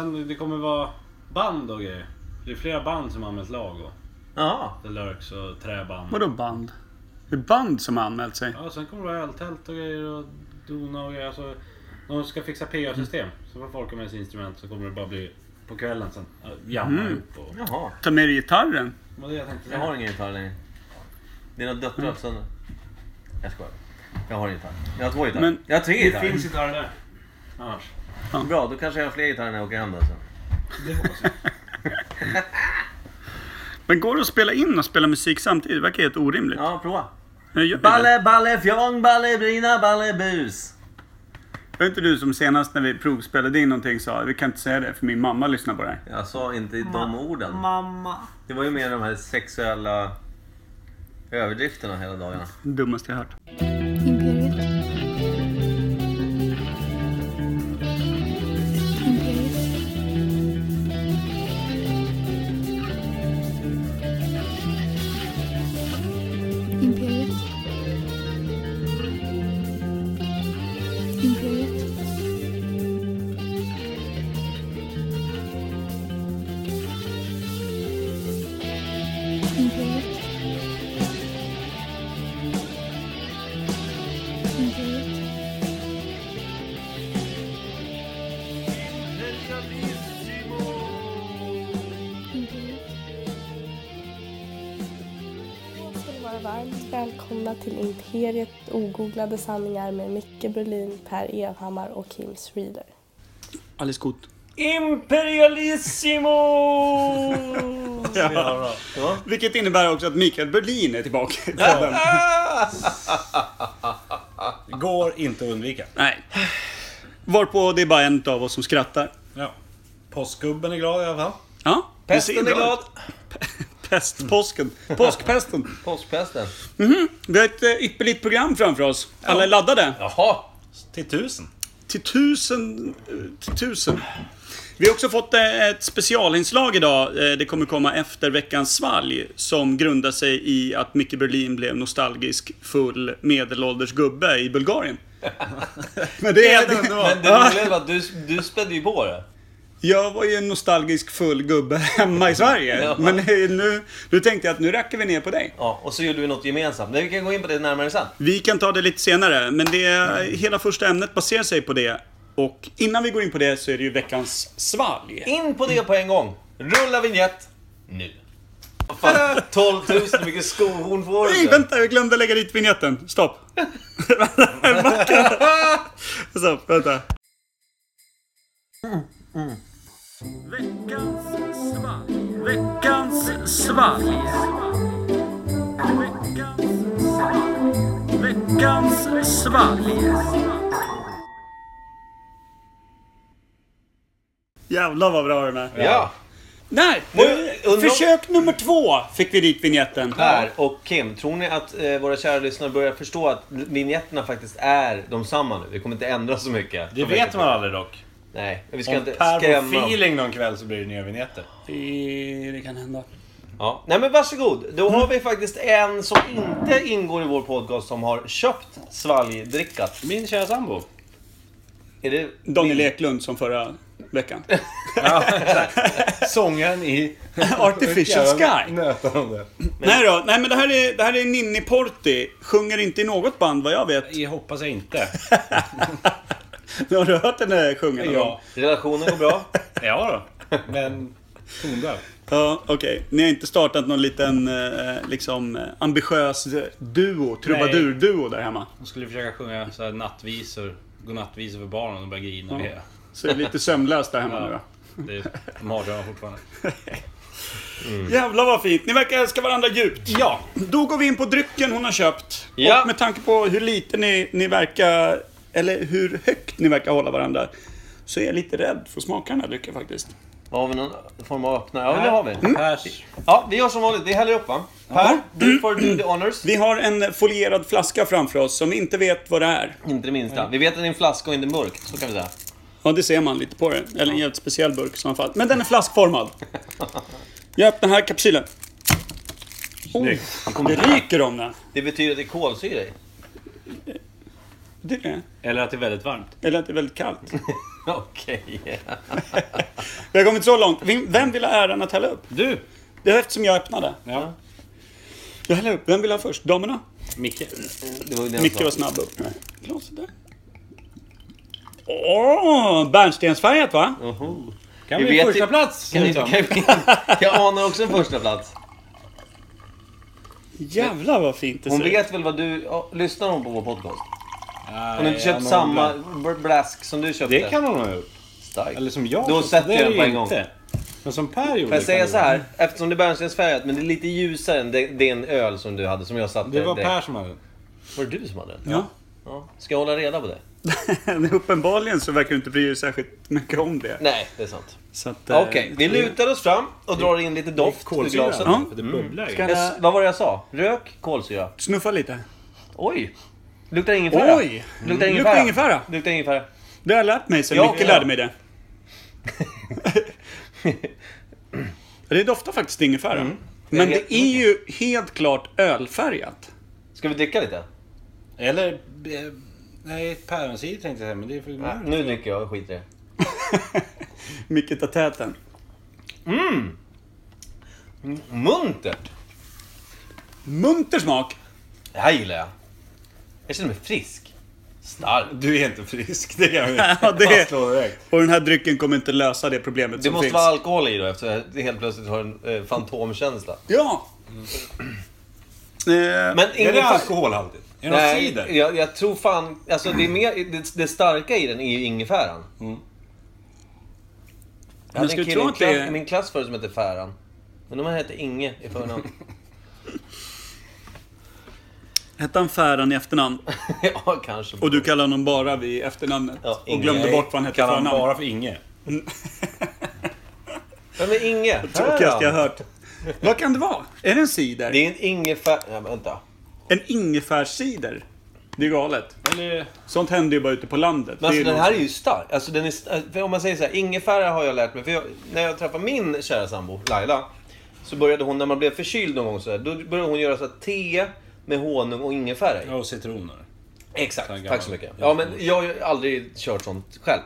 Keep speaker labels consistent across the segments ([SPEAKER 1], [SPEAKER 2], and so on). [SPEAKER 1] Sen det kommer vara band och grejer. Det är flera band som har anmält lag och
[SPEAKER 2] Ja.
[SPEAKER 1] The Lurks och träband.
[SPEAKER 3] Vadå band? Det är band som har anmält sig.
[SPEAKER 1] Ja, sen kommer det vara öltält och grejer och dona och grejer. Alltså, de ska fixa PA-system. Så får folk ha med sig instrument så kommer det bara bli på kvällen sen. Ja, Jamma
[SPEAKER 3] Mm.
[SPEAKER 1] ihop och...
[SPEAKER 2] Jaha.
[SPEAKER 3] Ta med dig gitarren.
[SPEAKER 1] Det var det jag tänkte
[SPEAKER 2] Jag
[SPEAKER 1] säga.
[SPEAKER 2] har ingen gitarr längre. Dina döttrar har sönder. Jag skojar. Jag har en gitarr. Jag har två gitarrer.
[SPEAKER 3] Men-
[SPEAKER 2] jag har tre
[SPEAKER 1] Det
[SPEAKER 2] gitarrer.
[SPEAKER 1] finns gitarrer där. Annars.
[SPEAKER 2] Bra, då kanske jag har fler gitarrer när jag åker hem då sen.
[SPEAKER 1] Det hoppas jag.
[SPEAKER 3] Men går det att spela in och spela musik samtidigt? Det verkar helt orimligt.
[SPEAKER 2] Ja, prova.
[SPEAKER 3] Jag gör det.
[SPEAKER 2] Balle, balle, fjong, balle, brina, balle, bus.
[SPEAKER 3] Var inte du som senast när vi provspelade in någonting sa vi kan inte säga det för min mamma lyssnar på det här.
[SPEAKER 2] Jag sa inte de orden.
[SPEAKER 4] Mamma.
[SPEAKER 2] Det var ju mer de här sexuella överdrifterna hela dagarna.
[SPEAKER 3] Dummaste jag hört.
[SPEAKER 5] Imperiet. Imperiet. Imperiet. Imperiet. Imperiet. Imperiet. Imperiet.
[SPEAKER 6] Då ska ni vara varmt välkomna till Imperiet ogooglade sanningar med Micke Berlin, Per Evhammar och Kim Schreeder.
[SPEAKER 3] Alice Gut.
[SPEAKER 2] Imperialissimo!
[SPEAKER 3] Ja.
[SPEAKER 2] Ja.
[SPEAKER 3] Vilket innebär också att Mikael Berlin är tillbaka i podden.
[SPEAKER 1] Går inte att undvika.
[SPEAKER 3] Nej. Varpå det är bara en av oss som skrattar.
[SPEAKER 1] Ja. Påskgubben är glad i alla fall.
[SPEAKER 3] Ja, det ser
[SPEAKER 2] Pesten
[SPEAKER 3] bra
[SPEAKER 2] är
[SPEAKER 3] ut.
[SPEAKER 2] glad.
[SPEAKER 3] Pestpåsken. Påskpesten.
[SPEAKER 2] Påskpesten.
[SPEAKER 3] Mhm. Vi har ett eh, ypperligt program framför oss. Alla är laddade.
[SPEAKER 2] Jaha.
[SPEAKER 1] Till tusen.
[SPEAKER 3] Till tusen. eh, Till tusen. Vi har också fått eh, ett specialinslag idag. Eh, Det kommer komma efter veckans svalg. Som grundar sig i att Micke Berlin blev nostalgisk, full, medelålders gubbe i Bulgarien. Men det är...
[SPEAKER 1] Helt underbart.
[SPEAKER 2] Men det roliga var att du, du spädde ju på det.
[SPEAKER 3] Jag var ju en nostalgisk full gubbe hemma i Sverige.
[SPEAKER 2] Ja.
[SPEAKER 3] Men eh, nu, nu tänkte jag att nu rackar vi ner på dig.
[SPEAKER 2] Ja, och så gjorde vi något gemensamt. Men vi kan gå in på det närmare sen.
[SPEAKER 3] Vi kan ta det lite senare, men det, hela första ämnet baserar sig på det. Och innan vi går in på det så är det ju veckans svalg.
[SPEAKER 2] In på det på en gång. Rulla vignett. Nu. Vad Fan, 12 000, hur mycket skohorn får du?
[SPEAKER 3] Nej,
[SPEAKER 2] inte?
[SPEAKER 3] vänta, jag glömde lägga dit vignetten. Stopp. Backa. Stopp, vänta. Veckans svalg. Veckans svalg. Veckans svalg. Jävlar vad bra den är.
[SPEAKER 2] Ja.
[SPEAKER 3] Där!
[SPEAKER 2] Nu, undrar-
[SPEAKER 3] Försök nummer två fick vi dit vignetten.
[SPEAKER 2] Per och Kim, tror ni att eh, våra kära lyssnare börjar förstå att vinjetterna faktiskt är de samma nu? Det kommer inte ändras så mycket.
[SPEAKER 1] Det vet man aldrig dock.
[SPEAKER 2] Nej, men vi ska
[SPEAKER 1] Om
[SPEAKER 2] inte
[SPEAKER 1] Per
[SPEAKER 2] skrämma
[SPEAKER 1] får
[SPEAKER 2] dem.
[SPEAKER 1] feeling någon kväll så blir det nya vignetter.
[SPEAKER 3] Det, det kan hända.
[SPEAKER 2] Ja. Nej men varsågod. Då har vi faktiskt en som inte ingår i vår podcast som har köpt svalgdrickat.
[SPEAKER 1] Min kära sambo.
[SPEAKER 2] Är det...
[SPEAKER 3] Daniel Eklund som förra veckan.
[SPEAKER 1] Sångaren i...
[SPEAKER 3] Artificial Sky.
[SPEAKER 1] Nötande.
[SPEAKER 3] Nej då, nej men det här är, det här är Ninni Porti. Sjunger inte i något band vad jag vet.
[SPEAKER 1] Det hoppas jag inte.
[SPEAKER 3] Har du hört henne sjunga någon gång?
[SPEAKER 1] Ja,
[SPEAKER 2] Relationen går bra.
[SPEAKER 1] ja då. Men tondöv.
[SPEAKER 3] Ja, okej. Ni har inte startat någon liten eh, liksom eh, ambitiös duo, trubadur-duo där hemma?
[SPEAKER 1] Hon skulle försöka sjunga så här nattvisor, godnattvisor för barnen och de började grina. Det-
[SPEAKER 3] Så det är lite sömnlöst där hemma nu då.
[SPEAKER 1] Ja, det är mardrömmar fortfarande.
[SPEAKER 3] Jävlar vad fint. Ni verkar älska varandra djupt.
[SPEAKER 1] Ja,
[SPEAKER 3] Då går vi in på drycken hon har köpt.
[SPEAKER 2] Ja.
[SPEAKER 3] Och med tanke på hur lite ni, ni verkar, eller hur högt ni verkar hålla varandra, så är jag lite rädd för att smaka den här drycken faktiskt.
[SPEAKER 2] Har vi någon form av öppnare? Ja, det har vi.
[SPEAKER 1] Mm. Pers.
[SPEAKER 2] Ja, vi gör som vanligt. Vi häller upp va?
[SPEAKER 1] Mm.
[SPEAKER 2] Per, du får do the honors.
[SPEAKER 3] Vi har en folierad flaska framför oss som inte vet vad det är.
[SPEAKER 2] Inte det minsta.
[SPEAKER 1] Mm.
[SPEAKER 2] Vi vet att det är en flaska och inte mörkt, så kan vi säga.
[SPEAKER 3] Ja, det ser man lite på den. Eller en jävligt speciell burk i så fall. Men den är flaskformad. Jag öppnar här kapsylen. Oh, det ryker om den.
[SPEAKER 2] Det betyder att det är kolsyra i.
[SPEAKER 3] Det är,
[SPEAKER 1] Eller att det är väldigt varmt.
[SPEAKER 3] eller att det är väldigt kallt.
[SPEAKER 2] Okej.
[SPEAKER 3] Vi har kommit så långt. Vem vem vill ha äran att hälla upp?
[SPEAKER 1] Du!
[SPEAKER 3] Det var eftersom jag öppnade.
[SPEAKER 1] Ja.
[SPEAKER 3] Jag häller upp. Vem vill ha först? Damerna?
[SPEAKER 1] Micke.
[SPEAKER 2] Det var ju det jag
[SPEAKER 3] Micke
[SPEAKER 2] sa.
[SPEAKER 3] var snabb upp med glaset där. Åh, bärnstensfärgat va?
[SPEAKER 2] Oho.
[SPEAKER 1] Kan
[SPEAKER 2] Vi
[SPEAKER 1] bli
[SPEAKER 2] vet
[SPEAKER 1] första
[SPEAKER 2] ju-
[SPEAKER 1] plats
[SPEAKER 2] Kan vi,
[SPEAKER 1] dessutom.
[SPEAKER 2] kan vi, jag anar också en första plats.
[SPEAKER 3] Jävlar vad fint det
[SPEAKER 2] Hon
[SPEAKER 3] ser ut.
[SPEAKER 2] vet väl vad du... ja, lyssnar hon på vår podcast?
[SPEAKER 1] Nej,
[SPEAKER 2] Hon har inte
[SPEAKER 1] jag
[SPEAKER 2] köpt
[SPEAKER 1] nog
[SPEAKER 2] samma
[SPEAKER 1] bland-
[SPEAKER 2] bl- blask som du köpte.
[SPEAKER 1] Det kan hon ha gjort.
[SPEAKER 2] Starkt.
[SPEAKER 1] Eller som jag
[SPEAKER 2] Då
[SPEAKER 1] köpte,
[SPEAKER 2] sätter
[SPEAKER 1] det
[SPEAKER 2] jag
[SPEAKER 1] är
[SPEAKER 2] den på
[SPEAKER 1] det
[SPEAKER 2] en
[SPEAKER 1] ju
[SPEAKER 2] gång.
[SPEAKER 1] inte. Men som Per gjorde.
[SPEAKER 2] Får jag säga
[SPEAKER 1] kan
[SPEAKER 2] så här? Eftersom det är bärnstensfärgat men det är lite ljusare än de- den öl som du hade som jag satte.
[SPEAKER 1] Det var
[SPEAKER 2] direkt.
[SPEAKER 1] Per som hade den.
[SPEAKER 2] Var det du som hade den?
[SPEAKER 3] Ja.
[SPEAKER 2] Ja. Ska jag hålla reda på det?
[SPEAKER 3] Men Uppenbarligen så verkar du inte bry dig särskilt mycket om det.
[SPEAKER 2] Nej, det är sant.
[SPEAKER 3] Så att, eh,
[SPEAKER 2] Okej, vi lutar oss fram och drar in lite doft ur
[SPEAKER 1] Kolsyra.
[SPEAKER 2] glasen.
[SPEAKER 3] Ja.
[SPEAKER 1] För det bubblar ju.
[SPEAKER 3] Ska
[SPEAKER 2] Jag, s- vad var det jag sa? Rök, kolsyra.
[SPEAKER 3] Snuffa lite.
[SPEAKER 2] Oj! Luktar ingefära.
[SPEAKER 3] Oj!
[SPEAKER 2] Luktar
[SPEAKER 3] Mm.
[SPEAKER 2] ingefära.
[SPEAKER 3] Luktar ingefära.
[SPEAKER 2] Luktar ingefära.
[SPEAKER 3] Det har jag lärt mig sen
[SPEAKER 2] Ja,
[SPEAKER 3] Micke
[SPEAKER 2] ja.
[SPEAKER 3] lärde mig det. det doftar faktiskt ingefära.
[SPEAKER 2] Mm.
[SPEAKER 3] Men
[SPEAKER 2] Jag vet
[SPEAKER 3] det är ju helt klart ölfärgat.
[SPEAKER 2] Ska vi dricka lite?
[SPEAKER 1] Eller... eh, Nej, päronsider tänkte jag säga, men det är för mörkt.
[SPEAKER 2] Nu dricker jag, skit i det.
[SPEAKER 3] Micke tar täten.
[SPEAKER 2] Muntert!
[SPEAKER 3] Munter smak.
[SPEAKER 2] Det här gillar jag. Jag känner mig frisk. Stark.
[SPEAKER 1] Du är inte frisk, det kan vi
[SPEAKER 3] Ja, det är-
[SPEAKER 1] fastslå direkt.
[SPEAKER 3] Och den här drycken kommer inte lösa det problemet
[SPEAKER 2] Det
[SPEAKER 3] som
[SPEAKER 2] måste
[SPEAKER 3] finns.
[SPEAKER 2] vara alkohol i då eftersom jag helt plötsligt har en eh, fantomkänsla.
[SPEAKER 3] Ja! Eh,
[SPEAKER 2] Mm. Men
[SPEAKER 1] Är det
[SPEAKER 2] ingefära-
[SPEAKER 1] alkoholhaltigt? Är det någon
[SPEAKER 2] Nej,
[SPEAKER 1] cider?
[SPEAKER 2] jag, jag tror fan... Alltså det, är mer, det, det starka i den är ju ingefäran. Jag
[SPEAKER 3] Mm. Men
[SPEAKER 2] hade
[SPEAKER 3] ska
[SPEAKER 2] en
[SPEAKER 3] du
[SPEAKER 2] kille
[SPEAKER 3] tro
[SPEAKER 2] i
[SPEAKER 3] att
[SPEAKER 2] klass,
[SPEAKER 3] det är-
[SPEAKER 2] i min klass förut som hette Färan. Men de här hette Inge i förnamn.
[SPEAKER 3] Hette han Färan i efternamn?
[SPEAKER 2] ja, kanske.
[SPEAKER 3] Och du kallar honom bara vid efternamnet?
[SPEAKER 2] Ja,
[SPEAKER 3] och
[SPEAKER 2] Inge.
[SPEAKER 3] glömde bort vad han hette i
[SPEAKER 1] Kallar han
[SPEAKER 3] förnamn?
[SPEAKER 1] bara för Inge?
[SPEAKER 2] Vem är Inge?
[SPEAKER 3] Tråkigaste jag
[SPEAKER 2] Färan.
[SPEAKER 3] hört. Vad kan det vara? Är det en cider?
[SPEAKER 2] Det är en ingefära... Ja, men vänta.
[SPEAKER 3] En ingefärscider? Det är galet.
[SPEAKER 1] Eller...
[SPEAKER 3] Sånt händer ju bara ute på landet.
[SPEAKER 2] Men alltså
[SPEAKER 3] det är
[SPEAKER 2] den här är ju stark. Alltså, den är st- för om man säger så här, ingefära har jag lärt mig. För jag, när jag träffade min kära sambo, Laila, så började hon, när man blev förkyld någon gång så här, då började hon göra så här te med honung och ingefära i.
[SPEAKER 1] Ja, och citroner.
[SPEAKER 2] Exakt,
[SPEAKER 1] Så här gammal.
[SPEAKER 2] tack så mycket. Ja, men jag har ju aldrig kört sånt själv.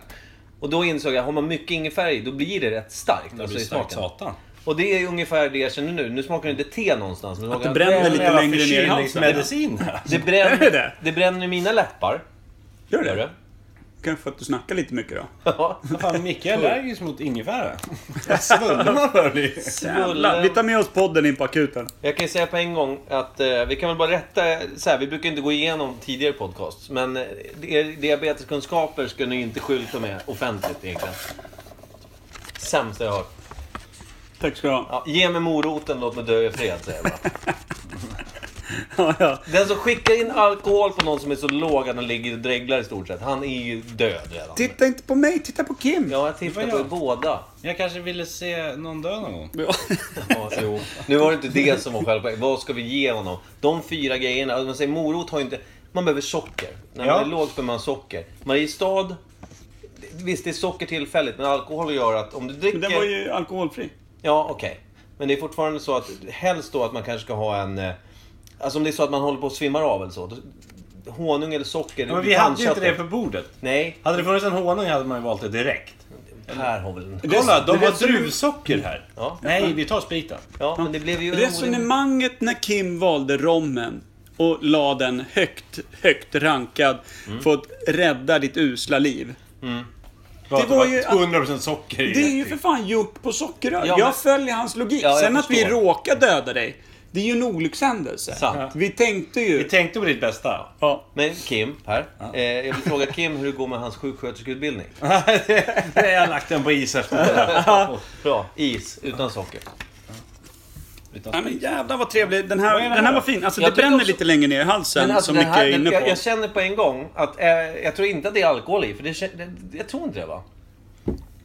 [SPEAKER 2] Och då insåg jag, har man mycket ingefära i, då blir det rätt starkt.
[SPEAKER 1] Det
[SPEAKER 2] alltså,
[SPEAKER 1] blir
[SPEAKER 2] i
[SPEAKER 1] starkt
[SPEAKER 2] smaken.
[SPEAKER 1] satan.
[SPEAKER 2] Och det är ju ungefär det jag känner nu. Nu smakar det inte te någonstans. Men
[SPEAKER 3] Det
[SPEAKER 2] smakar-
[SPEAKER 3] bränner lite
[SPEAKER 1] Jävla
[SPEAKER 3] längre ner i
[SPEAKER 2] liksom.
[SPEAKER 3] halsen.
[SPEAKER 1] Förkylningsmedicin här.
[SPEAKER 2] det, bränner,
[SPEAKER 3] Är det det?
[SPEAKER 2] det bränner i mina läppar.
[SPEAKER 3] Gör
[SPEAKER 2] Gör
[SPEAKER 3] det?
[SPEAKER 2] det? Alltså,
[SPEAKER 3] Kanske för att du snackar lite mycket då?
[SPEAKER 2] Ja.
[SPEAKER 1] Vad fan, Micke är allergisk mot ingefära. Vad svullen han börjar bli.
[SPEAKER 3] Jävlar, vi tar med oss podden in på akuten.
[SPEAKER 2] Jag kan ju säga på en gång att eh, vi kan väl bara rätta så här, vi brukar inte gå igenom tidigare podcasts, men eh, di- diabeteskunskaper ska ni inte skylta med offentligt egentligen. Sämsta jag har.
[SPEAKER 3] Tack ska du ha.
[SPEAKER 2] Ja, ge mig moroten, låt mig dö i fred, säger jag bara.
[SPEAKER 3] Ja, ja.
[SPEAKER 2] Den som skickar in alkohol på någon som är så låg att den ligger och dreglar i stort sett, han är ju död redan.
[SPEAKER 3] Titta inte på mig, titta på Kim!
[SPEAKER 2] Ja, jag tittar
[SPEAKER 1] Det var
[SPEAKER 2] på
[SPEAKER 1] jag.
[SPEAKER 2] båda.
[SPEAKER 1] Jag kanske ville se någon dö någon gång.
[SPEAKER 3] Ja.
[SPEAKER 2] Ja, jo. Nu var det inte det som var själva poängen. Vad ska vi ge honom? De fyra grejerna. Alltså, Man säger morot har ju inte... Man behöver socker. När man
[SPEAKER 1] Ja.
[SPEAKER 2] är låg behöver man socker. Mariestad... Visst, det är socker tillfälligt, men alkohol gör att om du dricker...
[SPEAKER 3] Men den var ju alkoholfri.
[SPEAKER 2] Ja, okej. Men det är fortfarande så att helst då att man kanske ska ha en... eh, Alltså om det är så att man håller på att svimma av eller så. Då, honung eller socker.
[SPEAKER 1] Men
[SPEAKER 2] i
[SPEAKER 1] vi hade ju inte
[SPEAKER 2] pannköttet.
[SPEAKER 1] det på bordet.
[SPEAKER 2] Nej,
[SPEAKER 1] Hade det funnits en honung hade man ju valt det direkt.
[SPEAKER 2] här har väl...
[SPEAKER 3] Det är
[SPEAKER 1] Kolla,
[SPEAKER 3] så-
[SPEAKER 1] de
[SPEAKER 3] det är
[SPEAKER 1] har
[SPEAKER 3] så-
[SPEAKER 1] druvsocker här.
[SPEAKER 2] Ja.
[SPEAKER 1] Nej, vi tar spriten.
[SPEAKER 2] Ja, men det blev ju... en orimlig-
[SPEAKER 3] Resonemanget när Kim valde rommen och la den högt, högt rankad
[SPEAKER 2] Mm.
[SPEAKER 3] för att rädda ditt usla liv.
[SPEAKER 1] Det var,
[SPEAKER 3] var ju-
[SPEAKER 1] 200% socker i
[SPEAKER 3] Det är ju
[SPEAKER 1] rätt
[SPEAKER 3] för fan gjort på sockerrör.
[SPEAKER 2] Ja, men-
[SPEAKER 3] Jag följer hans logik.
[SPEAKER 2] Ja, jag
[SPEAKER 3] Sen att vi
[SPEAKER 2] förstår.
[SPEAKER 3] råkar döda dig, det är ju en olyckshändelse.
[SPEAKER 2] Sant.
[SPEAKER 3] Vi tänkte ju...
[SPEAKER 1] Vi tänkte på ditt bästa.
[SPEAKER 3] ja.
[SPEAKER 2] Men Kim, här. Eh, jag vill fråga Kim hur det går med hans sjuksköterskeutbildning.
[SPEAKER 1] jag har lagt den på is efter det där.
[SPEAKER 2] Bra. Is, utan socker.
[SPEAKER 3] Nej men jävlar vad trevlig. Den
[SPEAKER 1] Vad är
[SPEAKER 3] här,
[SPEAKER 1] det här
[SPEAKER 3] den här var
[SPEAKER 1] då?
[SPEAKER 3] fin. Alltså
[SPEAKER 2] Jag
[SPEAKER 3] det
[SPEAKER 2] tycker
[SPEAKER 3] bränner
[SPEAKER 2] också-
[SPEAKER 3] lite längre ner i halsen
[SPEAKER 2] alltså,
[SPEAKER 3] som
[SPEAKER 2] den
[SPEAKER 3] mycket
[SPEAKER 2] här,
[SPEAKER 3] är inne på.
[SPEAKER 2] jag, jag känner på en gång att eh, jag tror inte att det är alkohol i, för det, kän- det, jag tror inte det va?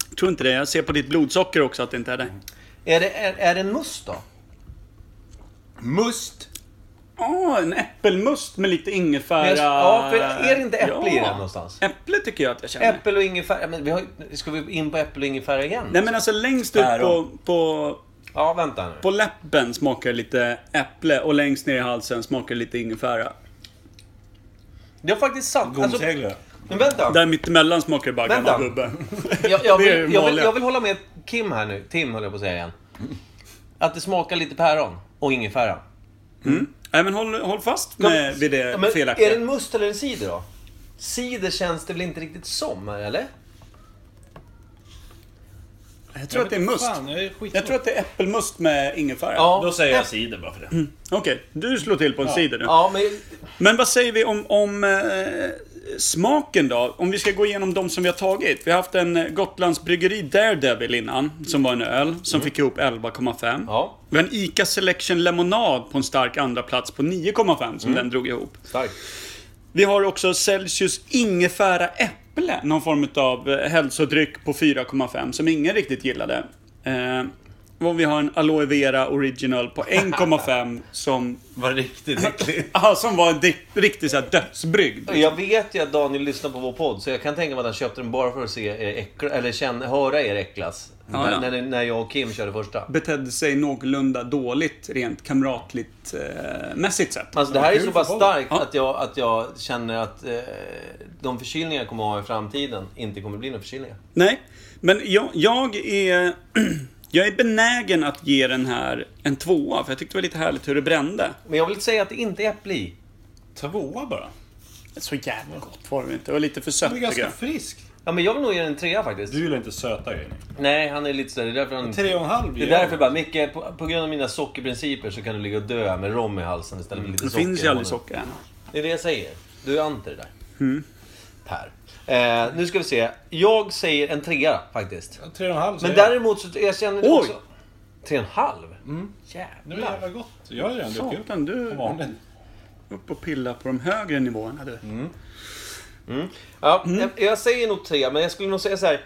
[SPEAKER 3] Jag tror inte det. Jag ser på ditt blodsocker också att det inte är det.
[SPEAKER 2] Är det, är, är det en must då?
[SPEAKER 1] Must.
[SPEAKER 3] Åh, en äppelmust med lite ingefära.
[SPEAKER 2] Men jag- ja, för är det inte äpple i den någonstans?
[SPEAKER 3] Äpple tycker jag att jag känner.
[SPEAKER 2] Äppel och ingefära. Men vi har, ju- ska vi in på äpple och ingefära igen?
[SPEAKER 3] Nej men alltså längst ut på,
[SPEAKER 1] Päron.
[SPEAKER 3] på,
[SPEAKER 2] Ja, vänta nu.
[SPEAKER 3] på läppen smakar det lite äpple och längst ner i halsen smakar det lite ingefära.
[SPEAKER 2] Det är faktiskt sant. Alltså,
[SPEAKER 4] Gomseglare.
[SPEAKER 2] men vänta.
[SPEAKER 3] Där mittemellan smakar det bara
[SPEAKER 2] Vänta.
[SPEAKER 3] gammal gubbe.
[SPEAKER 2] Jag, jag,
[SPEAKER 3] det
[SPEAKER 2] vill,
[SPEAKER 3] är ju
[SPEAKER 2] jag, vill,
[SPEAKER 3] vanliga.
[SPEAKER 2] jag vill hålla med Kim här nu. Tim höll jag på att säga igen. Att det smakar lite päron och ingefära.
[SPEAKER 3] Eh, Nej men håll, håll fast med, vid det
[SPEAKER 2] Ja, men
[SPEAKER 3] felaktiga.
[SPEAKER 2] Är det en must eller en cider då? Cider känns det väl inte riktigt som, eller?
[SPEAKER 3] Jag tror att det är must.
[SPEAKER 1] Fan, jag är skitsvårt.
[SPEAKER 3] Jag tror att det är äppelmust med ingefära.
[SPEAKER 4] Då säger jag cider bara för det.
[SPEAKER 3] Okej, du slår till på en cider nu.
[SPEAKER 2] Ja, men...
[SPEAKER 3] Men vad säger vi om, om eh, smaken då? Om vi ska gå igenom de som vi har tagit. Vi har haft en eh, Gotlands bryggeri Daredevil innan, som var en öl, som fick ihop 11,5.
[SPEAKER 2] Mm. Ja.
[SPEAKER 3] Vi har en ICA Selection Lemonad på en stark andra plats på 9,5 som
[SPEAKER 2] Mm.
[SPEAKER 3] den drog ihop.
[SPEAKER 2] Starkt.
[SPEAKER 3] Vi har också Celsius ingefära äpple, någon form av eh, hälsodryck på 4,5 som ingen riktigt gillade. Eh, och vi har en Aloe Vera Original på 1,5 som,
[SPEAKER 2] Var riktigt äckligt.
[SPEAKER 3] ah, som var en di- riktig så här, dödsbrygd.
[SPEAKER 2] Jag vet ju att Daniel lyssnar på vår podd, så jag kan tänka mig att han köpte den bara för att se er äckla, eller känna, höra er äcklas.
[SPEAKER 3] Ja, ja.
[SPEAKER 2] När, när, när jag och Kim körde första.
[SPEAKER 3] Betedde sig någorlunda dåligt rent kamratligt eh, mässigt sett.
[SPEAKER 2] Alltså det här är så pass starkt
[SPEAKER 3] Ja.
[SPEAKER 2] att jag, att jag känner att eh, de förkylningar jag kommer ha i framtiden inte kommer bli några förkylningar.
[SPEAKER 3] Nej, men jag, jag är... Jag är benägen att ge den här en tvåa, för jag tyckte det var lite härligt hur det brände.
[SPEAKER 2] Men jag vill inte säga att det inte är äpple i.
[SPEAKER 4] Tvåa bara.
[SPEAKER 3] Så jävla gott var det inte. Det var lite för sött
[SPEAKER 4] Den är
[SPEAKER 3] tycker
[SPEAKER 4] ganska
[SPEAKER 3] jag.
[SPEAKER 4] frisk.
[SPEAKER 2] Ja, men jag vill nog ge den en trea faktiskt.
[SPEAKER 4] Du gillar inte söta grejer.
[SPEAKER 2] Nej, han är lite sådär. Det är därför han...
[SPEAKER 4] Tre och en halv.
[SPEAKER 2] Det är därför jag bara, Micke, på, på grund av mina sockerprinciper så kan du ligga och dö med rom i halsen istället för lite
[SPEAKER 3] Mm. Det
[SPEAKER 2] socker.
[SPEAKER 3] finns ju aldrig socker Mm. än.
[SPEAKER 2] Det är det jag säger. Du är anti det där. Per. Eh, nu ska vi se. Jag säger en trea faktiskt.
[SPEAKER 4] Tre och en halv
[SPEAKER 2] Men
[SPEAKER 4] säger jag.
[SPEAKER 2] däremot så jag känner
[SPEAKER 3] Oj!
[SPEAKER 2] också... Tre och en halv?
[SPEAKER 4] Det var jävla
[SPEAKER 2] Jävlar.
[SPEAKER 4] gott. Jag har redan druckit upp.
[SPEAKER 3] Satan, du
[SPEAKER 4] Som vanligt.
[SPEAKER 3] upp och pilla på de högre nivåerna du.
[SPEAKER 2] Ja,
[SPEAKER 4] Mm.
[SPEAKER 2] jag, jag säger nog trea, men jag skulle nog säga så här.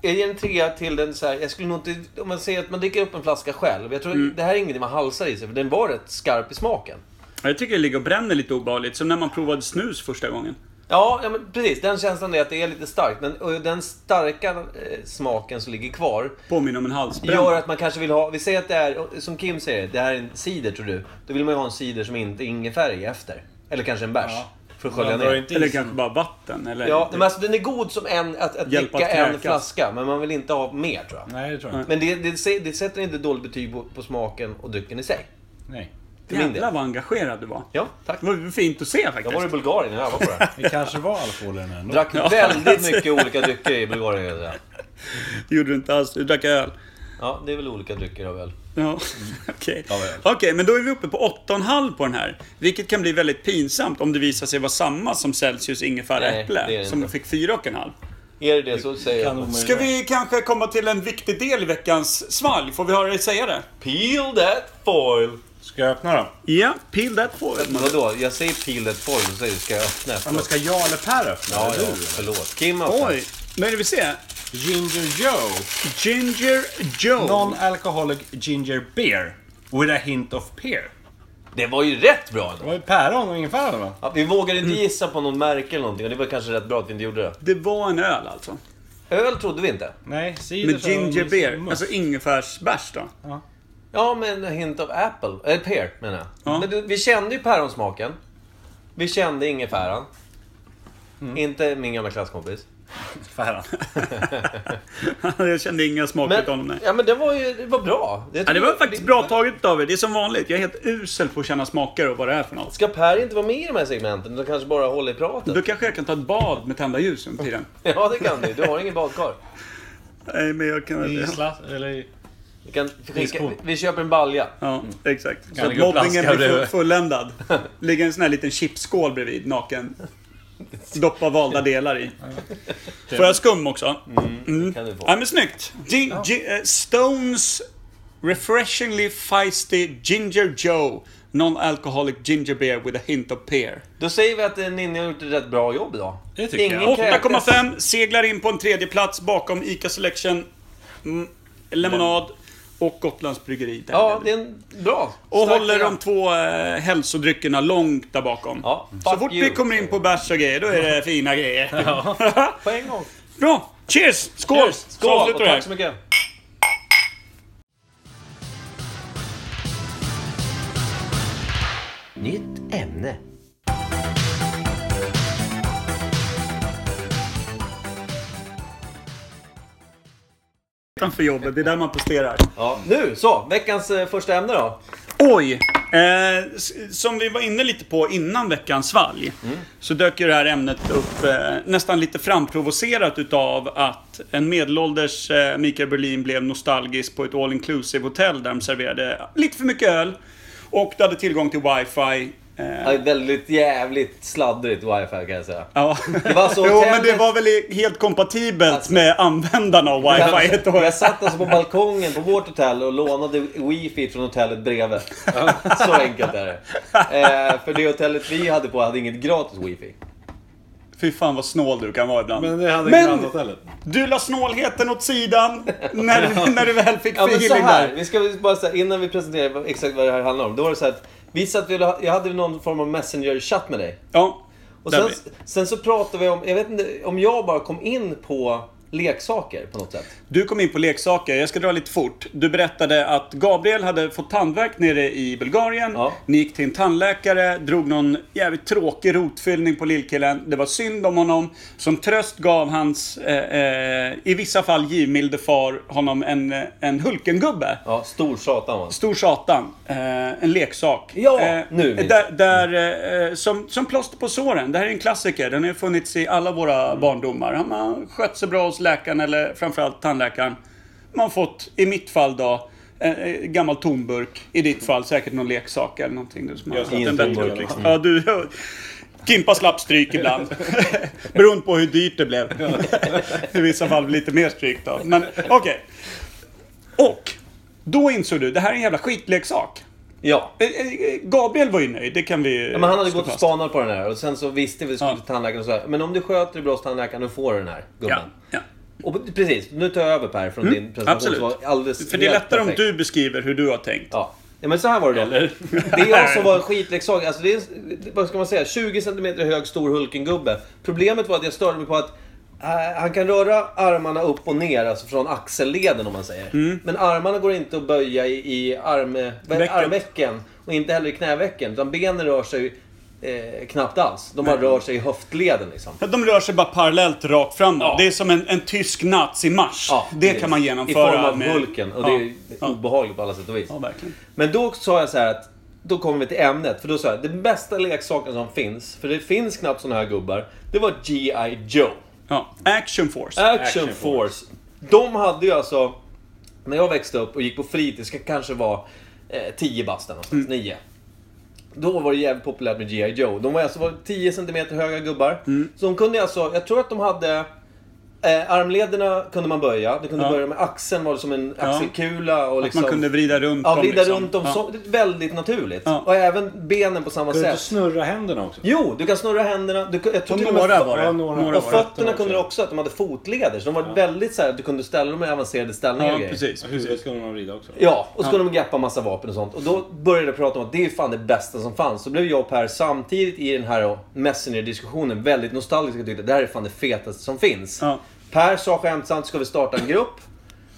[SPEAKER 2] Jag ger en trea till den så här. Jag skulle nog inte... Om man säger att man dricker upp en flaska själv. Jag tror
[SPEAKER 4] Mm.
[SPEAKER 2] det här är ingenting man halsar i sig, för den var rätt skarp i smaken.
[SPEAKER 3] Ja, Jag tycker det ligger och bränner lite obehagligt, som när man provade snus första gången.
[SPEAKER 2] Ja, ja men precis. Den känslan är att det är lite starkt. Men och den starka eh, smaken som ligger kvar
[SPEAKER 3] Påminner om en
[SPEAKER 4] Mm.
[SPEAKER 3] halsbränna.
[SPEAKER 2] gör att man kanske vill ha... Vi säger att det är, som Kim säger, det här är en cider tror du. Då vill man ju ha en cider som inte är ingefära i efter. Eller kanske en bärs. För att skölja
[SPEAKER 4] Man drar
[SPEAKER 2] ner.
[SPEAKER 4] inte
[SPEAKER 3] Eller
[SPEAKER 4] i
[SPEAKER 3] kanske bara vatten, eller...
[SPEAKER 2] Ja, men alltså den är god som en, att, att
[SPEAKER 3] Hjälp
[SPEAKER 2] dricka
[SPEAKER 3] att
[SPEAKER 2] en
[SPEAKER 3] kräkas.
[SPEAKER 2] flaska. Men man vill inte ha mer tror jag.
[SPEAKER 4] Nej, det tror jag inte.
[SPEAKER 2] Men det, det, sä- det sätter inte dåligt betyg på, på smaken och drycken i sig.
[SPEAKER 4] Nej.
[SPEAKER 2] För min
[SPEAKER 3] Jävlar
[SPEAKER 2] del.
[SPEAKER 3] vad engagerad du var.
[SPEAKER 2] Ja, tack.
[SPEAKER 3] Det var fint att se faktiskt.
[SPEAKER 2] Jag var i Bulgarien när jag var på det här.
[SPEAKER 4] Det kanske var alkohol i den ändå.
[SPEAKER 2] Drack väldigt mycket olika drycker i Bulgarien. kan jag säga.
[SPEAKER 3] Det gjorde du inte alls. Du drack öl.
[SPEAKER 2] Ja, det är väl olika drycker av öl.
[SPEAKER 3] Ja, okej. Okej, men då är vi uppe på 8,5 på den här. Vilket kan bli väldigt pinsamt om det visar sig vara samma som Celsius ingefära
[SPEAKER 2] Nej, det är
[SPEAKER 3] äpple,
[SPEAKER 2] det
[SPEAKER 3] som
[SPEAKER 2] inte.
[SPEAKER 3] fick 4,5.
[SPEAKER 2] Är det det så säger jag.
[SPEAKER 4] Kanon.
[SPEAKER 3] Ska vi kanske komma till en viktig del i veckans svalg? Får vi höra dig säga det?
[SPEAKER 2] Peel that foil!
[SPEAKER 4] Ska jag öppna då?
[SPEAKER 3] Ja, peel that foil.
[SPEAKER 2] Vadå? Jag säger peel that foil, så säger du ska jag öppna
[SPEAKER 4] Ja,
[SPEAKER 2] efter.
[SPEAKER 4] men ska jag eller Per öppna?
[SPEAKER 2] Ja,
[SPEAKER 4] Eller
[SPEAKER 2] ja,
[SPEAKER 4] du?
[SPEAKER 2] förlåt. Kim öppnar.
[SPEAKER 3] Oj, vad är det vi ser?
[SPEAKER 4] Ginger Joe.
[SPEAKER 3] Ginger Joe.
[SPEAKER 4] Non-alcoholic ginger beer. With a hint of pear.
[SPEAKER 2] Det var ju rätt bra
[SPEAKER 4] Det
[SPEAKER 2] ändå.
[SPEAKER 4] var ju päron och ingefära va?
[SPEAKER 2] Ja, vi vågade inte gissa på någon märke eller någonting och det var kanske rätt bra att vi inte gjorde det.
[SPEAKER 3] Det var en öl alltså.
[SPEAKER 2] Öl trodde vi inte.
[SPEAKER 4] Nej, cider
[SPEAKER 3] Med
[SPEAKER 4] sa jag var
[SPEAKER 3] ginger
[SPEAKER 4] mest
[SPEAKER 3] beer,
[SPEAKER 4] must.
[SPEAKER 3] alltså ingefärsbärs då.
[SPEAKER 2] Ja, men en hint av apple. Eller pear, menar jag.
[SPEAKER 3] Ja.
[SPEAKER 2] Men du, vi kände ju päronsmaken. Vi kände ingefäran.
[SPEAKER 3] Mm.
[SPEAKER 2] Inte min gamla klasskompis.
[SPEAKER 4] Päron.
[SPEAKER 3] Alltså- Jag kände inga smaker utav dem.
[SPEAKER 2] Men,
[SPEAKER 3] nej.
[SPEAKER 2] ja, men det var ju det var bra. Jag
[SPEAKER 3] Ja, det var
[SPEAKER 2] tycker-
[SPEAKER 3] faktiskt bra taget David. Det är som vanligt. Jag är helt usel på att känna smaker och vad det är för något.
[SPEAKER 2] Ska Per inte vara med i de här segmenten? utan kanske bara hålla i pratet?
[SPEAKER 3] Då kanske jag kan ta ett bad med tända ljus under tiden.
[SPEAKER 2] Ja, det kan du. Du har ingen badkar.
[SPEAKER 3] Nej, men jag kan...
[SPEAKER 4] I slass... Eller i...
[SPEAKER 2] Vi, kan skicka,
[SPEAKER 4] Diskon.
[SPEAKER 2] vi köper en balja.
[SPEAKER 3] Ja, exakt. Så
[SPEAKER 4] Mm. Kan
[SPEAKER 3] att
[SPEAKER 4] ligga och
[SPEAKER 3] mobbingen
[SPEAKER 4] plaska
[SPEAKER 3] blir full,
[SPEAKER 4] bredvid.
[SPEAKER 3] fulländad. Ligger en sån här liten chipsskål bredvid, naken. Doppa valda delar i. Får jag skum också?
[SPEAKER 4] Mm.
[SPEAKER 2] Det Kan du få.
[SPEAKER 3] Mm. Ja, men snyggt! Gin, gi- eh, Stones Refreshingly Feisty Ginger Joe Non-alcoholic ginger beer with a hint of pear.
[SPEAKER 2] Då säger vi att eh, Ninni har gjort ett rätt bra jobb idag.
[SPEAKER 4] Det tycker jag.
[SPEAKER 2] Ingen kräktes.
[SPEAKER 3] 8,5 seglar in på en tredje plats bakom ICA Selection, mm, Lemonad
[SPEAKER 4] Mm.
[SPEAKER 3] och Gotlands Bryggeri. Där
[SPEAKER 2] Ja,
[SPEAKER 3] är
[SPEAKER 2] det är en bra.
[SPEAKER 3] Och
[SPEAKER 2] Stark
[SPEAKER 3] håller de
[SPEAKER 2] program.
[SPEAKER 3] två eh, hälsodryckerna långt där bakom.
[SPEAKER 2] Ja,
[SPEAKER 3] Så
[SPEAKER 2] fuck
[SPEAKER 3] fort
[SPEAKER 2] you.
[SPEAKER 3] vi kommer in på bärs och grejer, då är det fina grejer.
[SPEAKER 2] På en gång.
[SPEAKER 3] Bra! Cheers! Skål!
[SPEAKER 2] Skål!
[SPEAKER 3] Så
[SPEAKER 2] Skål!
[SPEAKER 3] avslutar
[SPEAKER 2] Och
[SPEAKER 3] vi här.
[SPEAKER 2] tack så mycket. Nytt ämne.
[SPEAKER 3] utanför jobbet. Det är där man presterar.
[SPEAKER 2] Ja, nu så! Veckans eh, första ämne då.
[SPEAKER 3] Oj! Eh, s- som vi var inne lite på innan veckans svalg
[SPEAKER 2] Mm.
[SPEAKER 3] så dök ju det här ämnet upp eh, nästan lite framprovocerat utav att en medelålders eh, Mikael Berlin blev nostalgisk på ett all inclusive hotell där de serverade lite för mycket öl och du hade tillgång till wifi. Eh,
[SPEAKER 2] Ja, väldigt jävligt sladdrigt wifi kan jag säga.
[SPEAKER 3] ja.
[SPEAKER 2] Det var så Alltså-
[SPEAKER 3] jo, men det
[SPEAKER 2] hotellet-
[SPEAKER 3] var väl i- helt kompatibelt med användarna av wifi. ett år.
[SPEAKER 2] Jag satt alltså på balkongen på vårt hotell och lånade wifi från hotellet bredvid. Så enkelt är det. Eh, för det hotellet vi hade på hade inget gratis wifi.
[SPEAKER 3] Fy fan vad snål du kan vara ibland.
[SPEAKER 1] Men det hade
[SPEAKER 3] Men-
[SPEAKER 1] grannhotellet.
[SPEAKER 3] Du la snålheten åt sidan när, när du väl fick
[SPEAKER 2] Ja men så
[SPEAKER 3] feeling där.
[SPEAKER 2] här, vi ska väl bara säga innan vi presenterar vad- exakt vad det här handlar om. Då var det så här att vi satt, vid- jag hade någon form av messenger-chatt med dig.
[SPEAKER 3] Ja.
[SPEAKER 2] Och
[SPEAKER 3] där
[SPEAKER 2] sen,
[SPEAKER 3] vi-
[SPEAKER 2] sen så pratade vi om, jag vet inte om jag bara kom in på leksaker på något sätt.
[SPEAKER 3] Du kom in på leksaker. Jag ska dra lite fort. Du berättade att Gabriel hade fått tandvärk nere i Bulgarien.
[SPEAKER 2] Ja.
[SPEAKER 3] Ni gick till en tandläkare, drog någon jävligt tråkig rotfyllning på lillkillen. Det var synd om honom. Som tröst gav hans, eh, eh, i vissa fall givmilde far, honom en, eh, en Hulkengubbe.
[SPEAKER 2] Ja, stor satan var han.
[SPEAKER 3] Stor satan. Eh, en leksak.
[SPEAKER 2] Ja,
[SPEAKER 3] eh,
[SPEAKER 2] nu minns jag.
[SPEAKER 3] Där, där, eh, som, som plåster på såren. Det här är en klassiker. Den har funnits i alla våra barndomar. Har man skött sig bra hos läkaren eller framförallt tandläkaren. Man har fått, i mitt fall då, eh, eh, gammal tomburk. I ditt fall säkert någon leksak eller någonting. Som har
[SPEAKER 1] Jag
[SPEAKER 3] haft
[SPEAKER 2] satt
[SPEAKER 3] en
[SPEAKER 2] i en
[SPEAKER 3] bättre
[SPEAKER 2] tomburk,
[SPEAKER 3] uppväxt. Ja, du... Kimpa slapp stryk ibland. Beroende på hur dyrt det blev. I vissa fall lite mer stryk då. Men okej. Och då insåg du, det här är en jävla skitleksak.
[SPEAKER 2] Ja.
[SPEAKER 3] Eh, eh, Gabriel var ju nöjd, det kan vi
[SPEAKER 2] Ja, men han hade
[SPEAKER 3] slå
[SPEAKER 2] gått och
[SPEAKER 3] fast.
[SPEAKER 2] spanat på den här och sen så visste vi att vi skulle
[SPEAKER 3] Ja.
[SPEAKER 2] till tandläkaren och så här, Men om du sköter dig bra hos tandläkaren, då får du den här gubben.
[SPEAKER 3] Ja, ja.
[SPEAKER 2] Och precis, nu tar jag över Per från din presentation.
[SPEAKER 3] absolut.
[SPEAKER 2] som var alldeles
[SPEAKER 3] För det är
[SPEAKER 2] helt
[SPEAKER 3] lättare om
[SPEAKER 2] perfekt.
[SPEAKER 3] du beskriver hur du har tänkt.
[SPEAKER 2] Ja. ja, men så här var det då. Det är jag som var en skitleksak. Alltså det är, vad ska man säga, 20 cm hög stor Hulkengubbe. Problemet var att jag störde mig på att eh, han kan röra armarna upp och ner, alltså från axelleden om man säger.
[SPEAKER 3] Mm.
[SPEAKER 2] Men armarna går inte att böja i, i arm, eh, vad-
[SPEAKER 3] Vecket.
[SPEAKER 2] armvecken och inte heller i knävecken. Utan benen rör sig eh, knappt alls. De bara rör sig i höftleden liksom.
[SPEAKER 3] För De rör sig bara parallellt rakt framåt. Det är som en, en tysk nazimarsch.
[SPEAKER 2] Ja,
[SPEAKER 3] det
[SPEAKER 2] precis.
[SPEAKER 3] kan man genomföra
[SPEAKER 2] I form av
[SPEAKER 3] med-
[SPEAKER 2] Hulken och
[SPEAKER 3] Ja,
[SPEAKER 2] det är
[SPEAKER 3] ja.
[SPEAKER 2] obehagligt på alla sätt och vis.
[SPEAKER 3] Ja, verkligen.
[SPEAKER 2] Men då sa jag så här att då kommer vi till ämnet. För då sa jag den bästa leksaken som finns, för det finns knappt såna här gubbar. Det var G.I. Joe.
[SPEAKER 3] Ja. Action Force.
[SPEAKER 2] Action,
[SPEAKER 1] Action
[SPEAKER 2] Force. De hade ju alltså, när jag växte upp och gick på fritids, ska kanske vara eh, 10 bast eller någonstans,
[SPEAKER 3] Mm.
[SPEAKER 2] 9. Då var det jävligt populärt med G.I. Joe. De var alltså var 10 cm höga gubbar.
[SPEAKER 3] Mm.
[SPEAKER 2] Så de kunde alltså, jag tror att de hade Eh, armlederna kunde man böja, det kunde
[SPEAKER 3] Ja.
[SPEAKER 2] böja med axeln var det som en axelkula och liksom...
[SPEAKER 3] Man kunde vrida runt
[SPEAKER 2] Ja,
[SPEAKER 3] dem.
[SPEAKER 2] vrida
[SPEAKER 3] liksom.
[SPEAKER 2] runt dem
[SPEAKER 3] Ja.
[SPEAKER 2] så, det är väldigt naturligt.
[SPEAKER 3] Ja.
[SPEAKER 2] Och även benen på samma
[SPEAKER 1] Kunde du
[SPEAKER 2] sätt.
[SPEAKER 1] inte snurra händerna också?
[SPEAKER 2] Jo, du kan snurra händerna. Du, kan- jag tror
[SPEAKER 3] Och
[SPEAKER 2] till och med
[SPEAKER 3] några
[SPEAKER 2] fö-
[SPEAKER 3] var det.
[SPEAKER 1] Ja, några.
[SPEAKER 3] Några
[SPEAKER 2] Och
[SPEAKER 3] var det.
[SPEAKER 2] fötterna kunde du också, att de hade fotleder. Så de var väldigt så här att du kunde ställa dem i avancerade ställningar
[SPEAKER 3] Ja,
[SPEAKER 2] och grejer.
[SPEAKER 3] precis.
[SPEAKER 1] Huvudet kunde man vrida också.
[SPEAKER 2] Ja, och så kunde de greppa massa vapen och sånt. Och då började jag prata om att det är fan det bästa som fanns. Så blev jag och Per samtidigt i den här då Messenger-diskussionen väldigt nostalgiska och tyckte att det här är fan det fetaste som finns.
[SPEAKER 3] Ja.
[SPEAKER 2] Per sa skämtsamt, ska vi starta en grupp?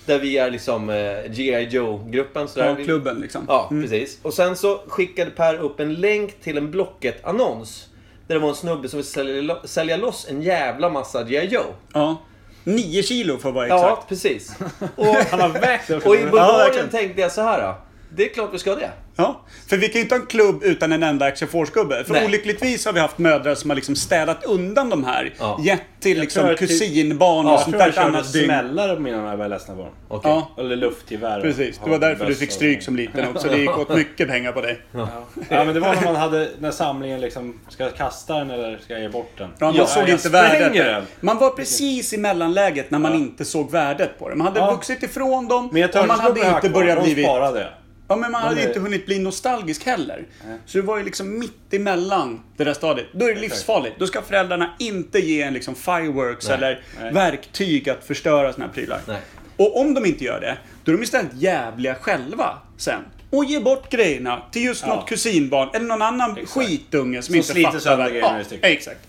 [SPEAKER 2] Där vi är liksom eh, G.I. Joe-gruppen. sådär.
[SPEAKER 3] Ja,
[SPEAKER 2] Vi-
[SPEAKER 3] klubben liksom.
[SPEAKER 2] Ja, precis. Och sen så skickade Per upp en länk till en Blocket-annons. Där det var en snubbe som ville sälja, lo- sälja loss en jävla massa G.I. Joe.
[SPEAKER 3] Ja. Nio kilo för att vara
[SPEAKER 2] Ja,
[SPEAKER 3] exakt.
[SPEAKER 2] precis. Och,
[SPEAKER 1] Han har vägt det.
[SPEAKER 2] och i
[SPEAKER 3] Ja,
[SPEAKER 2] Bulgarien
[SPEAKER 3] verkligen.
[SPEAKER 2] tänkte jag så här. Då. Det är klart vi ska det.
[SPEAKER 3] Ja, för vi kan ju inte ha en klubb utan en enda Action Force-gubbe. För
[SPEAKER 2] Nej.
[SPEAKER 3] olyckligtvis har vi haft mödrar som har liksom städat undan de här.
[SPEAKER 2] Ja.
[SPEAKER 3] Gett till
[SPEAKER 1] tror
[SPEAKER 3] liksom
[SPEAKER 1] att det-
[SPEAKER 3] kusinbarn och
[SPEAKER 1] Jag
[SPEAKER 3] sånt
[SPEAKER 1] tror jag
[SPEAKER 3] där
[SPEAKER 1] körde
[SPEAKER 3] annat dygn.
[SPEAKER 1] smällare på mina när jag var ledsna barn.
[SPEAKER 2] Okej.
[SPEAKER 3] Ja,
[SPEAKER 1] Eller luftgevär.
[SPEAKER 3] precis. Det var därför du fick stryk som liten också. Det gick åt mycket pengar på dig. Ja,
[SPEAKER 1] Ja men det var när man hade, när samlingen liksom, ska jag kasta den eller ska jag ge bort den?
[SPEAKER 3] man
[SPEAKER 1] Ja,
[SPEAKER 3] såg
[SPEAKER 1] jag
[SPEAKER 3] inte
[SPEAKER 1] spränger
[SPEAKER 3] värdet.
[SPEAKER 1] den.
[SPEAKER 3] Man var precis i mellanläget när man inte såg värdet på det. Man hade
[SPEAKER 1] Ja.
[SPEAKER 3] vuxit ifrån dem
[SPEAKER 1] Men jag
[SPEAKER 3] och man hade
[SPEAKER 1] törnskrubbor
[SPEAKER 3] inte börjat
[SPEAKER 1] de
[SPEAKER 3] blivit...
[SPEAKER 1] sparade jag.
[SPEAKER 3] Ja, men man hade
[SPEAKER 1] är-
[SPEAKER 3] inte hunnit bli nostalgisk heller. Så det var ju liksom mitt emellan det där stadiet. Då är det livsfarligt. Då ska föräldrarna inte ge en liksom fireworks eller verktyg att förstöra såna här prylar.
[SPEAKER 2] Nej.
[SPEAKER 3] Och om de inte gör det, då är de istället jävliga själva sen. Och ger bort grejerna till just något kusinbarn eller någon annan skitunge som, inte
[SPEAKER 1] sliter
[SPEAKER 3] fattar.
[SPEAKER 1] sönder
[SPEAKER 3] vad-
[SPEAKER 1] grejerna i
[SPEAKER 3] ja,
[SPEAKER 1] stycken.
[SPEAKER 3] exakt.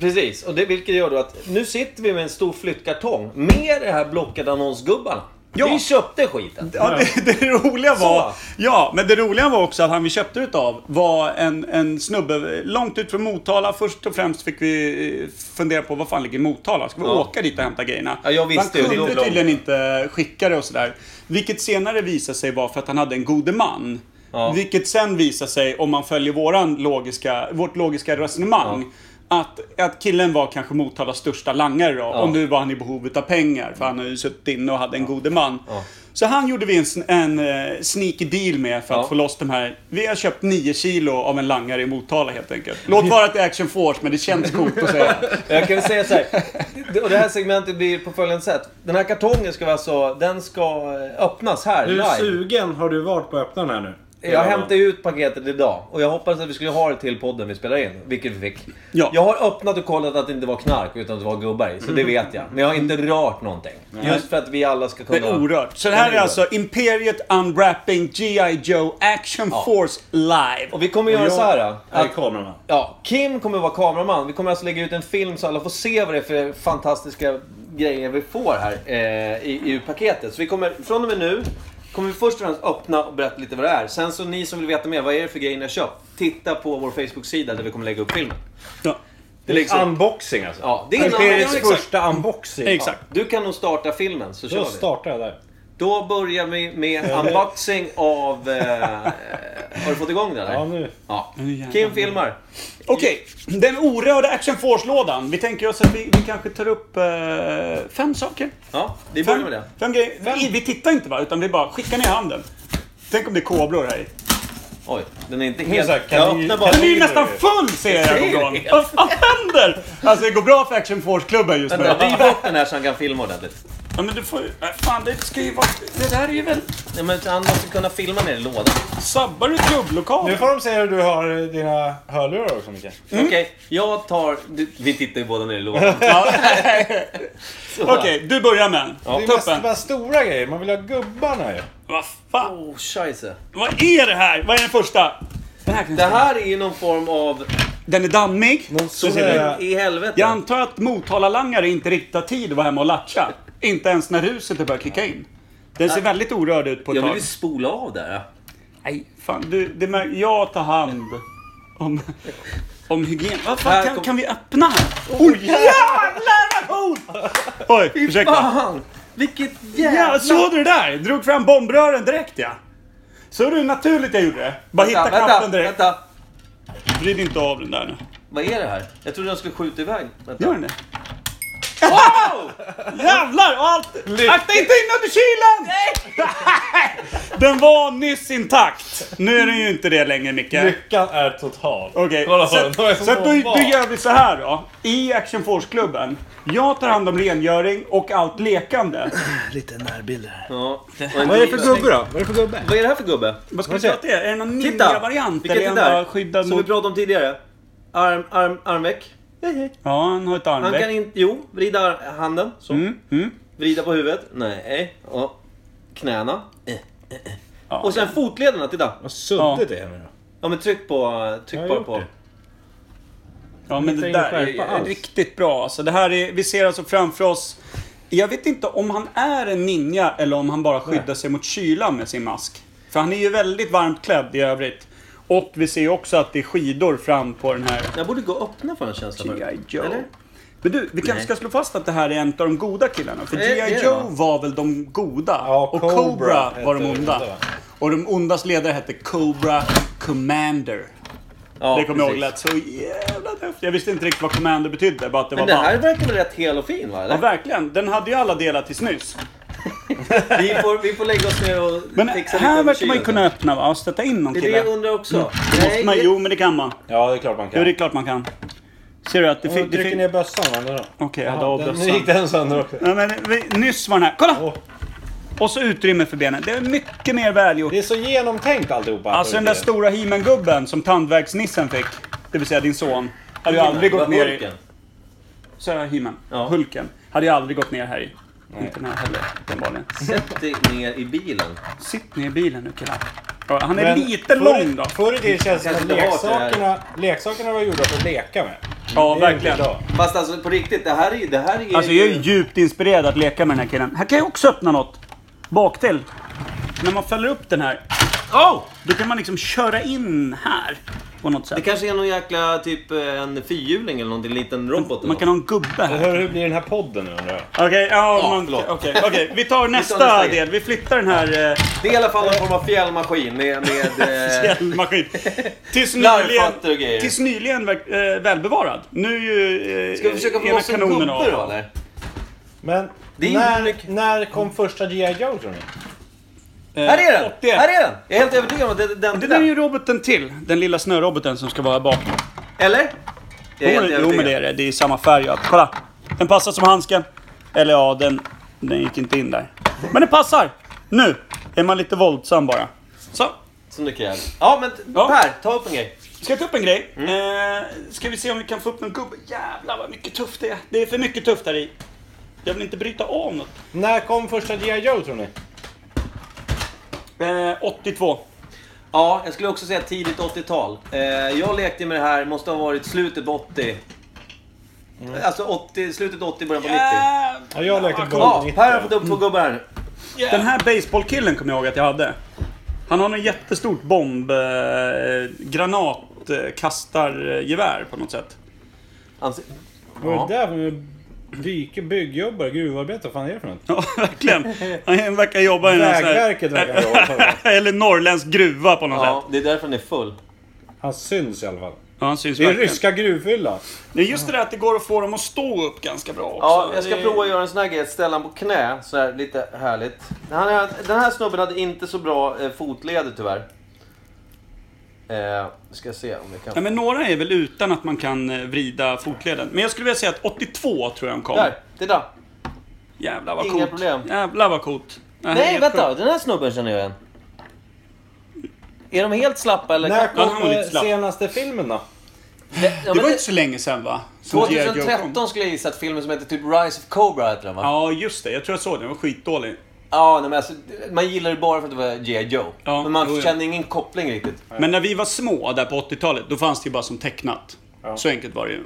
[SPEAKER 2] Precis, och det, vilket gör då att nu sitter vi med en stor flyttkartong med det här Blocket-annonsgubbarna.
[SPEAKER 3] Ja.
[SPEAKER 2] Vi köpte skiten.
[SPEAKER 3] Ja, det, det roliga var... Ja, men det roliga var också att han vi köpte utav var en, en snubbe långt ut från Motala. Först och främst fick vi eh, fundera på vad fan ligger i Motala? Ska vi
[SPEAKER 2] Ja.
[SPEAKER 3] åka dit och hämta grejerna?
[SPEAKER 2] Ja, jag visste ju,
[SPEAKER 3] han
[SPEAKER 2] det
[SPEAKER 3] kunde
[SPEAKER 2] är långt.
[SPEAKER 3] tydligen inte skicka det och sådär. Vilket senare visade sig vara för att han hade en gode man.
[SPEAKER 2] Ja.
[SPEAKER 3] Vilket sen visar sig, om man följer våran logiska, vårt logiska resonemang, att, att killen var kanske Motalas största langare då. Och nu var han i behov av pengar, för han hade ju suttit inne och hade en gode man. Så han gjorde vi en, sn- en eh, sneaky deal med för att
[SPEAKER 2] Ja.
[SPEAKER 3] få loss de här. Vi har köpt 9 kilo av en langare i Motala helt enkelt. Låt vara att det är Action Force, men det känns coolt att säga.
[SPEAKER 2] Jag kan väl säga så här. Det- Och det här segmentet blir på följande sätt. Den här kartongen ska vara så, den ska eh, öppnas här
[SPEAKER 4] Hur
[SPEAKER 2] live.
[SPEAKER 4] sugen har du varit på att öppna den här nu?
[SPEAKER 2] Jag hämtade ju ut paketet idag och jag hoppades att vi skulle ha det till podden vi spelar in, vilket vi fick.
[SPEAKER 3] Ja. Mm.
[SPEAKER 2] Jag har öppnat och kollat att det inte var knark utan att det var gubbar i, så det vet jag. Men jag har inte rört någonting. Just för att vi alla ska
[SPEAKER 3] Det
[SPEAKER 2] kunna...
[SPEAKER 3] är orört. Så det
[SPEAKER 2] Den
[SPEAKER 3] här är
[SPEAKER 2] orörd.
[SPEAKER 3] alltså Imperiet Unwrapping G.I. Joe Action Force Live.
[SPEAKER 2] Och vi kommer göra så här.
[SPEAKER 4] Här är
[SPEAKER 2] Att,
[SPEAKER 4] kameran va?
[SPEAKER 2] ja, Kim kommer vara kameraman. Vi kommer alltså lägga ut en film så alla får se vad det är för fantastiska grejer vi får här eh, i, i paketet. Så vi kommer, från och med nu, kommer vi först och främst öppna och berätta lite vad det är. Sen så ni som vill veta mer, vad är det för grejer ni har köpt? Titta på vår Facebook-sida där vi kommer lägga upp filmen.
[SPEAKER 3] Ja,
[SPEAKER 2] Det är liksom,
[SPEAKER 4] Unboxing alltså.
[SPEAKER 2] ja, det är en
[SPEAKER 4] Imperiets
[SPEAKER 2] annan, exakt.
[SPEAKER 4] första unboxing.
[SPEAKER 3] exakt.
[SPEAKER 2] Du kan nog starta filmen så
[SPEAKER 1] Då
[SPEAKER 2] kör vi.
[SPEAKER 1] startar jag där.
[SPEAKER 2] Då börjar vi med unboxing av... Eh, har du fått igång det eller?
[SPEAKER 1] Ja, nu.
[SPEAKER 2] Ja.
[SPEAKER 3] jävlar.
[SPEAKER 2] Kim filmar.
[SPEAKER 3] Okej, den orörda Action Force-lådan. Vi tänker oss att vi, vi kanske tar upp eh, fem saker.
[SPEAKER 2] Ja, vi börjar
[SPEAKER 3] Fem,
[SPEAKER 2] med det.
[SPEAKER 3] fem grejer. Vi, vi tittar inte va, utan vi bara skickar ner handen. Tänk om det är kobror här i.
[SPEAKER 2] Oj, den är inte
[SPEAKER 4] är
[SPEAKER 2] helt...
[SPEAKER 4] så här, kan
[SPEAKER 2] jag
[SPEAKER 4] ni-
[SPEAKER 2] öppnar bara...
[SPEAKER 4] kan
[SPEAKER 3] Den är ju
[SPEAKER 4] det
[SPEAKER 3] nästan
[SPEAKER 4] är det.
[SPEAKER 3] full ser jag
[SPEAKER 2] ser
[SPEAKER 3] häromdagen.
[SPEAKER 2] det.
[SPEAKER 3] Vad fan händer? Alltså det går bra för Action Force-klubben just nu.
[SPEAKER 2] Vänta, riv bort den här så han kan filma ordentligt.
[SPEAKER 3] Ja men du får ju... nej, Fan det ska ju vara... Det där är ju väl...
[SPEAKER 2] Nej men han måste kunna filma ner i lådan.
[SPEAKER 3] Sabbar du klubblokalen?
[SPEAKER 4] Nu får de se hur du har dina hörlurar också Micke.
[SPEAKER 3] Mm.
[SPEAKER 2] Okej, jag tar... Du, vi tittar ju båda ner i lådan.
[SPEAKER 3] Ja.
[SPEAKER 2] Så.
[SPEAKER 3] Okej, du börjar med en.
[SPEAKER 4] det
[SPEAKER 3] Ta
[SPEAKER 4] är
[SPEAKER 3] upp en.
[SPEAKER 4] mest bara stora grejer. Man vill ha gubbarna ju.
[SPEAKER 3] Vad fan?
[SPEAKER 2] Oh, scheisse.
[SPEAKER 3] Vad är det här? Vad är den första? Den här kan
[SPEAKER 2] Det här är ju någon form av...
[SPEAKER 3] Den är dammig.
[SPEAKER 4] Någon
[SPEAKER 3] Så ser det ut.
[SPEAKER 4] sån
[SPEAKER 2] I helvete.
[SPEAKER 3] Jag antar att Motalalangare inte riktigt har tid att vara hemma och latcha. Inte ens när ruset börjar kicka in. Den ser väldigt orörd ut på ett
[SPEAKER 2] Jag vill
[SPEAKER 3] tag.
[SPEAKER 2] ju spola av där.
[SPEAKER 3] Nej, fan. Du, det mär... Jag tar hand om, om hygien. Vad
[SPEAKER 2] Här
[SPEAKER 3] fan, kan,
[SPEAKER 2] kom-
[SPEAKER 3] kan vi öppna här? Oj, jävlar vad coolt! Oj, ursäkta.
[SPEAKER 2] Fan! Vilket jävla...
[SPEAKER 3] Ja, såg du det där? Drog fram bombrören direkt ja. Såg du hur naturligt jag gjorde det? Bara hitta
[SPEAKER 2] vänta,
[SPEAKER 3] knappen
[SPEAKER 2] vänta,
[SPEAKER 3] direkt.
[SPEAKER 2] vänta.
[SPEAKER 3] Vrid inte av den där nu.
[SPEAKER 2] Vad är det här? Jag trodde de skulle skjuta iväg. Vänta.
[SPEAKER 3] Gör den det?
[SPEAKER 2] Wow!
[SPEAKER 3] Jävlar! Och allt... Akta inte in under kylen! den var nyss intakt. Nu är den ju inte det längre Micke.
[SPEAKER 4] Lyckan är total.
[SPEAKER 3] Okej,
[SPEAKER 4] Kolla på den.
[SPEAKER 3] så,
[SPEAKER 4] De är som
[SPEAKER 3] så att då,
[SPEAKER 4] bombar.
[SPEAKER 3] då gör vi så här då. I Action Force-klubben. Jag tar hand om rengöring och allt lekande.
[SPEAKER 2] Ja.
[SPEAKER 4] Vad är det för gubbe då? Vad är det för gubbe?
[SPEAKER 2] Vad är det här för gubbe?
[SPEAKER 3] Vad ska vi
[SPEAKER 4] Vad säger
[SPEAKER 3] säga att det är? Är det någon
[SPEAKER 2] Titta!
[SPEAKER 3] ninja-variant?
[SPEAKER 2] Vilka
[SPEAKER 3] Eller är
[SPEAKER 2] det
[SPEAKER 3] han bara
[SPEAKER 2] där?
[SPEAKER 3] skyddad
[SPEAKER 2] Som vi
[SPEAKER 3] mot...
[SPEAKER 2] pratade om tidigare. Arm, arm, armveck. Hej, hej.
[SPEAKER 3] Ja, han har ett
[SPEAKER 2] Han kan
[SPEAKER 3] armveck.
[SPEAKER 2] inte... Jo, vrida ar- handen. Så.
[SPEAKER 3] Mm, mm.
[SPEAKER 2] Vrida på huvudet. Nej. Ja. Knäna. Eh, eh, eh.
[SPEAKER 3] Ja.
[SPEAKER 2] Och sen fotlederna, titta.
[SPEAKER 4] Vad suddigt det är nu då.
[SPEAKER 2] Ja men tryck på... Tryck
[SPEAKER 4] Jag har
[SPEAKER 2] bara
[SPEAKER 4] gjort
[SPEAKER 2] på...
[SPEAKER 4] det.
[SPEAKER 3] Ja men det
[SPEAKER 4] ingen
[SPEAKER 3] där är,
[SPEAKER 4] skärpa
[SPEAKER 3] är
[SPEAKER 4] alls.
[SPEAKER 3] riktigt bra. Alltså, det här är, vi ser alltså framför oss... Jag vet inte om han är en ninja eller om han bara skyddar sig mot kylan med sin mask. För han är ju väldigt varmt klädd i övrigt. Och vi ser ju också att det är skidor fram på den här
[SPEAKER 2] Jag borde gå och öppna för en känsla för
[SPEAKER 3] G.I. Joe.
[SPEAKER 2] Eller?
[SPEAKER 3] Men du, vi kanske ska slå fast att det här är en av de goda killarna. För
[SPEAKER 2] Är- är
[SPEAKER 3] G.I.
[SPEAKER 2] Eh, det
[SPEAKER 3] Joe
[SPEAKER 2] va?
[SPEAKER 3] var väl de goda?
[SPEAKER 4] Ja,
[SPEAKER 3] och
[SPEAKER 4] Cobra
[SPEAKER 3] Cobra var de
[SPEAKER 4] hette
[SPEAKER 3] onda.
[SPEAKER 4] onda, va?
[SPEAKER 3] och de ondas ledare hette Cobra Commander.
[SPEAKER 2] Ja,
[SPEAKER 3] det kommer jag ihåg
[SPEAKER 2] precis.
[SPEAKER 3] lät så jävla tufft. Jag visste inte riktigt vad Commander betydde, bara att det
[SPEAKER 2] Men
[SPEAKER 3] var
[SPEAKER 2] den
[SPEAKER 3] band.
[SPEAKER 2] här verkar väl rätt hel och fin va?
[SPEAKER 3] Ja,
[SPEAKER 2] Eller?
[SPEAKER 3] verkligen. Den hade ju alla delar tills nyss.
[SPEAKER 2] Vi, får, vi får lägga oss ner och
[SPEAKER 3] Men
[SPEAKER 2] fixa
[SPEAKER 3] här
[SPEAKER 2] under
[SPEAKER 3] verkar man ju
[SPEAKER 2] kylen
[SPEAKER 3] kunna
[SPEAKER 2] sen.
[SPEAKER 3] öppna va? Och stötta in någon
[SPEAKER 2] Det är det
[SPEAKER 3] kille.
[SPEAKER 2] jag undrar också.
[SPEAKER 3] Måste man,
[SPEAKER 2] det-
[SPEAKER 3] jo, men det kan man.
[SPEAKER 4] Ja, det är klart man
[SPEAKER 3] Jo,
[SPEAKER 4] kan.
[SPEAKER 3] det är klart man kan. Ser du att det
[SPEAKER 4] Du
[SPEAKER 3] fick... Det
[SPEAKER 4] trycker
[SPEAKER 3] fick...
[SPEAKER 4] ner
[SPEAKER 3] Okej,
[SPEAKER 4] bössan, vad händer då?
[SPEAKER 3] jag hade
[SPEAKER 4] Ja,
[SPEAKER 3] av
[SPEAKER 4] den-
[SPEAKER 3] bössan.
[SPEAKER 4] Nu gick den sönder också.
[SPEAKER 3] Ja, men vi, nyss var den här. Kolla!
[SPEAKER 4] Åh.
[SPEAKER 3] Och så utrymme för benen. Det är mycket mer välgjort.
[SPEAKER 4] Det är så genomtänkt alltihopa.
[SPEAKER 3] Alltså den där stora He-Man-gubben som tandvärksnissen fick. Det vill säga din son. Hade ju aldrig gått ner i...
[SPEAKER 2] Hulken.
[SPEAKER 3] Så här, He-Man.
[SPEAKER 2] Ja.
[SPEAKER 3] Hulken. Hade ju aldrig gått ner här i. Inte den här heller, uppenbarligen.
[SPEAKER 2] Sätt dig ner i bilen.
[SPEAKER 3] Sitt ner i bilen nu killar. Ja, Han är
[SPEAKER 4] Men
[SPEAKER 3] lite
[SPEAKER 4] förr-
[SPEAKER 3] lång då.
[SPEAKER 4] Förr i tiden känns det
[SPEAKER 2] Kanske
[SPEAKER 4] som att
[SPEAKER 2] inte har det här.
[SPEAKER 4] leksakerna, leksakerna var gjorda för att leka med.
[SPEAKER 3] Ja,
[SPEAKER 4] Det är
[SPEAKER 3] verkligen.
[SPEAKER 4] inte idag.
[SPEAKER 2] Fast alltså på riktigt, det här Alltså, är, det här är
[SPEAKER 3] Alltså jag är djupt inspirerad att leka med den här killen. Här kan jag också öppna något. baktill. När man fäller upp den här,
[SPEAKER 2] Oh!
[SPEAKER 3] då kan man liksom köra in här. På något
[SPEAKER 2] Det
[SPEAKER 3] sätt.
[SPEAKER 2] kanske är någon jäkla typ eh, en fyrhjuling eller någonting, en liten robot.
[SPEAKER 3] Man kan ha en gubbe här.
[SPEAKER 7] Hur, hur blir den här podden nu undrar jag?
[SPEAKER 3] Okej, ja, man-
[SPEAKER 2] förlåt.
[SPEAKER 3] okej, okej. Vi tar nästa
[SPEAKER 2] nästa grej.
[SPEAKER 3] del. Vi flyttar den här eh,
[SPEAKER 2] Det är i alla fall en form av fjällmaskin med... med eh,
[SPEAKER 3] fjällmaskin. Tills nyligen,
[SPEAKER 2] Larvpattor och grejer.
[SPEAKER 3] tills nyligen väl- eh, välbevarad. Nu är ju eh,
[SPEAKER 2] Ska vi försöka få loss en gubbe då eller?
[SPEAKER 7] Men
[SPEAKER 2] Det är ju-
[SPEAKER 7] när, när kom första G.I. Joe tror ni?
[SPEAKER 2] Här är den! Här är den! Jag är helt övertygad om att det är den.
[SPEAKER 3] Eh, Det där är ju roboten till. Den lilla snöroboten som ska vara här bakom.
[SPEAKER 2] Eller? Jag är
[SPEAKER 3] Jo,
[SPEAKER 2] helt
[SPEAKER 3] jo men det är det. Det är samma färg. Ja. Kolla! Den passar som handsken. Eller ja, den, den gick inte in där. Men den passar! Nu är man lite våldsam bara. Så.
[SPEAKER 2] Som du kräver. Ja men
[SPEAKER 3] Ja.
[SPEAKER 2] Per, ta upp en grej.
[SPEAKER 3] Ska jag ta upp en grej?
[SPEAKER 2] Mm.
[SPEAKER 3] Eh, ska vi se om vi kan få upp någon gubbe? Jävlar vad mycket tufft det är. Det är för mycket tufft där i. Jag vill inte bryta av något.
[SPEAKER 7] När kom första G.I. Joe tror ni?
[SPEAKER 3] Eh, 82.
[SPEAKER 2] Ja, jag skulle också säga tidigt 80-tal. Eh, jag lekte med det här, måste ha varit slutet på 80. Alltså 80, slutet 80, början på 90.
[SPEAKER 7] Ja, jag lekte
[SPEAKER 2] Ja,
[SPEAKER 7] på
[SPEAKER 2] Per har fått upp två gubbar här nu.
[SPEAKER 3] Den här baseballkillen kommer jag ihåg att jag hade. Han har en jättestort bomb... Eh, granat... Eh, kastargevär på något sätt.
[SPEAKER 2] Han ser-
[SPEAKER 7] Vad är det där för byke, byggjobbare, gruvarbetare? Vad fan är det för något?
[SPEAKER 3] Ja, alltså- verkligen. Han verkar jobba i någon sån här-
[SPEAKER 7] Vägverket verkar det vara.
[SPEAKER 3] Eller norrländsk gruva på något
[SPEAKER 2] Ja,
[SPEAKER 3] sätt.
[SPEAKER 2] det är därför han är full.
[SPEAKER 7] Han syns i alla fall.
[SPEAKER 3] Ja, han syns
[SPEAKER 7] Det är
[SPEAKER 3] verkligen.
[SPEAKER 7] ryska gruvfylla.
[SPEAKER 3] Det är just det där att det går att få dem att stå upp ganska bra också.
[SPEAKER 2] Ja, jag ska
[SPEAKER 3] Det-
[SPEAKER 2] prova att göra en sån här grej, att ställa honom på knä. Så här, lite härligt. Han är, den här snubben hade inte så bra eh, fotleder tyvärr. Eh, ska se om jag
[SPEAKER 3] Ja,
[SPEAKER 2] kan...
[SPEAKER 3] men några är väl utan att man kan eh, vrida fotleden. Men jag skulle vilja säga att 82 tror jag han kom.
[SPEAKER 2] Där, titta!
[SPEAKER 3] Jävlar vad
[SPEAKER 2] Inga
[SPEAKER 3] coolt.
[SPEAKER 2] problem.
[SPEAKER 3] Jävlar vad coolt. Det här är
[SPEAKER 2] Nej,
[SPEAKER 3] helt
[SPEAKER 2] vänta!
[SPEAKER 3] sjukt.
[SPEAKER 2] Den här snubben känner jag igen. Är de helt slappa eller?
[SPEAKER 7] När
[SPEAKER 3] Ja, han var
[SPEAKER 7] kom eh,
[SPEAKER 3] lite slapp.
[SPEAKER 7] senaste filmen då?
[SPEAKER 2] Det- ja,
[SPEAKER 3] Det
[SPEAKER 2] men
[SPEAKER 3] var
[SPEAKER 2] det-
[SPEAKER 3] inte så länge sedan va? Som G.I. Joe kom.
[SPEAKER 2] 2013 skulle jag gissa att filmen som heter typ Rise of Cobra heter den va? Ja,
[SPEAKER 3] Ja, just det. Jag tror jag såg den. Den var skitdålig.
[SPEAKER 2] nej, men alltså, man gillar det bara för att det var G.I. Joe.
[SPEAKER 3] Ja,
[SPEAKER 2] men man
[SPEAKER 3] jo, ja.
[SPEAKER 2] känner ingen koppling riktigt.
[SPEAKER 3] Men när vi var små, där på 80-talet, då fanns det ju bara som tecknat. Så enkelt var det ju.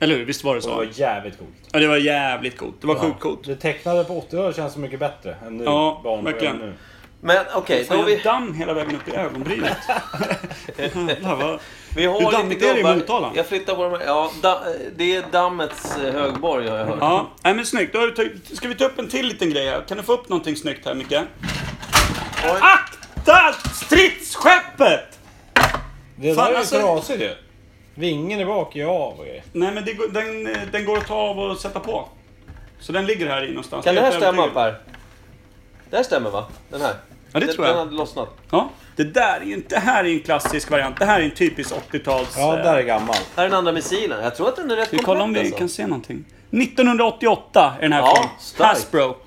[SPEAKER 3] Eller hur? Visst var det
[SPEAKER 7] Det var
[SPEAKER 3] så?
[SPEAKER 7] jävligt coolt.
[SPEAKER 3] Ja, det var jävligt coolt. Det var sjukt coolt.
[SPEAKER 7] Det tecknade på 80-talet känns så mycket bättre än nu.
[SPEAKER 3] Ja,
[SPEAKER 7] Barn-
[SPEAKER 3] verkligen.
[SPEAKER 7] nu.
[SPEAKER 2] Men okej,
[SPEAKER 3] Fan,
[SPEAKER 2] då
[SPEAKER 3] jag
[SPEAKER 2] har vi,
[SPEAKER 3] damm hela vägen upp i ögonbrynet. Jävlar vad...
[SPEAKER 2] vi
[SPEAKER 3] Hur
[SPEAKER 2] har
[SPEAKER 3] dammigt
[SPEAKER 2] lite
[SPEAKER 3] är det i
[SPEAKER 2] gubbar.
[SPEAKER 3] Motala?
[SPEAKER 2] jag flyttar på dem. här. Ja, da, eh, det är dammets eh, högborg har jag hört.
[SPEAKER 3] Ja, nej men snyggt. Då har du tagit- Ska vi ta upp en till liten grej här? Kan du få upp någonting snyggt här, Micke? Akta stridsskeppet!
[SPEAKER 7] Det
[SPEAKER 3] Fan,
[SPEAKER 7] där är ju
[SPEAKER 3] alltså-
[SPEAKER 7] trasigt ju. Vingen är bak, ja och grejer.
[SPEAKER 3] Nej men det, går- den, eh, den går att ta av och sätta på. Så den ligger här i någonstans.
[SPEAKER 2] Kan det
[SPEAKER 3] Jag
[SPEAKER 2] här
[SPEAKER 3] är
[SPEAKER 2] stämma
[SPEAKER 3] övertygad.
[SPEAKER 2] Per? Det här stämmer va? Den här?
[SPEAKER 3] Ja, det
[SPEAKER 2] Den-
[SPEAKER 3] tror jag.
[SPEAKER 2] Den hade lossnat.
[SPEAKER 3] Ja. Det där är ju inte... Det här är ju en klassisk variant. Det här är en typisk 80-tals...
[SPEAKER 7] Ja,
[SPEAKER 3] eh,
[SPEAKER 7] där är alltså. gammal.
[SPEAKER 2] Här är den andra missilen. Jag tror att den är rätt
[SPEAKER 3] Vi kollar om vi
[SPEAKER 2] komplett
[SPEAKER 3] kan se någonting. 1988 är den här
[SPEAKER 2] Ja,
[SPEAKER 3] från
[SPEAKER 2] starkt.
[SPEAKER 3] Hasbro.
[SPEAKER 2] alltså.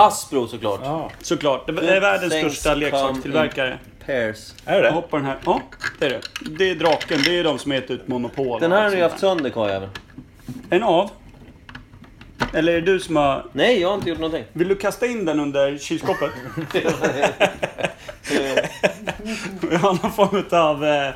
[SPEAKER 2] Hasbro såklart.
[SPEAKER 7] Ja.
[SPEAKER 3] Såklart. Det är världens
[SPEAKER 2] Things
[SPEAKER 3] största
[SPEAKER 2] come
[SPEAKER 3] leksakstillverkare.
[SPEAKER 2] Pairs.
[SPEAKER 7] Är det
[SPEAKER 3] Jag
[SPEAKER 7] det?
[SPEAKER 3] hoppar den här. Ja, det är det. Det är draken. Det är de som heter ut Monopol.
[SPEAKER 2] Den här har
[SPEAKER 3] och
[SPEAKER 2] du ju
[SPEAKER 3] sånt
[SPEAKER 2] haft
[SPEAKER 3] där.
[SPEAKER 2] sönder karljäveln.
[SPEAKER 3] Är den av? Eller är det du som har...
[SPEAKER 2] Nej, jag har inte gjort någonting.
[SPEAKER 3] Vill du kasta in den under kylskåpet? Vi har någon form av eh,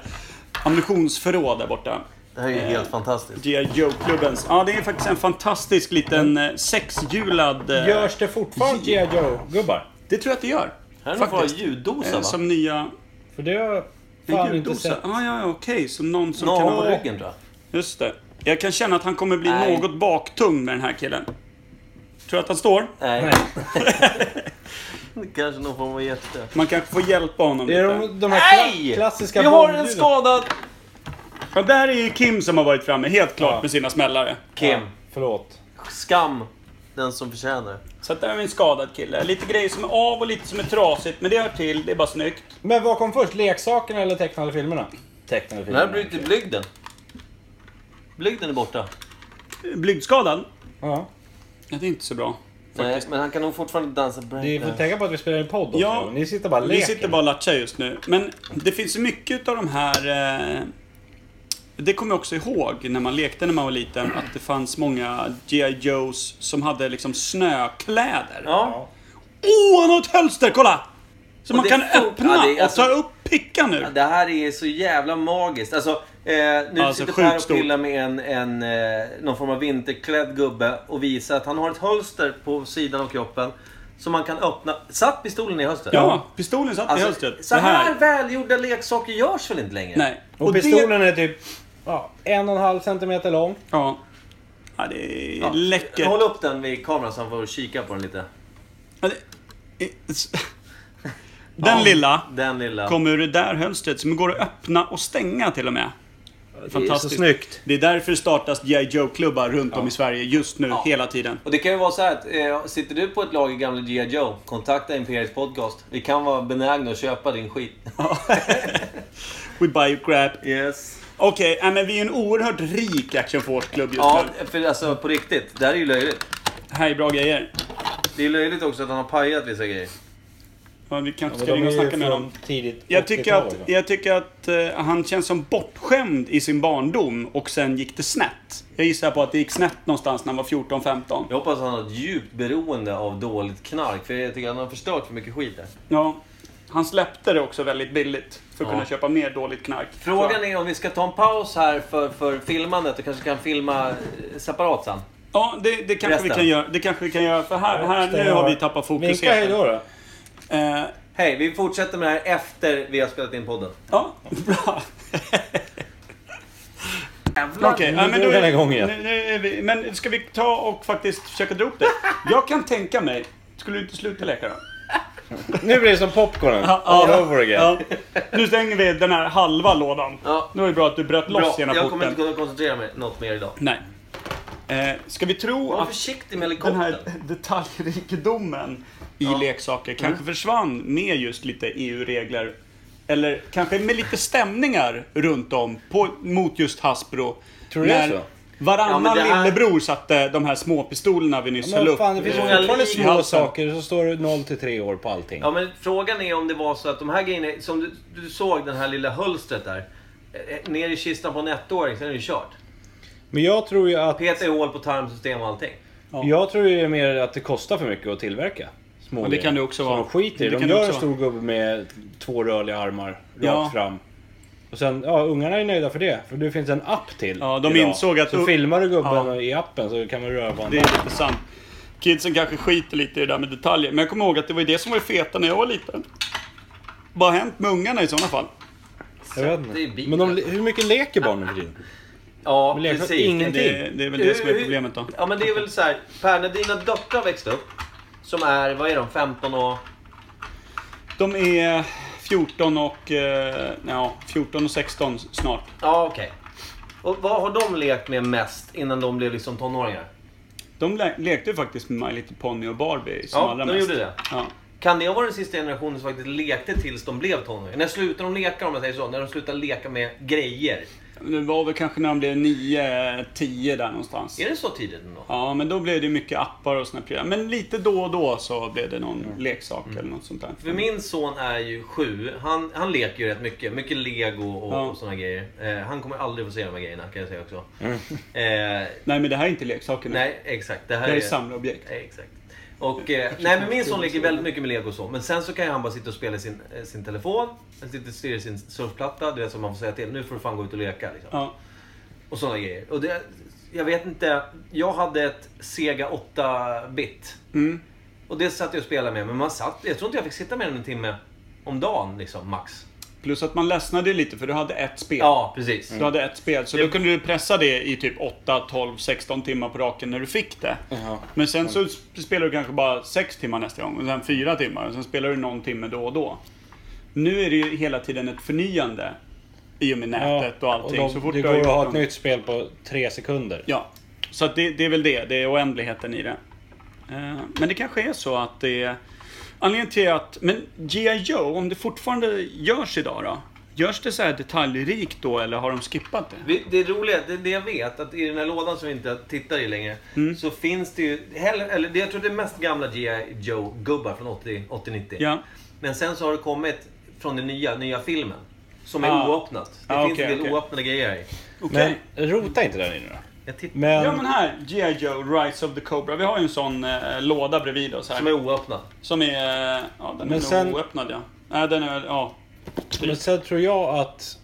[SPEAKER 3] ammunitionsförråd där borta.
[SPEAKER 2] Det här är ju helt fantastiskt.
[SPEAKER 3] G.I. Joe-klubbens. Ja, det är faktiskt en fantastisk liten eh, sexhjulad... eh,
[SPEAKER 7] Görs det fortfarande G.I. Joe-gubbar?
[SPEAKER 3] Det tror jag att det gör.
[SPEAKER 2] Här är någon form av
[SPEAKER 3] Faktiskt.
[SPEAKER 2] ljuddosa
[SPEAKER 3] Eh,
[SPEAKER 2] va?
[SPEAKER 3] Som nya...
[SPEAKER 7] För det har jag
[SPEAKER 3] En
[SPEAKER 7] fan inte
[SPEAKER 3] ljuddosa?
[SPEAKER 7] sett.
[SPEAKER 3] Ah, ja, ja, okej. Som någon som
[SPEAKER 2] Någon
[SPEAKER 3] kan
[SPEAKER 2] på
[SPEAKER 3] ha...
[SPEAKER 2] ryggen tror jag.
[SPEAKER 3] Just det. Jag kan känna att han kommer bli
[SPEAKER 2] Nej.
[SPEAKER 3] något baktung med den här killen. Tror du att han står?
[SPEAKER 2] Nej. Kanske någon form av jätte.
[SPEAKER 3] Man kanske får hjälpa honom
[SPEAKER 7] Det är
[SPEAKER 3] lite.
[SPEAKER 7] de, de här kla-
[SPEAKER 2] Nej!
[SPEAKER 7] klassiska
[SPEAKER 2] Vi har en
[SPEAKER 7] bombljuden.
[SPEAKER 2] skadad...
[SPEAKER 3] Ja, där är ju Kim som har varit framme, helt klart, med sina smällare.
[SPEAKER 2] Kim.
[SPEAKER 7] Förlåt.
[SPEAKER 2] Skam. Den som förtjänar det.
[SPEAKER 3] Så att där har vi en skadad kille. Lite grejer som är av och lite som är trasigt, men det hör till. Det är bara snyggt.
[SPEAKER 7] Men vad kom först? Leksakerna eller tecknade filmerna?
[SPEAKER 2] Den
[SPEAKER 7] Tecknade filmerna.
[SPEAKER 2] här har brutit blygden. Blygden är borta.
[SPEAKER 3] Blygdskadan?
[SPEAKER 7] Ja.
[SPEAKER 3] Ja, det är inte så bra.
[SPEAKER 2] Nej, men han kan nog fortfarande dansa
[SPEAKER 7] Ni får
[SPEAKER 2] breakdance.
[SPEAKER 7] tänka på att vi spelar en podd också.
[SPEAKER 3] Ja.
[SPEAKER 7] Ni sitter bara och
[SPEAKER 3] Vi
[SPEAKER 7] leker.
[SPEAKER 3] sitter bara och latchar just nu. Men det finns ju mycket av de här... Eh, det kommer jag också ihåg när man lekte när man var liten. Att det fanns många G.I. Joes som hade liksom snökläder. Åh,
[SPEAKER 2] Ja.
[SPEAKER 3] oh, han har ett hölster! Kolla! Som man
[SPEAKER 2] det
[SPEAKER 3] kan
[SPEAKER 2] funkar-
[SPEAKER 3] öppna
[SPEAKER 2] ja, det är alltså-
[SPEAKER 3] och ta upp pickan nu.
[SPEAKER 2] Det här är så jävla magiskt. Alltså, eh, nu
[SPEAKER 3] Alltså,
[SPEAKER 2] sitter
[SPEAKER 3] sjukt
[SPEAKER 2] Per och
[SPEAKER 3] stort.
[SPEAKER 2] pillar med en, en, eh, någon form av vinterklädd gubbe och visar att han har ett hölster på sidan av kroppen som man kan öppna. Satt pistolen i hösten?
[SPEAKER 3] Ja, pistolen satt i
[SPEAKER 2] Alltså,
[SPEAKER 3] hösten.
[SPEAKER 2] så
[SPEAKER 3] Det
[SPEAKER 2] här välgjorda leksaker görs väl inte längre?
[SPEAKER 3] Nej.
[SPEAKER 7] Och,
[SPEAKER 3] det-
[SPEAKER 7] pistolen är typ ja, en och en halv centimeter lång.
[SPEAKER 3] Ja. Ja, det är läckert.
[SPEAKER 2] Håll upp den vid kameran så han får kika på den lite.
[SPEAKER 3] Ja, det- Den lilla
[SPEAKER 2] Den lilla.
[SPEAKER 3] kom ur det där hölstret som går att öppna och stänga till och med. Fantastiskt.
[SPEAKER 7] snyggt.
[SPEAKER 3] Det är därför det startas G.I. Joe-klubbar runt om i Sverige just nu, hela tiden.
[SPEAKER 2] Och det kan ju vara så här att eh, sitter du på ett lager gamla G.I. Joe, kontakta Imperiets podcast. Vi kan vara benägna att köpa din skit.
[SPEAKER 3] We buy you crap.
[SPEAKER 2] Yes.
[SPEAKER 3] Okej, nej, men vi är en oerhört rik Action Force-klubb just
[SPEAKER 2] Ja,
[SPEAKER 3] nu.
[SPEAKER 2] för alltså på riktigt. Det här är ju löjligt.
[SPEAKER 3] Det här är bra grejer.
[SPEAKER 2] Det är löjligt också att han har pajat vissa grejer.
[SPEAKER 3] Ja, vi kanske ska
[SPEAKER 7] De
[SPEAKER 3] ringa
[SPEAKER 7] är
[SPEAKER 3] och
[SPEAKER 7] ju
[SPEAKER 3] snacka med honom.
[SPEAKER 7] från tidigt
[SPEAKER 3] Jag tycker
[SPEAKER 7] 80-tal,
[SPEAKER 3] att,
[SPEAKER 7] va?
[SPEAKER 3] jag tycker att eh, han känns som bortskämd i sin barndom och sen gick det snett. Jag gissar på att det gick snett någonstans när han var 14-15.
[SPEAKER 2] Jag hoppas att han har ett djupt beroende av dåligt knark. För jag tycker att han har förstört för mycket skit där.
[SPEAKER 3] Ja. Han släppte det också väldigt billigt för att
[SPEAKER 2] Ja.
[SPEAKER 3] kunna köpa mer dåligt knark.
[SPEAKER 2] Frågan är om vi ska ta en paus här för, för filmandet och kanske kan filma eh, separat sen.
[SPEAKER 3] Ja, det, det, kanske vi
[SPEAKER 2] Resten.
[SPEAKER 3] kan göra, det kanske vi kan göra. För här, här, nu har vi tappat fokus
[SPEAKER 7] liksom. Minka, hej
[SPEAKER 3] helt.
[SPEAKER 7] då. då.
[SPEAKER 3] Eh,
[SPEAKER 2] Hej, vi fortsätter med det här efter vi har spelat in podden.
[SPEAKER 3] Ja, bra.
[SPEAKER 2] Jävlar!
[SPEAKER 3] Okej,
[SPEAKER 7] Nu
[SPEAKER 3] ja, men
[SPEAKER 7] drog
[SPEAKER 3] då
[SPEAKER 7] den igång igen.
[SPEAKER 3] nu, nu är vi, Men ska vi ta och faktiskt försöka dra upp det? Jag kan tänka mig... Skulle du inte sluta leka då?
[SPEAKER 7] Nu blir det som popcornen. All over again.
[SPEAKER 3] Ja. Nu stänger vi den här halva lådan.
[SPEAKER 2] Ja.
[SPEAKER 3] Nu är det bra att du bröt
[SPEAKER 2] Bra,
[SPEAKER 3] loss ena
[SPEAKER 2] jag kommer
[SPEAKER 3] porten.
[SPEAKER 2] inte kunna koncentrera mig något mer idag.
[SPEAKER 3] Nej. Eh, ska vi tro
[SPEAKER 2] Var
[SPEAKER 3] att
[SPEAKER 2] försiktig med
[SPEAKER 3] den
[SPEAKER 2] helikoptern.
[SPEAKER 3] här detaljrikedomen Mm. i leksaker kanske försvann med just lite EU-regler? Eller kanske med lite stämningar runt om på, mot just Hasbro.
[SPEAKER 7] Tror du det är så?
[SPEAKER 3] Varannan
[SPEAKER 2] Ja, men det här-
[SPEAKER 3] lillebror satte de här småpistolerna vi nyss höll
[SPEAKER 7] Men
[SPEAKER 3] upp.
[SPEAKER 7] fan, det finns
[SPEAKER 2] Det är
[SPEAKER 7] fortfarande
[SPEAKER 2] lik Mm. i
[SPEAKER 7] små
[SPEAKER 3] halsen.
[SPEAKER 7] saker så står det 0 till 3 år på allting.
[SPEAKER 2] Ja, men frågan är om det var så att de här grejerna, som du, du såg den här lilla hölstret där. eh, Ner i kistan på en ettåring, sen är det kört.
[SPEAKER 7] Men jag tror ju att...
[SPEAKER 2] Peta i hål på tarmsystem och allting.
[SPEAKER 7] Jag tror ju det är mer att det kostar för mycket att tillverka. Små
[SPEAKER 3] Ja, det kan det också
[SPEAKER 7] Så
[SPEAKER 3] vara.
[SPEAKER 7] de skiter i
[SPEAKER 3] Det
[SPEAKER 7] det.
[SPEAKER 3] kan
[SPEAKER 7] De
[SPEAKER 3] det
[SPEAKER 7] gör
[SPEAKER 3] också
[SPEAKER 7] en stor gubbe med två rörliga armar rakt
[SPEAKER 3] Ja.
[SPEAKER 7] fram. Och sen, ja ungarna är nöjda för det. För det finns en app till.
[SPEAKER 3] Ja, de
[SPEAKER 7] idag.
[SPEAKER 3] insåg att-
[SPEAKER 7] Så filmar du gubben
[SPEAKER 3] Ja.
[SPEAKER 7] i appen så kan man röra på
[SPEAKER 3] Det
[SPEAKER 7] honom.
[SPEAKER 3] är lite sant. Kidsen kanske skiter lite i det där med detaljer. Men jag kommer ihåg att det var ju det som var det feta när jag var liten. Vad har hänt med ungarna i sådana fall?
[SPEAKER 7] Jag vet
[SPEAKER 2] Det är bilen.
[SPEAKER 7] inte. Men de, hur mycket leker barn nu för tiden?
[SPEAKER 2] Ja,
[SPEAKER 7] Men leksaker-
[SPEAKER 2] precis.
[SPEAKER 7] ingen-
[SPEAKER 3] Det, det är väl det som är problemet då.
[SPEAKER 2] Ja, men det är väl så här. Per, när dina döttrar växte upp. Som är, vad är de, 15 och...
[SPEAKER 3] De är 14 och, eh, ja, 14 och 16 snart.
[SPEAKER 2] Ja, okej. Och vad har de lekt med mest innan de blev liksom tonåringar?
[SPEAKER 3] De le- lekte ju faktiskt med My Little Pony och Barbie som
[SPEAKER 2] Ja,
[SPEAKER 3] allra
[SPEAKER 2] de
[SPEAKER 3] mest.
[SPEAKER 2] gjorde det.
[SPEAKER 3] Ja.
[SPEAKER 2] Kan det vara den sista generationen som faktiskt lekte tills de blev tonåringar? När slutar de leka om man säger så? När de slutar leka med grejer?
[SPEAKER 3] Men Det var väl kanske när de blev 9, 10 där någonstans.
[SPEAKER 2] Är det så tidigt ändå?
[SPEAKER 3] Ja, men då blev det mycket appar och såna prylar. Men lite då och då så blev det någon leksak eller något sånt där.
[SPEAKER 2] Mm. För min son är ju sju. Han, han leker ju rätt mycket. Mycket lego och,
[SPEAKER 3] Ja. Mm.
[SPEAKER 2] och sådana grejer. Eh, han kommer aldrig få se de här grejerna kan jag säga också. Eh,
[SPEAKER 3] Nej, men det här är inte leksaker nu.
[SPEAKER 2] nej, exakt. Det här
[SPEAKER 3] Det här är
[SPEAKER 2] är...
[SPEAKER 3] samlarobjekt.
[SPEAKER 2] Nej, exakt. Och, eh, nej, men min son leker väldigt mycket med lego och så. Men sen så kan ju han bara sitta och spela i sin, eh, sin telefon. Han sitter och stirrar i sin surfplatta. Du vet som man får säga till. Nu får du fan gå ut och leka. Liksom.
[SPEAKER 3] Ja.
[SPEAKER 2] Och sådana grejer. Och det, jag vet inte. Jag hade ett Sega 8-bit.
[SPEAKER 3] Mm.
[SPEAKER 2] Och det satt jag och spelade med. Men man satt, jag tror inte jag fick sitta med den en timme om dagen liksom, max.
[SPEAKER 3] Plus att man ledsnade ju lite för du hade ett spel.
[SPEAKER 2] Ja, precis.
[SPEAKER 3] Du hade ett spel, så då kunde du pressa det i typ 8, 12, 16 timmar på raken när du fick det. Men sen så sp- spelar du kanske bara 6 timmar nästa gång, och sen 4 timmar, och sen spelar du någon timme då och då. Nu är det ju hela tiden ett förnyande i och med nätet och allting.
[SPEAKER 7] de,
[SPEAKER 3] så fort
[SPEAKER 7] det
[SPEAKER 3] du
[SPEAKER 7] går att
[SPEAKER 3] gjort
[SPEAKER 7] ha ett
[SPEAKER 3] någon-
[SPEAKER 7] nytt spel på tre sekunder.
[SPEAKER 3] Ja, så att det, det är väl det. Det är oändligheten i det. Eh, Men det kanske är så att det är... Anledningen till att... Men G.I. Joe, om det fortfarande görs idag då? Görs det så här detaljrikt då eller har de skippat det?
[SPEAKER 2] Vi- Det roliga, det, det jag vet, att i den här lådan som vi inte tittar i längre,
[SPEAKER 3] Mm.
[SPEAKER 2] så finns det ju, hell- eller det- jag tror det är mest gamla G.I. Joe-gubbar från 80 80-90.
[SPEAKER 3] Ja.
[SPEAKER 2] Men sen så har det kommit från den nya, nya filmen, som är
[SPEAKER 3] Ah.
[SPEAKER 2] oöppnat. Det
[SPEAKER 3] Ah,
[SPEAKER 2] finns
[SPEAKER 3] okej,
[SPEAKER 2] en del
[SPEAKER 3] okej.
[SPEAKER 2] oöppnade grejer här i.
[SPEAKER 3] Okej.
[SPEAKER 7] Men rota inte där inne då.
[SPEAKER 2] Jag tittar,
[SPEAKER 7] Men,
[SPEAKER 3] Ja men här, G.I. Joe, Rise of the Cobra. Vi har ju en sån eh, låda bredvid oss här.
[SPEAKER 2] Som är oöppnad.
[SPEAKER 3] eh, ja, den är
[SPEAKER 7] Men
[SPEAKER 3] nog
[SPEAKER 7] sen-
[SPEAKER 3] oöppnad ja. Nej, den är väl, ja.
[SPEAKER 7] men sen tror jag att...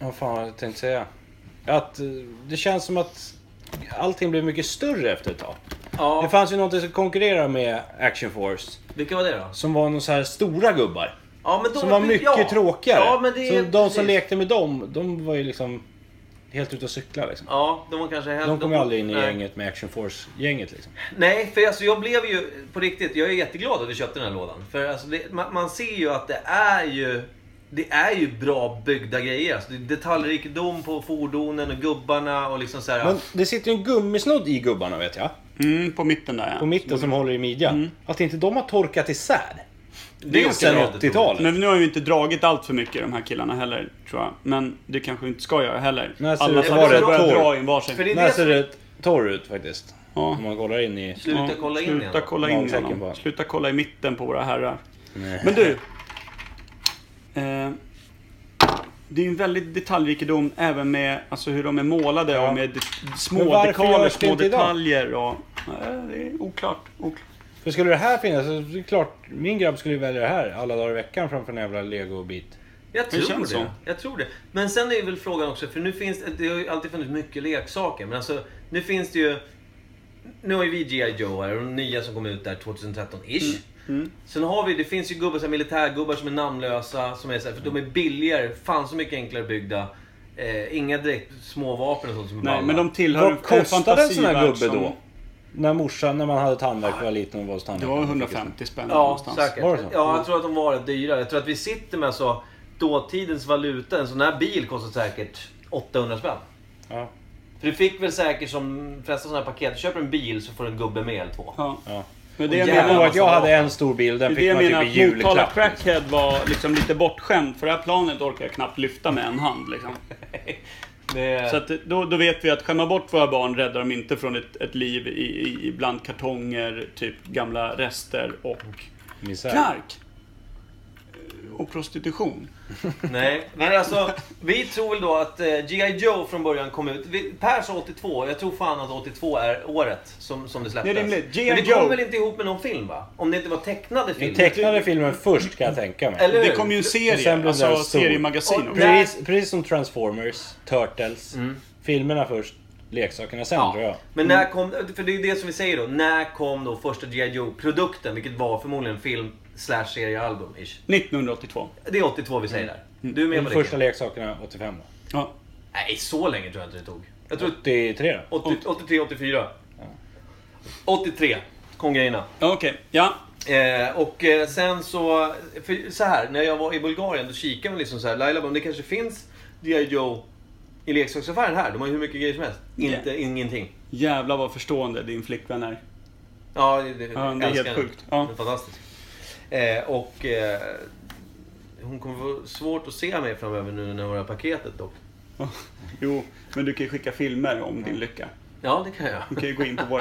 [SPEAKER 7] Vad fan hade jag tänkt säga? Att eh, det känns som att allting blir mycket större efter ett tag.
[SPEAKER 2] Ja.
[SPEAKER 7] Det fanns ju någonting som konkurrerade med Action Force.
[SPEAKER 2] Vilka var det då?
[SPEAKER 7] Som var någon så här stora gubbar.
[SPEAKER 2] Ja, men då
[SPEAKER 7] Som var mycket
[SPEAKER 2] ja.
[SPEAKER 7] tråkigare.
[SPEAKER 2] Ja, men det är,
[SPEAKER 7] så de som
[SPEAKER 2] precis.
[SPEAKER 7] lekte med dem, de var ju liksom helt ute och cykla liksom.
[SPEAKER 2] Ja, de var kanske helt...
[SPEAKER 7] De kom ju aldrig in i
[SPEAKER 2] Nej.
[SPEAKER 7] gänget med Action Force-gänget liksom.
[SPEAKER 2] Nej, för alltså jag blev ju på riktigt, jag är jätteglad att vi köpte den här lådan. För alltså det, man, man ser ju att det är ju, det är ju bra byggda grejer. Alltså det är detaljrikedom på fordonen och gubbarna och liksom så här.
[SPEAKER 7] Men det sitter ju en gummisnodd i gubbarna vet jag.
[SPEAKER 3] Mm, på mitten där
[SPEAKER 7] På
[SPEAKER 3] ja.
[SPEAKER 7] mitten som håller i midjan. Att inte de har torkat isär.
[SPEAKER 2] Mm. det är
[SPEAKER 7] Sen
[SPEAKER 2] ganska bra, det tror jag.
[SPEAKER 7] 80-talet.
[SPEAKER 3] Men nu har vi inte dragit allt för mycket de här killarna heller, tror jag. Men det kanske vi inte ska göra heller.
[SPEAKER 7] Nej, så
[SPEAKER 3] Alla
[SPEAKER 7] det
[SPEAKER 3] som
[SPEAKER 2] var
[SPEAKER 3] börjar
[SPEAKER 2] rätt
[SPEAKER 3] börja
[SPEAKER 7] torr.
[SPEAKER 3] dra in
[SPEAKER 2] För
[SPEAKER 3] varsin.
[SPEAKER 2] det är
[SPEAKER 7] Där
[SPEAKER 2] det
[SPEAKER 7] ser
[SPEAKER 2] som,
[SPEAKER 7] det torr ut faktiskt.
[SPEAKER 3] Ja.
[SPEAKER 7] Om man kollar in i...
[SPEAKER 2] sluta
[SPEAKER 3] Ja,
[SPEAKER 2] kolla in igen.
[SPEAKER 3] Sluta kolla in
[SPEAKER 7] Magsäcken
[SPEAKER 3] honom.
[SPEAKER 7] bara.
[SPEAKER 3] Sluta kolla i mitten på våra herrar.
[SPEAKER 7] Nej.
[SPEAKER 3] Men du. Eh, det är ju en väldigt detaljrikedom även med alltså, hur de är målade och med det-
[SPEAKER 7] Men
[SPEAKER 3] små
[SPEAKER 7] varför
[SPEAKER 3] dekaler,
[SPEAKER 7] görs det
[SPEAKER 3] små
[SPEAKER 7] inte idag?
[SPEAKER 3] detaljer och... Nej, det är oklart. oklart.
[SPEAKER 7] För skulle det här finnas, så det är klart, min grabb skulle ju välja det här alla dagar i veckan framför en jävla legobit.
[SPEAKER 2] Jag
[SPEAKER 3] Det
[SPEAKER 2] tror det.
[SPEAKER 3] känns så.
[SPEAKER 2] Jag tror det. Men sen är väl frågan också, för nu finns det, det har ju alltid funnits mycket leksaker, men alltså nu finns det ju... Nu har ju vi G.I. Joe här och de nya som kom ut där 2013-ish. Sen har vi, det finns ju gubbar, så här, militärgubbar som är namnlösa, som är så här, för de är billigare, fan så mycket enklare byggda. Eh, inga direkt små vapen och sånt som är
[SPEAKER 3] Nej,
[SPEAKER 2] balla.
[SPEAKER 3] men de tillhör
[SPEAKER 7] Vad kostade en sån här
[SPEAKER 3] fantasivärld
[SPEAKER 7] gubbe
[SPEAKER 3] som-
[SPEAKER 7] då? När morsan, när man hade tandvärk och var liten och var hos
[SPEAKER 3] Det
[SPEAKER 7] tandläkaren.
[SPEAKER 3] var 150 spänn
[SPEAKER 2] Ja,
[SPEAKER 3] någonstans.
[SPEAKER 2] säkert.
[SPEAKER 7] Var det så?
[SPEAKER 2] Ja, jag tror att de var rätt dyra. Jag tror att vi sitter med så dåtidens valuta. En sån här bil kostar säkert 800 spänn.
[SPEAKER 7] Ja.
[SPEAKER 2] För du fick väl säkert som de flesta sådana här paket. Du köper en bil så får du en gubbe med eller två.
[SPEAKER 3] Ja.
[SPEAKER 7] Ja.
[SPEAKER 3] Men det jag
[SPEAKER 2] Och
[SPEAKER 7] Jag
[SPEAKER 2] jävlar
[SPEAKER 3] menar
[SPEAKER 7] kommer ihåg
[SPEAKER 2] vad
[SPEAKER 7] att jag hade en stor bil, den
[SPEAKER 3] Det
[SPEAKER 7] fick
[SPEAKER 3] jag
[SPEAKER 7] man
[SPEAKER 3] menar
[SPEAKER 7] typ i
[SPEAKER 3] att Motala
[SPEAKER 7] julklapp.
[SPEAKER 3] Crackhead var liksom lite bortskämd. För det här planet orkar jag knappt lyfta med en hand. Liksom.
[SPEAKER 2] Det...
[SPEAKER 3] Så att då, då vet vi att skämma bort våra barn räddar dem inte från ett, ett liv i, i, i bland kartonger, typ gamla rester och
[SPEAKER 7] Misär.
[SPEAKER 3] knark. Eh, Och prostitution.
[SPEAKER 2] Nej, men alltså vi tror väl då att eh, G.I. Joe från början kom ut. Vi, per sa 82, jag tror fan att 82 är året som, som det släpptes.
[SPEAKER 3] Det är rimligt. G.I.
[SPEAKER 2] Men det
[SPEAKER 3] Joe.
[SPEAKER 2] kom väl inte ihop med någon film va? Om det inte var tecknade
[SPEAKER 7] Den
[SPEAKER 2] filmer.
[SPEAKER 7] tecknade filmen först kan jag tänka mig.
[SPEAKER 2] Eller hur?
[SPEAKER 3] Det kom ju en
[SPEAKER 7] Och Eh, sen
[SPEAKER 3] serie,
[SPEAKER 7] blev
[SPEAKER 3] alltså
[SPEAKER 7] det stor.
[SPEAKER 3] seriemagasin
[SPEAKER 2] Och-
[SPEAKER 3] också.
[SPEAKER 7] Precis, precis som Transformers, Turtles. Filmerna först, leksakerna sen tror jag.
[SPEAKER 2] Men när kom, för det är ju det som vi säger då. När kom då första G.I. Joe-produkten? Vilket var förmodligen film slash seriealbum ish.
[SPEAKER 3] 1982.
[SPEAKER 2] Det är 82 vi säger
[SPEAKER 3] Mm.
[SPEAKER 2] där. Du är med
[SPEAKER 7] De
[SPEAKER 2] på det?
[SPEAKER 7] första
[SPEAKER 2] Kim?
[SPEAKER 7] leksakerna 85 då.
[SPEAKER 3] Ja.
[SPEAKER 2] Nej, så länge tror jag inte det tog. Jag tror
[SPEAKER 7] 83 då.
[SPEAKER 2] 80, 83, 84. 83 kom grejerna.
[SPEAKER 3] Ja, Okej, ja.
[SPEAKER 2] Eh, och eh, sen så, för så här, när jag var i Bulgarien då kikade man liksom så här, Laila bara, "Men det kanske finns G.I. Joe i leksaksaffären här. De har ju hur mycket grejer som helst.
[SPEAKER 3] Yeah.
[SPEAKER 2] Inte, ingenting.
[SPEAKER 3] Jävlar vad förstående din flickvän är.
[SPEAKER 2] Ja, det, det,
[SPEAKER 3] Ja, det
[SPEAKER 2] älskar
[SPEAKER 3] är helt
[SPEAKER 2] henne.
[SPEAKER 3] sjukt. Ja.
[SPEAKER 2] Det är fantastiskt. Eh, och eh, hon kommer få svårt att se mig framöver nu när jag har det här paketet dock.
[SPEAKER 3] Jo, men du kan ju skicka filmer om din lycka.
[SPEAKER 2] Ja, det kan jag.
[SPEAKER 3] Du kan ju gå in på vår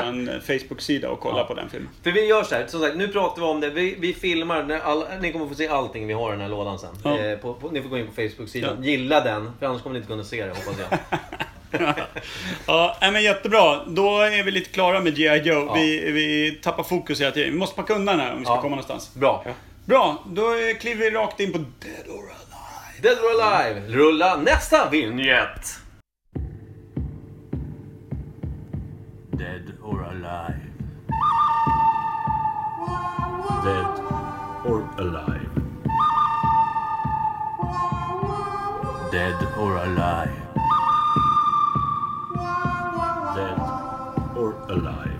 [SPEAKER 3] Facebook-sida och kolla på den filmen.
[SPEAKER 2] För vi gör så här, som sagt, nu pratar vi om det. Vi, vi filmar, när all, ni kommer få se allting vi har i den här lådan sen.
[SPEAKER 3] Ja.
[SPEAKER 2] Eh, på, på, ni får gå in på Facebook-sidan.
[SPEAKER 3] Ja.
[SPEAKER 2] Gilla den, för annars kommer ni inte kunna se det hoppas jag.
[SPEAKER 3] Ja, nej, men jättebra. Då är vi lite klara med G.I. Joe. Vi, vi tappar fokus hela tiden. Vi måste packa undan här om vi ska
[SPEAKER 2] Ja.
[SPEAKER 3] komma någonstans.
[SPEAKER 2] Bra.
[SPEAKER 3] Bra, då eh, kliver vi rakt in på Dead or Alive.
[SPEAKER 2] Dead or Alive, rulla nästa vignett!
[SPEAKER 4] Dead or alive. Dead or alive. Dead or alive. Dead or alive.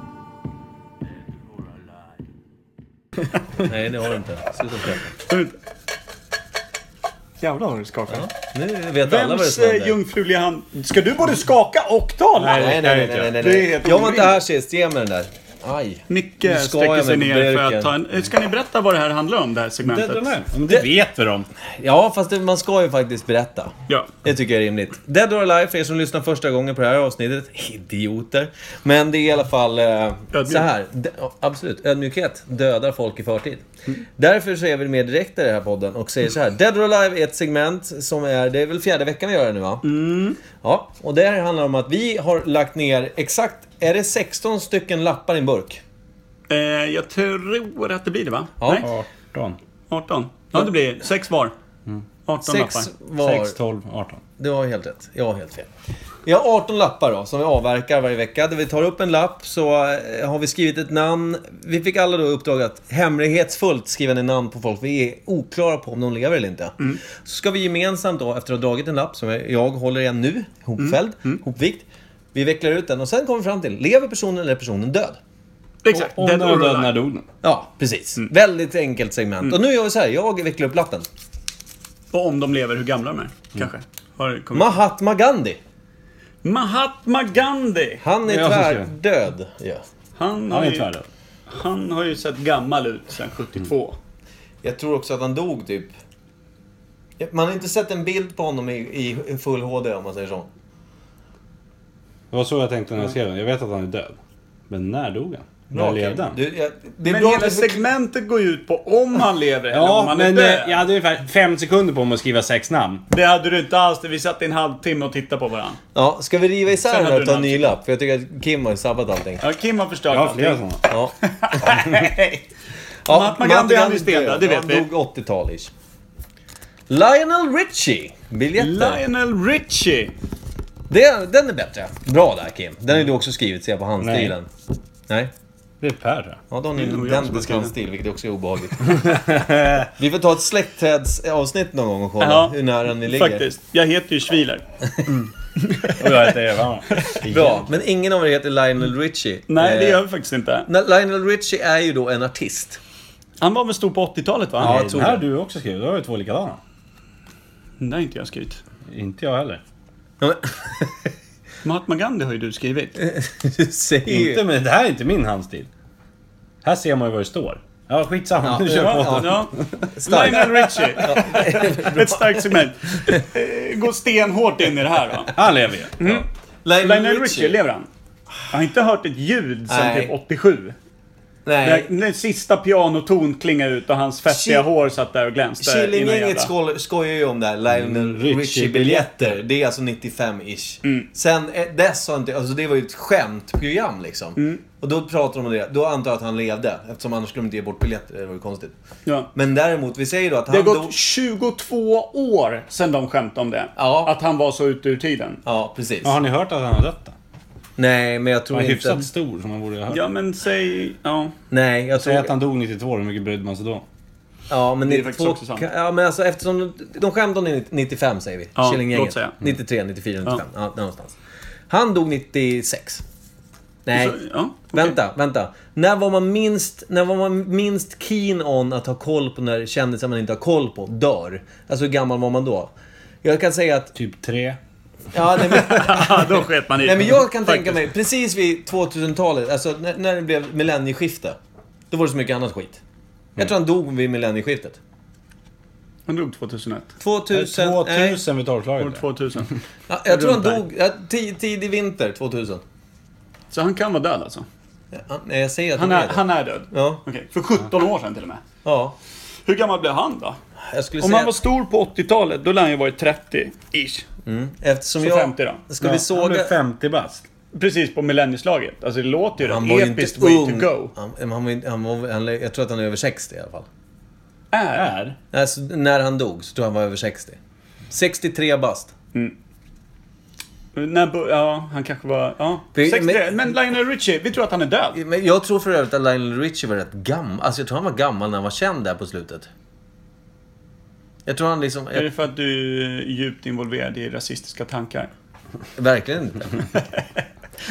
[SPEAKER 4] Dead or alive.
[SPEAKER 2] Nej, det har du inte. Sluta prata.
[SPEAKER 8] Jävlar vad du skakar.
[SPEAKER 2] Nu vet
[SPEAKER 3] Vems eh, jungfruliga hand... Ska du både skaka och tala?
[SPEAKER 2] Nej, nej, nej, nej, nej,
[SPEAKER 3] Det är helt
[SPEAKER 2] Jag var inte
[SPEAKER 3] orimligt.
[SPEAKER 2] här sist, ge mig den där. Aj.
[SPEAKER 3] Micke
[SPEAKER 2] Nu ska
[SPEAKER 3] sträcker
[SPEAKER 2] jag
[SPEAKER 3] sig
[SPEAKER 2] med
[SPEAKER 3] ner för
[SPEAKER 2] burken.
[SPEAKER 3] att ta en... Eh, Ska ni berätta vad det här handlar om, det här segmentet?
[SPEAKER 4] Det vet vi om.
[SPEAKER 2] Ja, fast det, man ska ju faktiskt berätta.
[SPEAKER 3] Ja.
[SPEAKER 2] Det tycker jag är rimligt. Dead or Alive, för er som lyssnar första gången på det här avsnittet. Idioter. Men det är i alla fall eh, så här. D- ja, absolut, ödmjukhet dödar folk i förtid. Därför så är vi mer direkta i den här podden och säger så här. Dead or Alive är ett segment som är, det är väl fjärde veckan vi gör det nu va? Ja, och det här handlar om att vi har lagt ner exakt, är det 16 stycken lappar i en burk?
[SPEAKER 3] Eh, jag tror att det blir det, va?
[SPEAKER 2] Ja.
[SPEAKER 3] Nej,
[SPEAKER 7] 18.
[SPEAKER 1] Mm.
[SPEAKER 3] 18. Ja, det blir sex var. 18
[SPEAKER 2] Sex
[SPEAKER 3] lappar.
[SPEAKER 2] var...
[SPEAKER 1] 6, 12, 18.
[SPEAKER 2] Du har helt rätt. Jag har helt fel. Vi har 18 lappar då, som vi avverkar varje vecka. Där vi tar upp en lapp så eh, har vi skrivit ett namn. Vi fick alla då uppdrag att hemlighetsfullt skriva ner namn på folk. Vi är oklara på om de lever eller inte. Så ska vi gemensamt då, efter att ha dragit en lapp, som jag håller i en nu, hopfälld, hopvikt. Vi vecklar ut den och sen kommer vi fram till, lever personen eller är personen död?
[SPEAKER 3] Exakt.
[SPEAKER 1] Om
[SPEAKER 3] Dead
[SPEAKER 1] den var
[SPEAKER 3] or
[SPEAKER 1] död,
[SPEAKER 3] alive.
[SPEAKER 1] när dog den?
[SPEAKER 2] Ja, precis. Väldigt enkelt segment. Och nu gör vi så här, jag vecklar upp lappen.
[SPEAKER 3] Och om de lever, hur gamla de
[SPEAKER 1] Mm.
[SPEAKER 3] är. Kanske. Har det kommit.
[SPEAKER 2] Mahatma Gandhi.
[SPEAKER 3] Mahatma Gandhi!
[SPEAKER 2] Han är
[SPEAKER 1] Det är jag som skrev.
[SPEAKER 2] tvärdöd. Ja.
[SPEAKER 3] Han har,
[SPEAKER 1] Han är
[SPEAKER 3] ju,
[SPEAKER 1] tvärdöd.
[SPEAKER 3] han har ju sett gammal ut sedan 72.
[SPEAKER 1] Mm.
[SPEAKER 2] Jag tror också att han dog typ... Ja, Man har inte sett en bild på honom i, i full HD om man säger så.
[SPEAKER 1] Det var så jag tänkte när jag skrev den. Jag vet att han är död. Men när dog han? När levde han?
[SPEAKER 2] Du, jag, det är
[SPEAKER 3] Men
[SPEAKER 2] bra
[SPEAKER 3] hela
[SPEAKER 2] att du fick...
[SPEAKER 3] segmentet går ju ut på om han lever eller om
[SPEAKER 1] Ja,
[SPEAKER 3] han
[SPEAKER 1] men
[SPEAKER 3] är död.
[SPEAKER 1] eh, jag hade ungefär fem sekunder på mig att skriva sex namn.
[SPEAKER 3] Det hade du inte alls. Vi satt i en halvtimme och tittade på varandra.
[SPEAKER 2] Ja, ska vi riva isär
[SPEAKER 3] Sen
[SPEAKER 2] den
[SPEAKER 3] hade
[SPEAKER 2] här
[SPEAKER 3] du
[SPEAKER 2] och ta en
[SPEAKER 3] en
[SPEAKER 2] ny lapp? För jag tycker att Kim har ju sabbat allting.
[SPEAKER 3] Ja, Kim har förstört
[SPEAKER 1] Jag har flera
[SPEAKER 3] allting.
[SPEAKER 1] sådana.
[SPEAKER 2] Ja. ja,
[SPEAKER 3] Mahatma Gandhi, han är stendöd, det vet
[SPEAKER 2] han
[SPEAKER 3] vi.
[SPEAKER 2] dog 80-tal ish. Lionel Richie. Biljetter.
[SPEAKER 3] Lionel Richie.
[SPEAKER 2] Det, den är bättre. Bra där Kim. Den har ju du också skrivit ser jag på handstilen. Nej.
[SPEAKER 1] Det är Per tror jag.
[SPEAKER 2] Ja, då har ni
[SPEAKER 3] nog jag
[SPEAKER 2] en
[SPEAKER 3] som har
[SPEAKER 2] identisk
[SPEAKER 3] skrivit.
[SPEAKER 2] handstil, vilket också är obehagligt. vi får ta ett släktträdsavsnitt någon gång och kolla
[SPEAKER 3] Ja,
[SPEAKER 2] hur nära ni ligger.
[SPEAKER 3] Faktiskt. Jag heter ju Schwiler.
[SPEAKER 1] Och jag heter Eva.
[SPEAKER 2] Bra, men ingen av er heter Lionel Richie.
[SPEAKER 3] Nej, det
[SPEAKER 2] Eh,
[SPEAKER 3] gör vi faktiskt inte.
[SPEAKER 2] Na- Lionel Richie är ju då en artist.
[SPEAKER 3] Han var väl stor på 80-talet va?
[SPEAKER 2] Ja, jag
[SPEAKER 1] Den
[SPEAKER 2] tror
[SPEAKER 1] här
[SPEAKER 2] det.
[SPEAKER 1] du också skrivit. Då har vi två likadana.
[SPEAKER 3] Den där har inte jag skrivit.
[SPEAKER 1] Inte jag heller.
[SPEAKER 2] Ja,
[SPEAKER 3] Mahatma Gandhi har ju du skrivit.
[SPEAKER 2] men Du säger ju...
[SPEAKER 1] Inte, men det här är inte min handstil. Här ser man ju vad det står. Ja, skitsamma. nu kör vi på.
[SPEAKER 3] Ja, ja. Lionel Richie. Ett starkt segment. Eh, Gå stenhårt in i det här då.
[SPEAKER 1] Han lever ju.
[SPEAKER 3] Lionel Richie, lever han? Jag har inte hört ett ljud sen
[SPEAKER 2] Nej.
[SPEAKER 3] typ 87.
[SPEAKER 2] Nej.
[SPEAKER 3] Den, den sista pianoton klingade ut och hans fettiga
[SPEAKER 2] Ki-
[SPEAKER 3] hår satt där och glänste. i någon
[SPEAKER 2] Killinggänget
[SPEAKER 3] jävla-
[SPEAKER 2] skol- skojar ju om det här Lionel Richie-biljetter. Det är alltså 95-ish.
[SPEAKER 3] Mm.
[SPEAKER 2] Sen eh, dess har inte... Alltså det var ju ett skämtprogram liksom.
[SPEAKER 3] Mm.
[SPEAKER 2] Och då pratar de om det. Då antar jag att han levde. Eftersom annars skulle de inte ge bort biljetter. Det var ju konstigt.
[SPEAKER 3] Ja.
[SPEAKER 2] Men däremot, vi säger då att
[SPEAKER 3] Det har
[SPEAKER 2] han
[SPEAKER 3] gått
[SPEAKER 2] dog...
[SPEAKER 3] 22 år sedan de skämtade om det.
[SPEAKER 2] Ja.
[SPEAKER 3] Att han var så ute ur tiden.
[SPEAKER 2] Ja, precis.
[SPEAKER 1] Ja, har ni hört att han har dött då?
[SPEAKER 2] Nej, men jag tror
[SPEAKER 1] Han är
[SPEAKER 2] inte...
[SPEAKER 1] hyfsat stor som man borde ha hört.
[SPEAKER 3] Ja men säg... Ja.
[SPEAKER 2] Nej, jag
[SPEAKER 1] Säg
[SPEAKER 2] tror...
[SPEAKER 1] att han dog 92, hur mycket brydde man sig då?
[SPEAKER 2] Ja, men
[SPEAKER 3] Det är
[SPEAKER 2] 92
[SPEAKER 3] faktiskt också sant.
[SPEAKER 2] Ja, men alltså eftersom de skämtade om det 95 säger vi.
[SPEAKER 3] Ja,
[SPEAKER 2] Killinggänget.
[SPEAKER 3] låt säga. Mm.
[SPEAKER 2] 93, 94, 95. Ja. någonstans. Han dog 96. Nej.
[SPEAKER 3] Så, ja, okej.
[SPEAKER 2] Vänta, vänta. När var, man minst, när var man minst keen on att ha koll på när kändisar man inte har koll på dör? Alltså hur gammal var man då? Jag kan säga att...
[SPEAKER 1] Typ tre.
[SPEAKER 2] Ja, nej, men,
[SPEAKER 3] Ja, då sket man i
[SPEAKER 2] nej, men jag kan
[SPEAKER 3] Faktiskt.
[SPEAKER 2] tänka mig, precis vid 2000-talet, alltså när, när det blev millennieskifte. Då var det så mycket annat skit. Jag tror han dog vid millennieskiftet.
[SPEAKER 3] Han dog 2001.
[SPEAKER 2] 2000...
[SPEAKER 3] Eh,
[SPEAKER 2] nej.
[SPEAKER 1] 2000 vid
[SPEAKER 3] År
[SPEAKER 1] tolvslaget.
[SPEAKER 3] 2000.
[SPEAKER 2] Ja, jag tror han
[SPEAKER 3] Runt där.
[SPEAKER 2] dog ja, ti- tidig vinter 2000.
[SPEAKER 3] Så han kan vara död alltså?
[SPEAKER 2] Ja, nej, jag säger att
[SPEAKER 3] Han
[SPEAKER 2] han
[SPEAKER 3] är,
[SPEAKER 2] det.
[SPEAKER 3] han är död?
[SPEAKER 2] Ja,
[SPEAKER 3] Okej, för 17 år sedan till och med.
[SPEAKER 2] ja.
[SPEAKER 3] Hur gammal blev han då?
[SPEAKER 2] Jag skulle
[SPEAKER 3] Om
[SPEAKER 2] säga...
[SPEAKER 3] han var stor på 80-talet, då lär han ju varit 30-ish.
[SPEAKER 2] eftersom
[SPEAKER 3] Så
[SPEAKER 2] jag...
[SPEAKER 3] 50 då.
[SPEAKER 2] Ska vi såga...
[SPEAKER 1] Han blev 50 bast.
[SPEAKER 3] Precis på millennieslaget. Alltså det låter ju
[SPEAKER 2] Han
[SPEAKER 3] rätt
[SPEAKER 2] var ju inte
[SPEAKER 3] episkt way
[SPEAKER 2] ung.
[SPEAKER 3] to go.
[SPEAKER 2] Han, men han, var ju- han, var, han, jag tror att han är över 60 i alla fall.
[SPEAKER 3] Är?
[SPEAKER 2] Alltså, när han dog så tror jag han var över 60. 63 bast.
[SPEAKER 3] När, bo- ja, han kanske var... Ja,
[SPEAKER 2] Vi-
[SPEAKER 3] 63.
[SPEAKER 2] men-
[SPEAKER 3] Men Lionel Richie, vi tror att han är död.
[SPEAKER 2] Men jag tror för övrigt att Lionel Richie var rätt gammal. Alltså jag tror han var gammal när han var känd där på slutet. Jag tror han liksom...
[SPEAKER 3] Är det
[SPEAKER 2] Jag,
[SPEAKER 3] för att du är djupt involverad i rasistiska tankar?
[SPEAKER 2] verkligen inte.
[SPEAKER 1] Ja,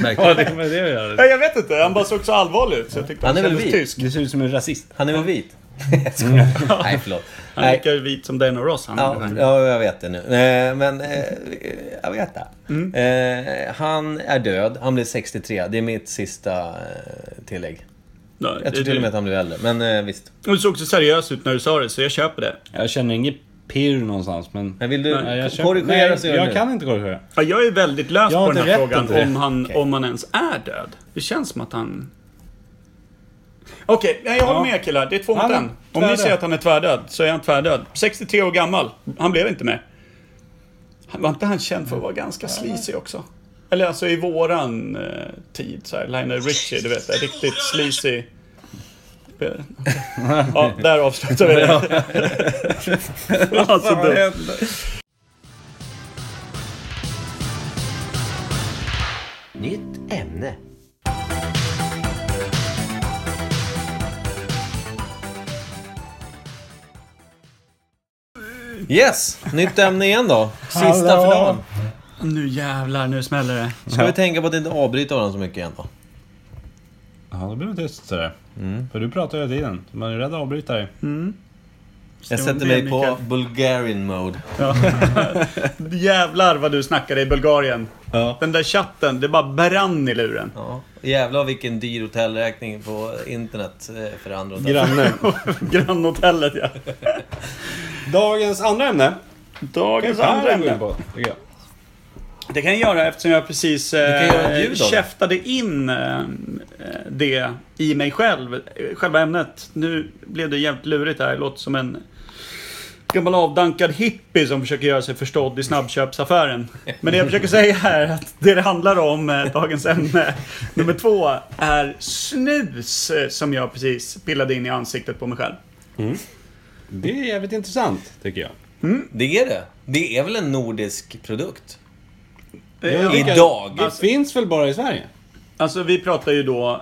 [SPEAKER 2] verkligen.
[SPEAKER 1] det var det jag gör.
[SPEAKER 3] Ja, jag vet inte, han bara såg så allvarlig ut så jag tyckte
[SPEAKER 2] Han
[SPEAKER 3] han,
[SPEAKER 2] är väl
[SPEAKER 3] kändes
[SPEAKER 2] vit.
[SPEAKER 3] tysk.
[SPEAKER 1] Du ser ut som en rasist.
[SPEAKER 2] Han är väl vit? Jag skojar. Nej, förlåt.
[SPEAKER 3] Han
[SPEAKER 2] Nej.
[SPEAKER 3] verkar ju vit som Dana Ross han.
[SPEAKER 2] Ja,
[SPEAKER 1] Mm.
[SPEAKER 2] ja, jag vet det nu. Eh, Men eh, jag vet det.
[SPEAKER 1] Mm.
[SPEAKER 2] Eh, Han är död. Han blev 63. Det är mitt sista eh, tillägg.
[SPEAKER 3] Ja,
[SPEAKER 2] Jag tror till och med att han blev äldre. Men eh, visst.
[SPEAKER 3] Du såg så seriös ut när du sa det, så jag köper det.
[SPEAKER 1] Jag känner inget pirr någonstans, men...
[SPEAKER 2] Men vill du
[SPEAKER 1] Nej, jag köper-
[SPEAKER 2] korrigera så
[SPEAKER 1] Nej,
[SPEAKER 2] gör
[SPEAKER 1] jag
[SPEAKER 2] nu.
[SPEAKER 1] kan inte korrigera.
[SPEAKER 3] Ja, jag är väldigt lös
[SPEAKER 1] Jag har
[SPEAKER 3] på den
[SPEAKER 1] inte
[SPEAKER 3] här
[SPEAKER 1] rätt
[SPEAKER 3] frågan
[SPEAKER 1] till det.
[SPEAKER 3] om han, om han ens är död. Det känns som att han... Okej, nej, jag håller
[SPEAKER 1] Ja.
[SPEAKER 3] med killar. Det är två mot
[SPEAKER 1] Han är
[SPEAKER 3] en. Om ni
[SPEAKER 1] tvärdöd.
[SPEAKER 3] säger att han är tvärdöd, så är han tvärdöd. 63 år gammal. Han blev inte mer. Han- Var inte han känd för att vara ganska sleazy också? Eller alltså i våran eh, tid, så här, Lionel Richie, du vet, riktigt sleazy. upp er. Ja, där avslutar vi det. alltså, det.
[SPEAKER 9] Nytt ämne.
[SPEAKER 2] Yes! Nytt ämne igen då. Sista för
[SPEAKER 10] Hallå.
[SPEAKER 2] dagen.
[SPEAKER 10] Nu jävlar, nu smäller det.
[SPEAKER 2] Ska vi tänka på att inte avbryta varandra så mycket igen då?
[SPEAKER 4] Ja, då blir det tyst sådär.
[SPEAKER 2] Mm.
[SPEAKER 4] För du pratar ju hela tiden. Man är rädd att avbryta dig.
[SPEAKER 2] Jag
[SPEAKER 10] Stor
[SPEAKER 2] sätter
[SPEAKER 10] del,
[SPEAKER 2] mig på
[SPEAKER 10] Mikael.
[SPEAKER 2] Bulgarian mode.
[SPEAKER 3] Jävlar vad du snackade i Bulgarien.
[SPEAKER 2] Ja.
[SPEAKER 3] Den där chatten, det bara brann i luren.
[SPEAKER 2] Ja. Jävlar vilken dyr hotellräkning på internet eh, för andra hotell.
[SPEAKER 4] Granne.
[SPEAKER 3] Grannhotellet ja.
[SPEAKER 4] Dagens andra ämne.
[SPEAKER 3] Dagens
[SPEAKER 4] Här
[SPEAKER 3] andra
[SPEAKER 4] går vi in
[SPEAKER 3] ämne.
[SPEAKER 4] på, tycker jag.
[SPEAKER 3] Det kan jag göra eftersom jag precis eh,
[SPEAKER 2] kan göra ett ljud av det.
[SPEAKER 3] käftade in eh, det i mig själv. eh, Själva ämnet. Nu blev det jävligt lurigt här. Det låter som en gammal avdankad hippie som försöker göra sig förstådd i snabbköpsaffären. Men det jag försöker säga är att det det handlar om, eh, dagens ämne nummer två, är snus eh, som jag precis pillade in i ansiktet på mig själv.
[SPEAKER 4] Det är jävligt intressant, tycker jag.
[SPEAKER 2] Det är det. Det är väl en nordisk produkt?
[SPEAKER 4] Jag tycker att
[SPEAKER 2] Idag.
[SPEAKER 4] Det finns väl bara i Sverige?
[SPEAKER 3] Alltså vi pratar ju då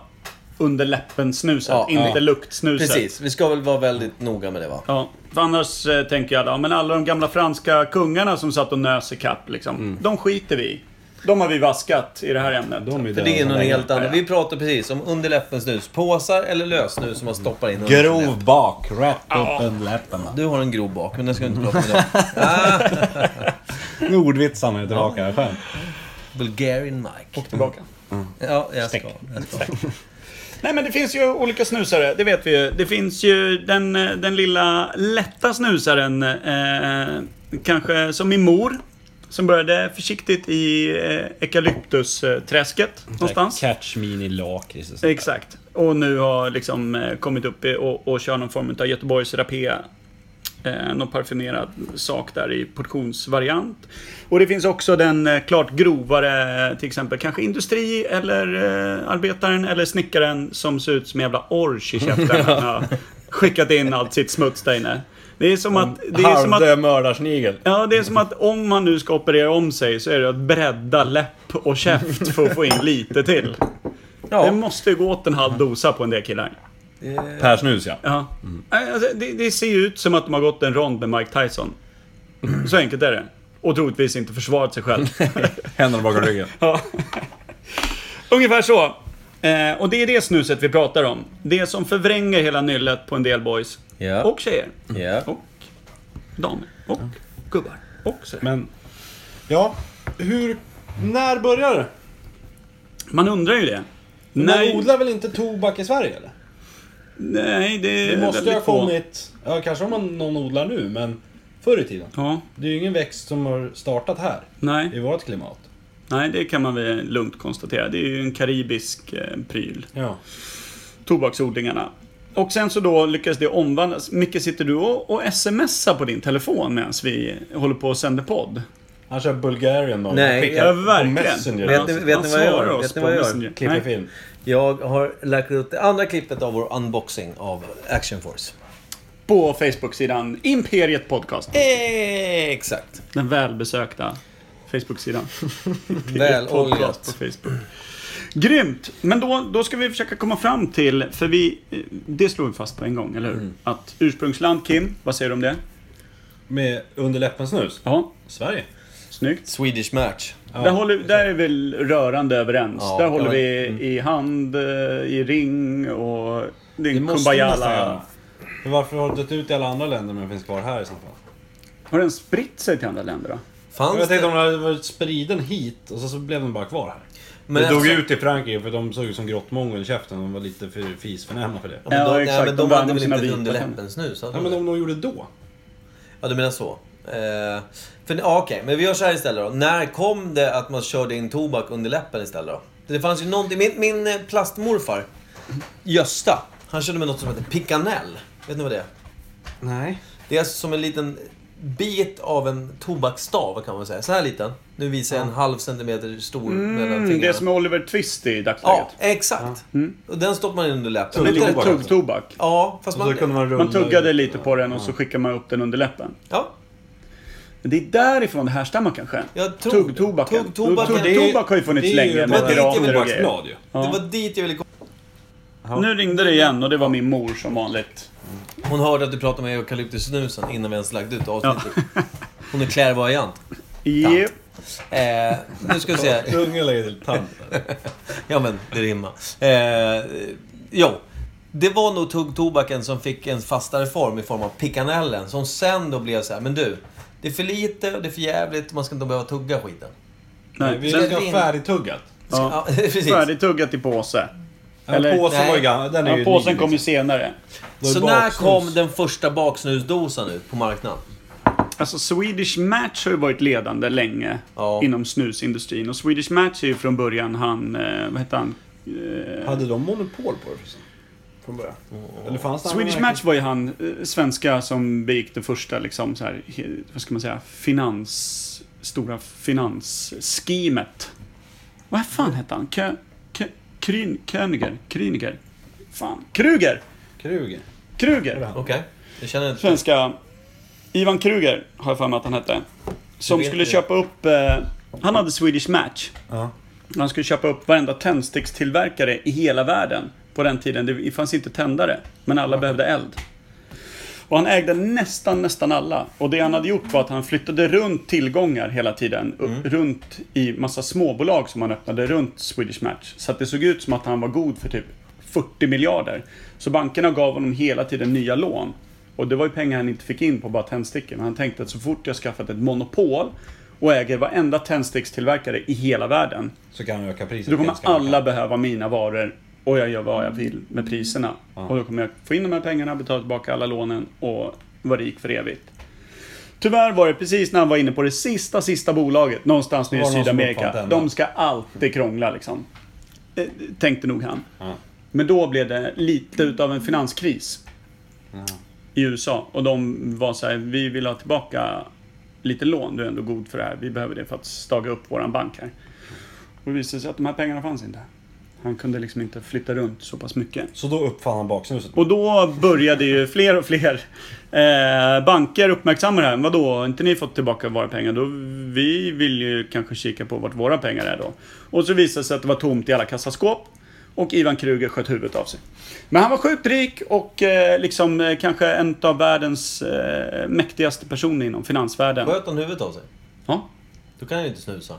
[SPEAKER 3] under läppen-snuset,
[SPEAKER 2] Ja,
[SPEAKER 3] inte
[SPEAKER 2] ja.
[SPEAKER 3] luktsnuset.
[SPEAKER 2] Precis. Vi ska väl vara väldigt noga med det va?
[SPEAKER 3] Ja, för annars eh, tänker jag då, men alla de gamla franska kungarna som satt och nös i kapp, liksom,
[SPEAKER 4] Mm.
[SPEAKER 3] de skiter vi i. De har vi vaskat i det här ämnet.
[SPEAKER 4] De är
[SPEAKER 2] För det är någon helt
[SPEAKER 3] Ja,
[SPEAKER 2] annan.
[SPEAKER 3] ja.
[SPEAKER 2] Vi pratar precis om under läppen snus. Påsar eller lössnus som man stoppar in under läppen.
[SPEAKER 11] Grov bak, rätt upp under läpparna.
[SPEAKER 2] Du har en grov bak, men den ska vi inte prata om idag.
[SPEAKER 4] Ordvitsarna är tillbaka här själv.
[SPEAKER 2] Bulgarian Mike.
[SPEAKER 3] Tillbaka.
[SPEAKER 2] Ja, jag ska. Jag ska.
[SPEAKER 3] Nej men det finns ju olika snusare, det vet vi ju. Det finns ju den, eh, den lilla lätta snusaren, eh, kanske som min mor. Som började försiktigt i eh, eukalyptusträsket någonstans.
[SPEAKER 11] Catch mini lakrits och sånt.
[SPEAKER 3] Exakt. Och nu har liksom eh, kommit upp i, och, och kör någon form av Göteborgs rapé. Eh, någon parfymerad sak där i portionsvariant. Och det finns också den eh, klart grovare, eh, till exempel kanske industri eller eh, arbetaren eller snickaren som ser ut som en jävla orch i käften. Han har skickat in allt sitt smuts där inne. Det är som att... Det är som att
[SPEAKER 11] Halvdöd mördarsnigel.
[SPEAKER 3] Ja, det är som att om man nu ska operera om sig så är det att bredda läpp och käft för att få in lite till. Det
[SPEAKER 2] Ja,
[SPEAKER 3] måste ju gå åt en halv dosa på en del killar.
[SPEAKER 4] Per Snus, ja.
[SPEAKER 3] Ja. Alltså, det, det ser ju ut som att de har gått en rond med Mike Tyson. Så enkelt är det. Och troligtvis inte försvarat sig själv.
[SPEAKER 4] Händerna bakom ryggen.
[SPEAKER 3] Ja. Ungefär så. Eh, och det är det snuset vi pratar om. Det som förvränger hela nyllet på en del boys.
[SPEAKER 2] Ja.
[SPEAKER 3] Och tjejer.
[SPEAKER 2] ja.
[SPEAKER 3] Och damer. Och gubbar. Och så.
[SPEAKER 4] Men... Ja, hur... När börjar det?
[SPEAKER 3] Man undrar ju det.
[SPEAKER 4] Man odlar väl inte tobak i Sverige, eller?
[SPEAKER 3] nej, det är
[SPEAKER 4] Det måste
[SPEAKER 3] väldigt
[SPEAKER 4] ha
[SPEAKER 3] få.
[SPEAKER 4] kommit... Ja, kanske om man, någon odlar nu, men förr i tiden.
[SPEAKER 3] Ja,
[SPEAKER 4] Det är ju ingen växt som har startat här, i
[SPEAKER 3] nej,
[SPEAKER 4] vårt klimat.
[SPEAKER 3] nej, det kan man väl lugnt konstatera. Det är ju en karibisk eh, pryl.
[SPEAKER 4] Ja.
[SPEAKER 3] tobaksodlingarna. Och sen så då lyckades det omvandlas. Micke, sitter du och, och smsar på din telefon medan vi håller på och sänder podd?
[SPEAKER 4] Han kör Bulgarian då.
[SPEAKER 2] Nej,
[SPEAKER 4] Skickar
[SPEAKER 2] jag-
[SPEAKER 3] Ja,
[SPEAKER 4] på
[SPEAKER 3] verkligen.
[SPEAKER 4] Messenger.
[SPEAKER 2] Vet ni-
[SPEAKER 3] Han-
[SPEAKER 2] vet
[SPEAKER 3] han
[SPEAKER 2] ni vad jag gör?
[SPEAKER 3] svarar oss
[SPEAKER 2] Vet ni
[SPEAKER 3] på
[SPEAKER 2] vad jag gör?
[SPEAKER 3] Messenger.
[SPEAKER 4] Klipper
[SPEAKER 3] Nej.
[SPEAKER 4] film.
[SPEAKER 2] Jag har lagt ut det andra klippet av vår unboxing av Action Force.
[SPEAKER 3] På Facebook-sidan Imperiet Podcast.
[SPEAKER 2] Exakt.
[SPEAKER 3] Den välbesökta Facebook-sidan.
[SPEAKER 2] Väl
[SPEAKER 3] Podcast
[SPEAKER 2] oljat.
[SPEAKER 3] på Facebook. Grymt! Men då, då ska vi försöka komma fram till, för vi, det slog vi fast på en gång, eller hur? Att ursprungsland, Kim, vad säger du om det?
[SPEAKER 4] Med under läppen snus.
[SPEAKER 3] Ja,
[SPEAKER 4] Sverige.
[SPEAKER 3] snyggt.
[SPEAKER 2] Swedish Match.
[SPEAKER 3] Där, håller, där är vi rörande överens.
[SPEAKER 2] Ja,
[SPEAKER 3] där
[SPEAKER 2] ja,
[SPEAKER 3] håller
[SPEAKER 2] men-
[SPEAKER 3] vi i hand, eh, i ring och... Det är
[SPEAKER 4] Det
[SPEAKER 3] en
[SPEAKER 4] måste vi nästan
[SPEAKER 3] kumbayala.
[SPEAKER 4] göra. För varför har det dött ut i alla andra länder men finns kvar här i så fall?
[SPEAKER 3] Har den spritt sig till andra länder då?
[SPEAKER 2] Fanns
[SPEAKER 4] Jag
[SPEAKER 2] det?
[SPEAKER 4] tänkte om den hade varit spriden hit och så, så blev den bara kvar här.
[SPEAKER 2] Men
[SPEAKER 4] det dog
[SPEAKER 2] eftersom-
[SPEAKER 3] alltså-
[SPEAKER 4] ut i Frankrike för de såg ut som grottmongo i käften. De var lite för fisförnäma för det.
[SPEAKER 2] Ja, men
[SPEAKER 3] Ja,
[SPEAKER 2] de,
[SPEAKER 3] exakt,
[SPEAKER 2] nej, men
[SPEAKER 3] de
[SPEAKER 2] de
[SPEAKER 3] vann
[SPEAKER 2] hade
[SPEAKER 3] om
[SPEAKER 2] väl
[SPEAKER 3] sina
[SPEAKER 2] inte ett
[SPEAKER 3] vita
[SPEAKER 2] underläppen snus? hade
[SPEAKER 4] Ja,
[SPEAKER 2] de
[SPEAKER 4] men
[SPEAKER 2] det?
[SPEAKER 4] om de gjorde då? Alltså,
[SPEAKER 2] Ja, du menar så. Eh, för, ja, Okej, men vi gör så här istället då. När kom det att man körde in tobak under läppen istället då? Det fanns ju någonting. Min, min eh, plastmorfar, Gösta, han körde med något som heter picanell. Vet ni vad det är?
[SPEAKER 4] Nej.
[SPEAKER 2] Det är alltså som en liten bit av en tobaksstav kan man säga. Så här liten. Nu visar jag en halv centimeter stor mellan
[SPEAKER 3] Mm,
[SPEAKER 2] fingrarna.
[SPEAKER 3] det är som är Oliver Twist i
[SPEAKER 2] Ja,
[SPEAKER 3] dagsläget.
[SPEAKER 2] exakt. Och den stoppar man in under läppen.
[SPEAKER 3] Ja,
[SPEAKER 2] Men
[SPEAKER 3] lite
[SPEAKER 2] den-
[SPEAKER 3] tuggtobak.
[SPEAKER 2] Ja, fast
[SPEAKER 4] Och så kunde
[SPEAKER 2] man...
[SPEAKER 4] man rulla
[SPEAKER 3] Man tuggade lite på den och så skickar man upp den under läppen.
[SPEAKER 2] Ja,
[SPEAKER 3] Men det är därifrån det härstammar kanske.
[SPEAKER 2] jag tror...
[SPEAKER 3] Tuggtobaken.
[SPEAKER 2] Tuggtobaken.
[SPEAKER 3] Tuggtobak har ju funnits länge
[SPEAKER 2] det
[SPEAKER 3] med
[SPEAKER 2] var ditt
[SPEAKER 3] pirater och grejer.
[SPEAKER 4] tobaksblad ju.
[SPEAKER 3] Ja.
[SPEAKER 2] Det var dit jag ville komma.
[SPEAKER 3] Nu ringde det igen och det var min mor som vanligt.
[SPEAKER 2] Hon hörde att du pratade med eukalyptussnusen innan vi ens lagt ut avsnittet. Hon är clairvoyant.
[SPEAKER 3] Japp.
[SPEAKER 2] Eh, nu ska vi se.
[SPEAKER 4] Tunga lägger till tanden.
[SPEAKER 2] Ja men, det rimmar. Eh, jo. Det var nog tuggtobaken som fick en fastare form i form av pickanellen. Som sen då blev så här, men du. Det är för lite och det är för jävligt. Man ska inte behöva tugga skiten.
[SPEAKER 3] Nej.
[SPEAKER 4] Vi
[SPEAKER 2] Sen
[SPEAKER 4] ska ha
[SPEAKER 2] ring-
[SPEAKER 4] färdigtuggat.
[SPEAKER 3] Ja.
[SPEAKER 2] Ja, precis.
[SPEAKER 3] Färdigtuggat i påse. Eller-
[SPEAKER 4] Eller, påsen
[SPEAKER 2] Nej.
[SPEAKER 4] var ju gammal. Den är
[SPEAKER 3] Ja,
[SPEAKER 4] ju
[SPEAKER 3] påsen
[SPEAKER 4] ny,
[SPEAKER 3] kom ju
[SPEAKER 4] liksom.
[SPEAKER 3] senare.
[SPEAKER 4] Då är
[SPEAKER 2] Så när
[SPEAKER 4] baksnus.
[SPEAKER 2] kom den första baksnusdosan ut på marknaden?
[SPEAKER 3] Alltså Swedish Match har ju varit ledande länge
[SPEAKER 2] Ja.
[SPEAKER 3] inom snusindustrin. Och Swedish Match är ju från början han, eh, vad hette han? Eh,
[SPEAKER 4] Hade de monopol på det förresten? Från början? Eller fanns det
[SPEAKER 3] Swedish
[SPEAKER 4] annan
[SPEAKER 3] Match var ju han eh, svenska som begick den första liksom så här, he- vad ska man säga, finans... Stora finansschemet. Vad fan hette han? Kö, kö, kryn, Königer? Kryniger? Fan. Kruger!
[SPEAKER 4] Kruger.
[SPEAKER 3] Kruger!
[SPEAKER 2] Okej. Jag känner inte...
[SPEAKER 3] svenska Ivan Kruger, har jag för mig att han hette. Som
[SPEAKER 2] vet
[SPEAKER 3] skulle
[SPEAKER 2] det.
[SPEAKER 3] köpa upp... Eh, han hade Swedish Match. Han skulle köpa upp varenda tändstickstillverkare i hela världen. På den tiden, det fanns inte tändare. Men alla behövde eld. Och han ägde nästan, nästan alla. Och det han hade gjort var att han flyttade runt tillgångar hela tiden. upp- Runt i massa småbolag som han öppnade runt Swedish Match. Så att det såg ut som att han var god för typ 40 miljarder. Så bankerna gav honom hela tiden nya lån. Och det var ju pengar han inte fick in på bara tändstickor. Men han tänkte att så fort jag skaffat ett monopol och äger varenda tändstickstillverkare i hela världen.
[SPEAKER 4] Så kan man öka
[SPEAKER 3] Då
[SPEAKER 4] priset.
[SPEAKER 3] kommer
[SPEAKER 4] ganska
[SPEAKER 3] alla
[SPEAKER 4] markant.
[SPEAKER 3] behöva mina varor och jag gör vad jag vill med priserna. Och då kommer jag få in de här pengarna, betala tillbaka alla lånen och vara rik för evigt. Tyvärr var det precis när han var inne på det sista, sista bolaget någonstans nere i
[SPEAKER 4] Var det någon som uppfann
[SPEAKER 3] Sydamerika.
[SPEAKER 4] den, va?
[SPEAKER 3] De ska alltid krångla liksom. Eh, Tänkte nog han. Men då blev det lite utav en finanskris. I USA. Och de var så här, vi vill ha tillbaka lite lån. Du är ändå god för det här. Vi behöver det för att staga upp våran bank här. Och det visade sig att de här pengarna fanns inte. Han kunde liksom inte flytta runt så pass mycket.
[SPEAKER 4] Så då uppfann han baksnuset.
[SPEAKER 3] Och då började ju fler och fler eh, banker uppmärksamma det här. Vadå, har inte ni fått tillbaka våra pengar? Då, vi vill ju kanske kika på vart våra pengar är då. Och så visade det sig att det var tomt i alla kassaskåp. Och Ivan Kruger sköt huvudet av sig. Men han var sjukt rik och eh, liksom eh, kanske en av världens eh, mäktigaste personer inom finansvärlden.
[SPEAKER 2] Sköt han huvudet av sig?
[SPEAKER 3] Ja.
[SPEAKER 2] Då kan han ju inte snusa.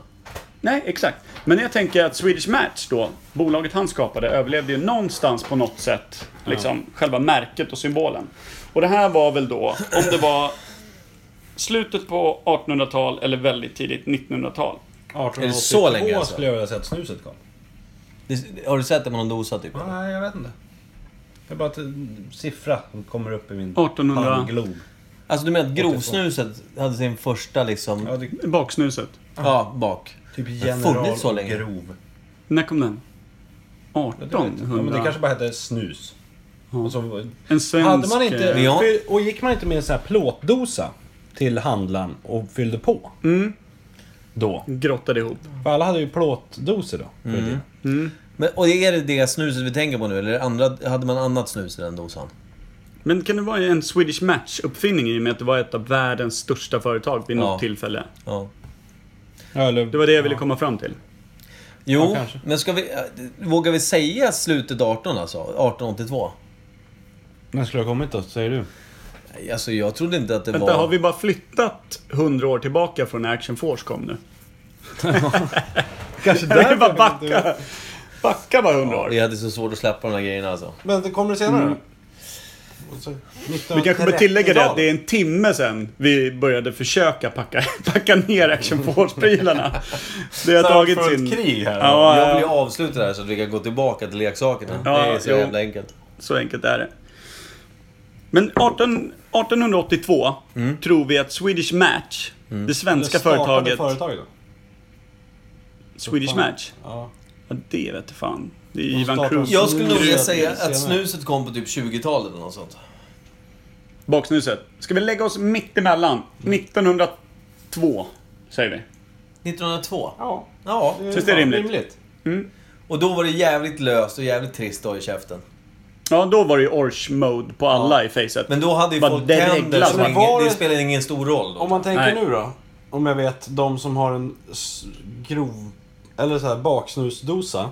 [SPEAKER 3] Nej, exakt. Men jag tänker att Swedish Match då, bolaget han skapade, överlevde ju någonstans på något sätt. Liksom, Själva märket och symbolen. Och det här var väl då, om det var slutet på 1800-tal eller väldigt tidigt 1900-tal.
[SPEAKER 4] 1882
[SPEAKER 2] Är det så länge, alltså?
[SPEAKER 4] skulle jag vilja säga att snuset kom.
[SPEAKER 2] Det- Har du sett det med någon dosa typ?
[SPEAKER 4] Nej, jag vet inte. Det är bara att en siffra som kommer upp i min
[SPEAKER 3] 1800.
[SPEAKER 4] pannglob.
[SPEAKER 2] Alltså du menar att grovsnuset hade sin första liksom...
[SPEAKER 4] Ja, det,
[SPEAKER 3] Baksnuset.
[SPEAKER 2] Ja, bak.
[SPEAKER 4] typ
[SPEAKER 2] funnits så
[SPEAKER 4] general
[SPEAKER 2] länge.
[SPEAKER 4] grov.
[SPEAKER 3] När kom den?
[SPEAKER 4] Ja, men det
[SPEAKER 3] 1800?
[SPEAKER 4] kanske bara hette snus. Och så,
[SPEAKER 3] En svensk... eh,
[SPEAKER 4] hade man inte...
[SPEAKER 2] Ja.
[SPEAKER 4] för- Och gick man inte med en sån här plåtdosa till handlaren och fyllde på? Då.
[SPEAKER 3] Grottade ihop.
[SPEAKER 4] För alla hade ju plåtdoser då. förr i
[SPEAKER 2] Mm.
[SPEAKER 4] tiden.
[SPEAKER 2] Men, och är det det snuset vi tänker på nu? Eller andra, hade man annat snus i den dosan?
[SPEAKER 3] Men kan det vara en Swedish Match-uppfinning i och med att det var ett av världens största företag vid något
[SPEAKER 2] Ja.
[SPEAKER 3] tillfälle?
[SPEAKER 2] Ja.
[SPEAKER 4] Ja, eller,
[SPEAKER 3] Det var det jag ville komma fram till.
[SPEAKER 2] Jo,
[SPEAKER 4] kanske.
[SPEAKER 2] men ska vi... äh, Vågar vi säga slutet 18 alltså? 1882?
[SPEAKER 12] När skulle det ha kommit då, säger du?
[SPEAKER 2] Nej, Alltså jag trodde inte att det
[SPEAKER 3] Vänta,
[SPEAKER 2] var...
[SPEAKER 3] har vi bara flyttat 100 år tillbaka från när Action Force kom nu?
[SPEAKER 4] kanske
[SPEAKER 3] Det är bara
[SPEAKER 4] därför.
[SPEAKER 3] backa. Backa bara 100
[SPEAKER 2] Ja,
[SPEAKER 3] år.
[SPEAKER 2] vi hade så svårt att släppa de här grejerna alltså.
[SPEAKER 4] Men det kommer det senare då?
[SPEAKER 3] Mm. Vi kanske bör tillägga det att det är en timme sedan vi började försöka packa, packa ner Action Force-prylarna. Det har tagit
[SPEAKER 4] för ett
[SPEAKER 3] sin...
[SPEAKER 4] krig här.
[SPEAKER 3] Ja,
[SPEAKER 2] Jag vill ju
[SPEAKER 3] ja,
[SPEAKER 2] avsluta det här så att vi kan gå tillbaka till leksakerna.
[SPEAKER 3] Ja,
[SPEAKER 2] det är så
[SPEAKER 3] jo.
[SPEAKER 2] jävla enkelt.
[SPEAKER 3] så enkelt är det. Men 18, 1882
[SPEAKER 4] Mm.
[SPEAKER 3] tror vi att Swedish Match, det svenska
[SPEAKER 4] Eller startade
[SPEAKER 3] företaget
[SPEAKER 4] företag då?
[SPEAKER 3] Swedish Match,
[SPEAKER 4] Ja.
[SPEAKER 3] ja, det vet jag fan. Det är
[SPEAKER 4] De
[SPEAKER 3] Ivan
[SPEAKER 4] startade-
[SPEAKER 3] Kruger.
[SPEAKER 2] Jag skulle nog vilja
[SPEAKER 4] Senare.
[SPEAKER 2] säga att snuset kom på typ 20-talet eller något sånt.
[SPEAKER 3] baksnuset. Ska vi lägga oss mitt emellan? 1902, säger vi.
[SPEAKER 2] 1902?
[SPEAKER 3] Ja. Eh.
[SPEAKER 2] Ja,
[SPEAKER 3] Känns det rimligt?
[SPEAKER 2] Mm. Och då var det jävligt löst och jävligt trist då i käften.
[SPEAKER 3] Ja, då var det ju Orch-mode på alla i facet.
[SPEAKER 2] Men då hade ju
[SPEAKER 3] Bara
[SPEAKER 2] folk
[SPEAKER 3] dreglar
[SPEAKER 2] tänder
[SPEAKER 3] som
[SPEAKER 2] som
[SPEAKER 3] en-
[SPEAKER 2] ingen, det spelade ingen stor roll
[SPEAKER 4] Om
[SPEAKER 2] då.
[SPEAKER 4] man tänker
[SPEAKER 3] Nej.
[SPEAKER 4] nu då. Om jag vet de som har en s- grov... Eller så här baksnusdosa.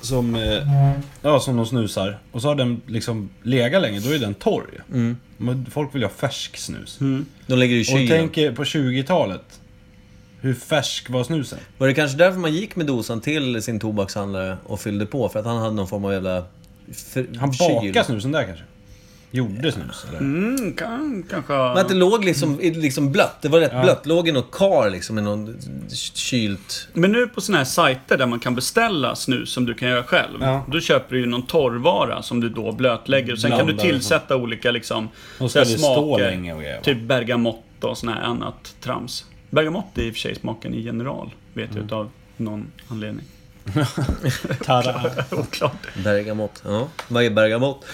[SPEAKER 4] Som, eh, ja, som de snusar. Och så har den liksom legat länge, då är den torr ju.
[SPEAKER 3] Mm.
[SPEAKER 4] Men folk vill ju ha färsk snus.
[SPEAKER 2] De lägger i
[SPEAKER 4] Och
[SPEAKER 2] kylen.
[SPEAKER 4] tänk er på 20-talet. Hur färsk var snusen?
[SPEAKER 2] Var det kanske därför man gick med dosan till sin tobakshandlare och fyllde på? För att han hade någon form av jävla... för-
[SPEAKER 4] Han
[SPEAKER 2] kyl.
[SPEAKER 4] bakade snusen där kanske? Gjorde snus eller?
[SPEAKER 3] Mm, kan, kanske...
[SPEAKER 2] Men att det låg liksom, liksom blött. Det var rätt blött. Låg i något kar liksom, i någon kylt...
[SPEAKER 3] Men nu på såna här sajter där man kan beställa snus som du kan göra själv.
[SPEAKER 4] Ja.
[SPEAKER 3] Då köper du ju någon torrvara som du då blötlägger. Och sen kan du
[SPEAKER 4] Blandar
[SPEAKER 3] tillsätta olika liksom,
[SPEAKER 4] Och
[SPEAKER 3] så här
[SPEAKER 4] ska det stå länge och grejer, va?
[SPEAKER 3] typ bergamott och sån här annat trams. Bergamott är i och för sig smaken i general. Vet jag utav någon anledning. Oklart.
[SPEAKER 2] Bergamott. Ja, vad är bergamott?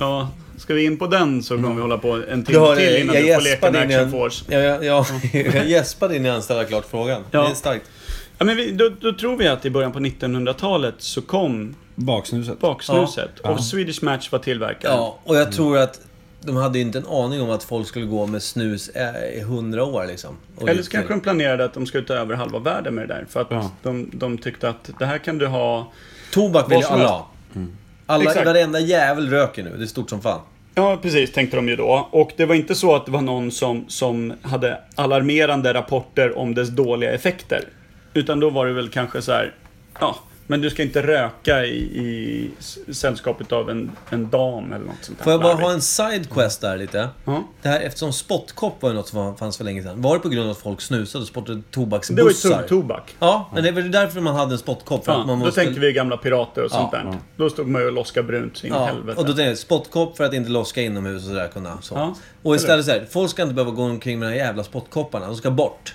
[SPEAKER 3] Ja, ska vi in på den så kommer vi hålla på en
[SPEAKER 2] Du
[SPEAKER 3] timme
[SPEAKER 2] hör,
[SPEAKER 3] till innan
[SPEAKER 2] jag,
[SPEAKER 3] du får leka
[SPEAKER 2] gäspade
[SPEAKER 3] med
[SPEAKER 2] in i
[SPEAKER 3] Action
[SPEAKER 2] en-
[SPEAKER 3] Force.
[SPEAKER 2] Ja, ja, ja, jag gäspade innan jag ens ställde klart frågan.
[SPEAKER 3] Ja.
[SPEAKER 2] Det är starkt.
[SPEAKER 3] Ja, men vi, då, då tror vi att i början på 1900-talet så kom
[SPEAKER 4] Baksnuset.
[SPEAKER 3] baksnuset. Och Swedish Match var tillverkare.
[SPEAKER 2] Ja, och
[SPEAKER 3] Mm.
[SPEAKER 2] jag tror att de hade ju inte en aning om att folk skulle gå med snus eh, i hundra år liksom. Och
[SPEAKER 3] Eller
[SPEAKER 2] lite
[SPEAKER 3] så kanske de planerade att de skulle ta över halva världen med det där. För att de, de tyckte att det här kan du ha...
[SPEAKER 2] Tobak vill
[SPEAKER 3] Vad
[SPEAKER 2] ju
[SPEAKER 3] som
[SPEAKER 2] alla
[SPEAKER 3] helst. Mm.
[SPEAKER 2] ha. Alla,
[SPEAKER 3] Exakt.
[SPEAKER 2] varenda jävel röker nu. Det är stort som fan.
[SPEAKER 3] Ja, precis, tänkte de ju då. Och det var inte så att det var någon som, som hade alarmerande rapporter om dess dåliga effekter. Utan då var det väl kanske så här, ja, men du ska inte röka i, i s- sällskapet av en, en dam eller något sånt där.
[SPEAKER 2] Får jag bara
[SPEAKER 3] larvigt.
[SPEAKER 2] ha en sidequest där lite?
[SPEAKER 3] Ja.
[SPEAKER 2] Det här, eftersom spottkopp var ju något som var- fanns för länge sedan. Var det på grund av att folk snusade och spottade
[SPEAKER 3] Det var ju
[SPEAKER 2] tobaksbussar?
[SPEAKER 3] tuggtobak.
[SPEAKER 2] Ja, men det är väl därför man hade en spottkopp. För
[SPEAKER 3] Ja,
[SPEAKER 2] att man
[SPEAKER 3] Då
[SPEAKER 2] måste...
[SPEAKER 3] tänkte vi gamla pirater och sånt
[SPEAKER 2] Ja,
[SPEAKER 3] där. Då stod man ju och loskade brunt så in i
[SPEAKER 2] Ja,
[SPEAKER 3] helvete.
[SPEAKER 2] och då tänkte jag spottkopp för att inte loska inomhus och sådär kunna. Så.
[SPEAKER 3] Ja,
[SPEAKER 2] och istället så här, folk ska inte behöva gå omkring med de här jävla spottkopparna. De ska bort.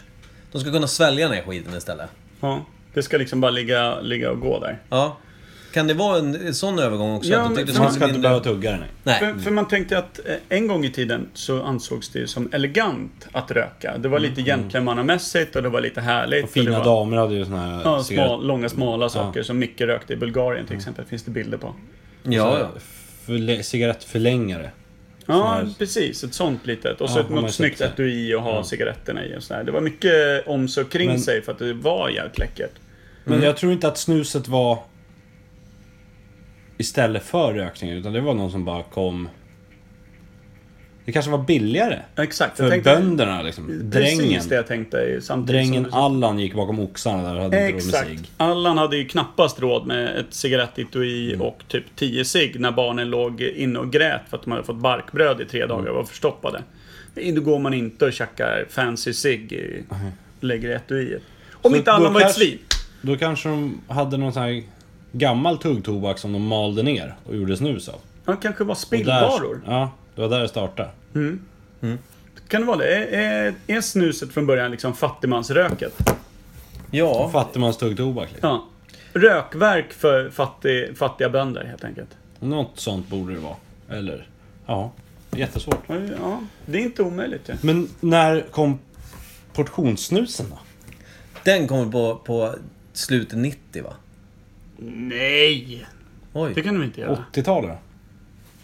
[SPEAKER 2] De ska kunna svälja den här skiten istället.
[SPEAKER 3] ja, det ska liksom bara ligga, ligga och gå där.
[SPEAKER 2] Ja. Kan det vara en, en sån övergång också?
[SPEAKER 3] Ja,
[SPEAKER 2] Att de tyckte
[SPEAKER 3] men-
[SPEAKER 2] det
[SPEAKER 3] man
[SPEAKER 2] skulle bli
[SPEAKER 3] ska
[SPEAKER 4] inte
[SPEAKER 2] mindre-
[SPEAKER 4] behöva tugga den. nej.
[SPEAKER 2] Nej.
[SPEAKER 3] För, för man tänkte att eh, en gång i tiden så ansågs det ju som elegant att röka. Det var lite gentlemannamässigt och det var lite härligt.
[SPEAKER 4] Mm, Och
[SPEAKER 3] och det
[SPEAKER 4] fina
[SPEAKER 3] var,
[SPEAKER 4] damer hade ju såna här
[SPEAKER 3] Ja,
[SPEAKER 4] cigaretter.
[SPEAKER 3] smal, långa smala saker som Micke rökte i Bulgarien
[SPEAKER 4] Mm.
[SPEAKER 3] till exempel. Finns det bilder på.
[SPEAKER 2] Ja, ja.
[SPEAKER 4] Förle- cigarettförlängare.
[SPEAKER 3] Ja,
[SPEAKER 4] här-
[SPEAKER 3] precis. Ett sånt litet. Och
[SPEAKER 4] Ja,
[SPEAKER 3] så ett
[SPEAKER 4] har man
[SPEAKER 3] något
[SPEAKER 4] sett
[SPEAKER 3] snyggt
[SPEAKER 4] det.
[SPEAKER 3] etui att ha cigaretterna i och sådär. Det var mycket om sig och kring
[SPEAKER 4] Men-
[SPEAKER 3] sig för att det var jävligt läckert.
[SPEAKER 4] Men
[SPEAKER 3] Mm.
[SPEAKER 4] jag tror inte att snuset var istället för rökningen. Utan det var någon som bara kom... Det kanske var billigare.
[SPEAKER 3] Exakt.
[SPEAKER 4] För bönderna liksom. Drängen.
[SPEAKER 3] Precis det jag tänkte. ju, Samtidigt som
[SPEAKER 4] Drängen
[SPEAKER 3] du sa.
[SPEAKER 4] Allan gick bakom oxarna där och hade inte råd med
[SPEAKER 3] Exakt.
[SPEAKER 4] cigg.
[SPEAKER 3] Allan hade ju knappast råd med ett cigarettitui
[SPEAKER 4] Mm.
[SPEAKER 3] och typ 10 cigg när barnen låg inne och grät för att de hade fått barkbröd i tre dagar
[SPEAKER 4] Mm.
[SPEAKER 3] och var förstoppade. Då går man inte och käkar fancy cigg i lägger i etuiet. Om
[SPEAKER 4] Så
[SPEAKER 3] inte
[SPEAKER 4] då
[SPEAKER 3] Allan var ett
[SPEAKER 4] kanske-
[SPEAKER 3] svin.
[SPEAKER 4] Då kanske de hade någon sån här gammal tuggtobak som de malde ner och gjorde snus av.
[SPEAKER 3] Han kanske var
[SPEAKER 4] Och där-
[SPEAKER 3] spillvaror.
[SPEAKER 4] Ja, det var där det startade.
[SPEAKER 3] Kan det vara det? Är, är, är snuset från början liksom fattigmansröket?
[SPEAKER 2] ja.
[SPEAKER 4] Fattigmans tuggtobak. Liksom.
[SPEAKER 3] Ja. Rökverk för fattig, fattiga bönder helt enkelt.
[SPEAKER 4] Något sånt borde det vara. Eller? Ja. Jättesvårt.
[SPEAKER 3] Ja, det är inte omöjligt ju.
[SPEAKER 4] Men när kom portionssnusen då?
[SPEAKER 2] Den kommer på, på slutet 90 va?
[SPEAKER 3] Nej! Det
[SPEAKER 2] Oj.
[SPEAKER 3] kan de inte göra.
[SPEAKER 4] 80-talet?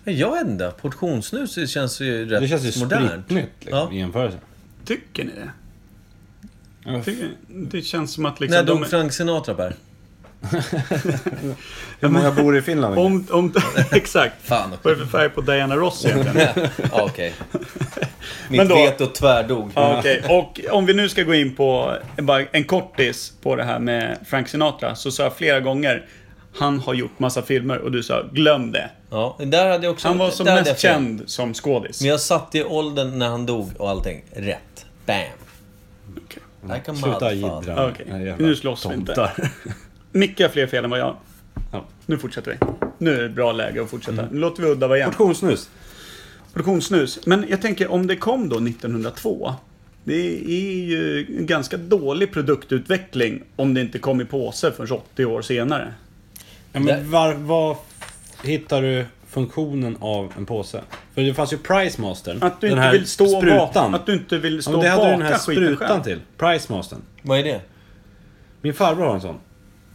[SPEAKER 2] Jag vet inte. Portionssnus det känns ju rätt
[SPEAKER 4] Det känns ju
[SPEAKER 2] modernt.
[SPEAKER 4] spritnytt liksom,
[SPEAKER 2] Ja.
[SPEAKER 4] i jämförelse.
[SPEAKER 3] Tycker ni det?
[SPEAKER 4] Ja,
[SPEAKER 3] Tycker, det känns som att
[SPEAKER 2] När
[SPEAKER 3] liksom...
[SPEAKER 2] dog Frank Sinatra Per?
[SPEAKER 4] Hur många bor i Finland?
[SPEAKER 3] om, om, exakt.
[SPEAKER 2] Fan också.
[SPEAKER 3] Vad är det för färg på Diana Ross egentligen?
[SPEAKER 2] Ja, okej.
[SPEAKER 3] Men
[SPEAKER 2] Mitt
[SPEAKER 3] då-
[SPEAKER 2] veto tvärdog.
[SPEAKER 3] Ja, Okej, och om vi nu ska gå in på bara en kortis på det här med Frank Sinatra. Så sa jag flera gånger, han har gjort massa filmer och du sa glöm det.
[SPEAKER 2] Ja, där hade jag också...
[SPEAKER 3] Han var som
[SPEAKER 2] där hade
[SPEAKER 3] mest
[SPEAKER 2] jag fel.
[SPEAKER 3] känd som skådis.
[SPEAKER 2] Men jag satt i åldern när han dog och allting. Rätt. Bam.
[SPEAKER 3] Okej.
[SPEAKER 2] Like a
[SPEAKER 4] Sluta
[SPEAKER 2] motherfucker.
[SPEAKER 4] jiddra.
[SPEAKER 3] Okej,
[SPEAKER 4] Nej, jävla
[SPEAKER 3] nu slåss vi inte. Micke har fler fel än vad jag har.
[SPEAKER 4] Ja.
[SPEAKER 3] Nu fortsätter vi. Nu är det ett bra läge att fortsätta. Nu låter vi Udda vara igen.
[SPEAKER 4] Portionssnus.
[SPEAKER 3] Produktionssnus. Men jag tänker om det kom då 1902. Det är ju en ganska dålig produktutveckling om det inte kom i påse förrän 80 år senare.
[SPEAKER 4] Ja, men var, var hittar du funktionen av en påse? För det fanns ju Price Master.
[SPEAKER 3] Att du
[SPEAKER 4] den
[SPEAKER 3] inte
[SPEAKER 4] här
[SPEAKER 3] vill stå och
[SPEAKER 4] sprutan.
[SPEAKER 3] baka. Att du inte vill
[SPEAKER 4] ja,
[SPEAKER 3] stå
[SPEAKER 4] men
[SPEAKER 3] och
[SPEAKER 4] det
[SPEAKER 3] baka
[SPEAKER 4] hade du den här
[SPEAKER 3] skiten
[SPEAKER 4] sprutan
[SPEAKER 3] själv.
[SPEAKER 4] till. Price Master.
[SPEAKER 2] Vad är det?
[SPEAKER 4] Min farbror har en sån.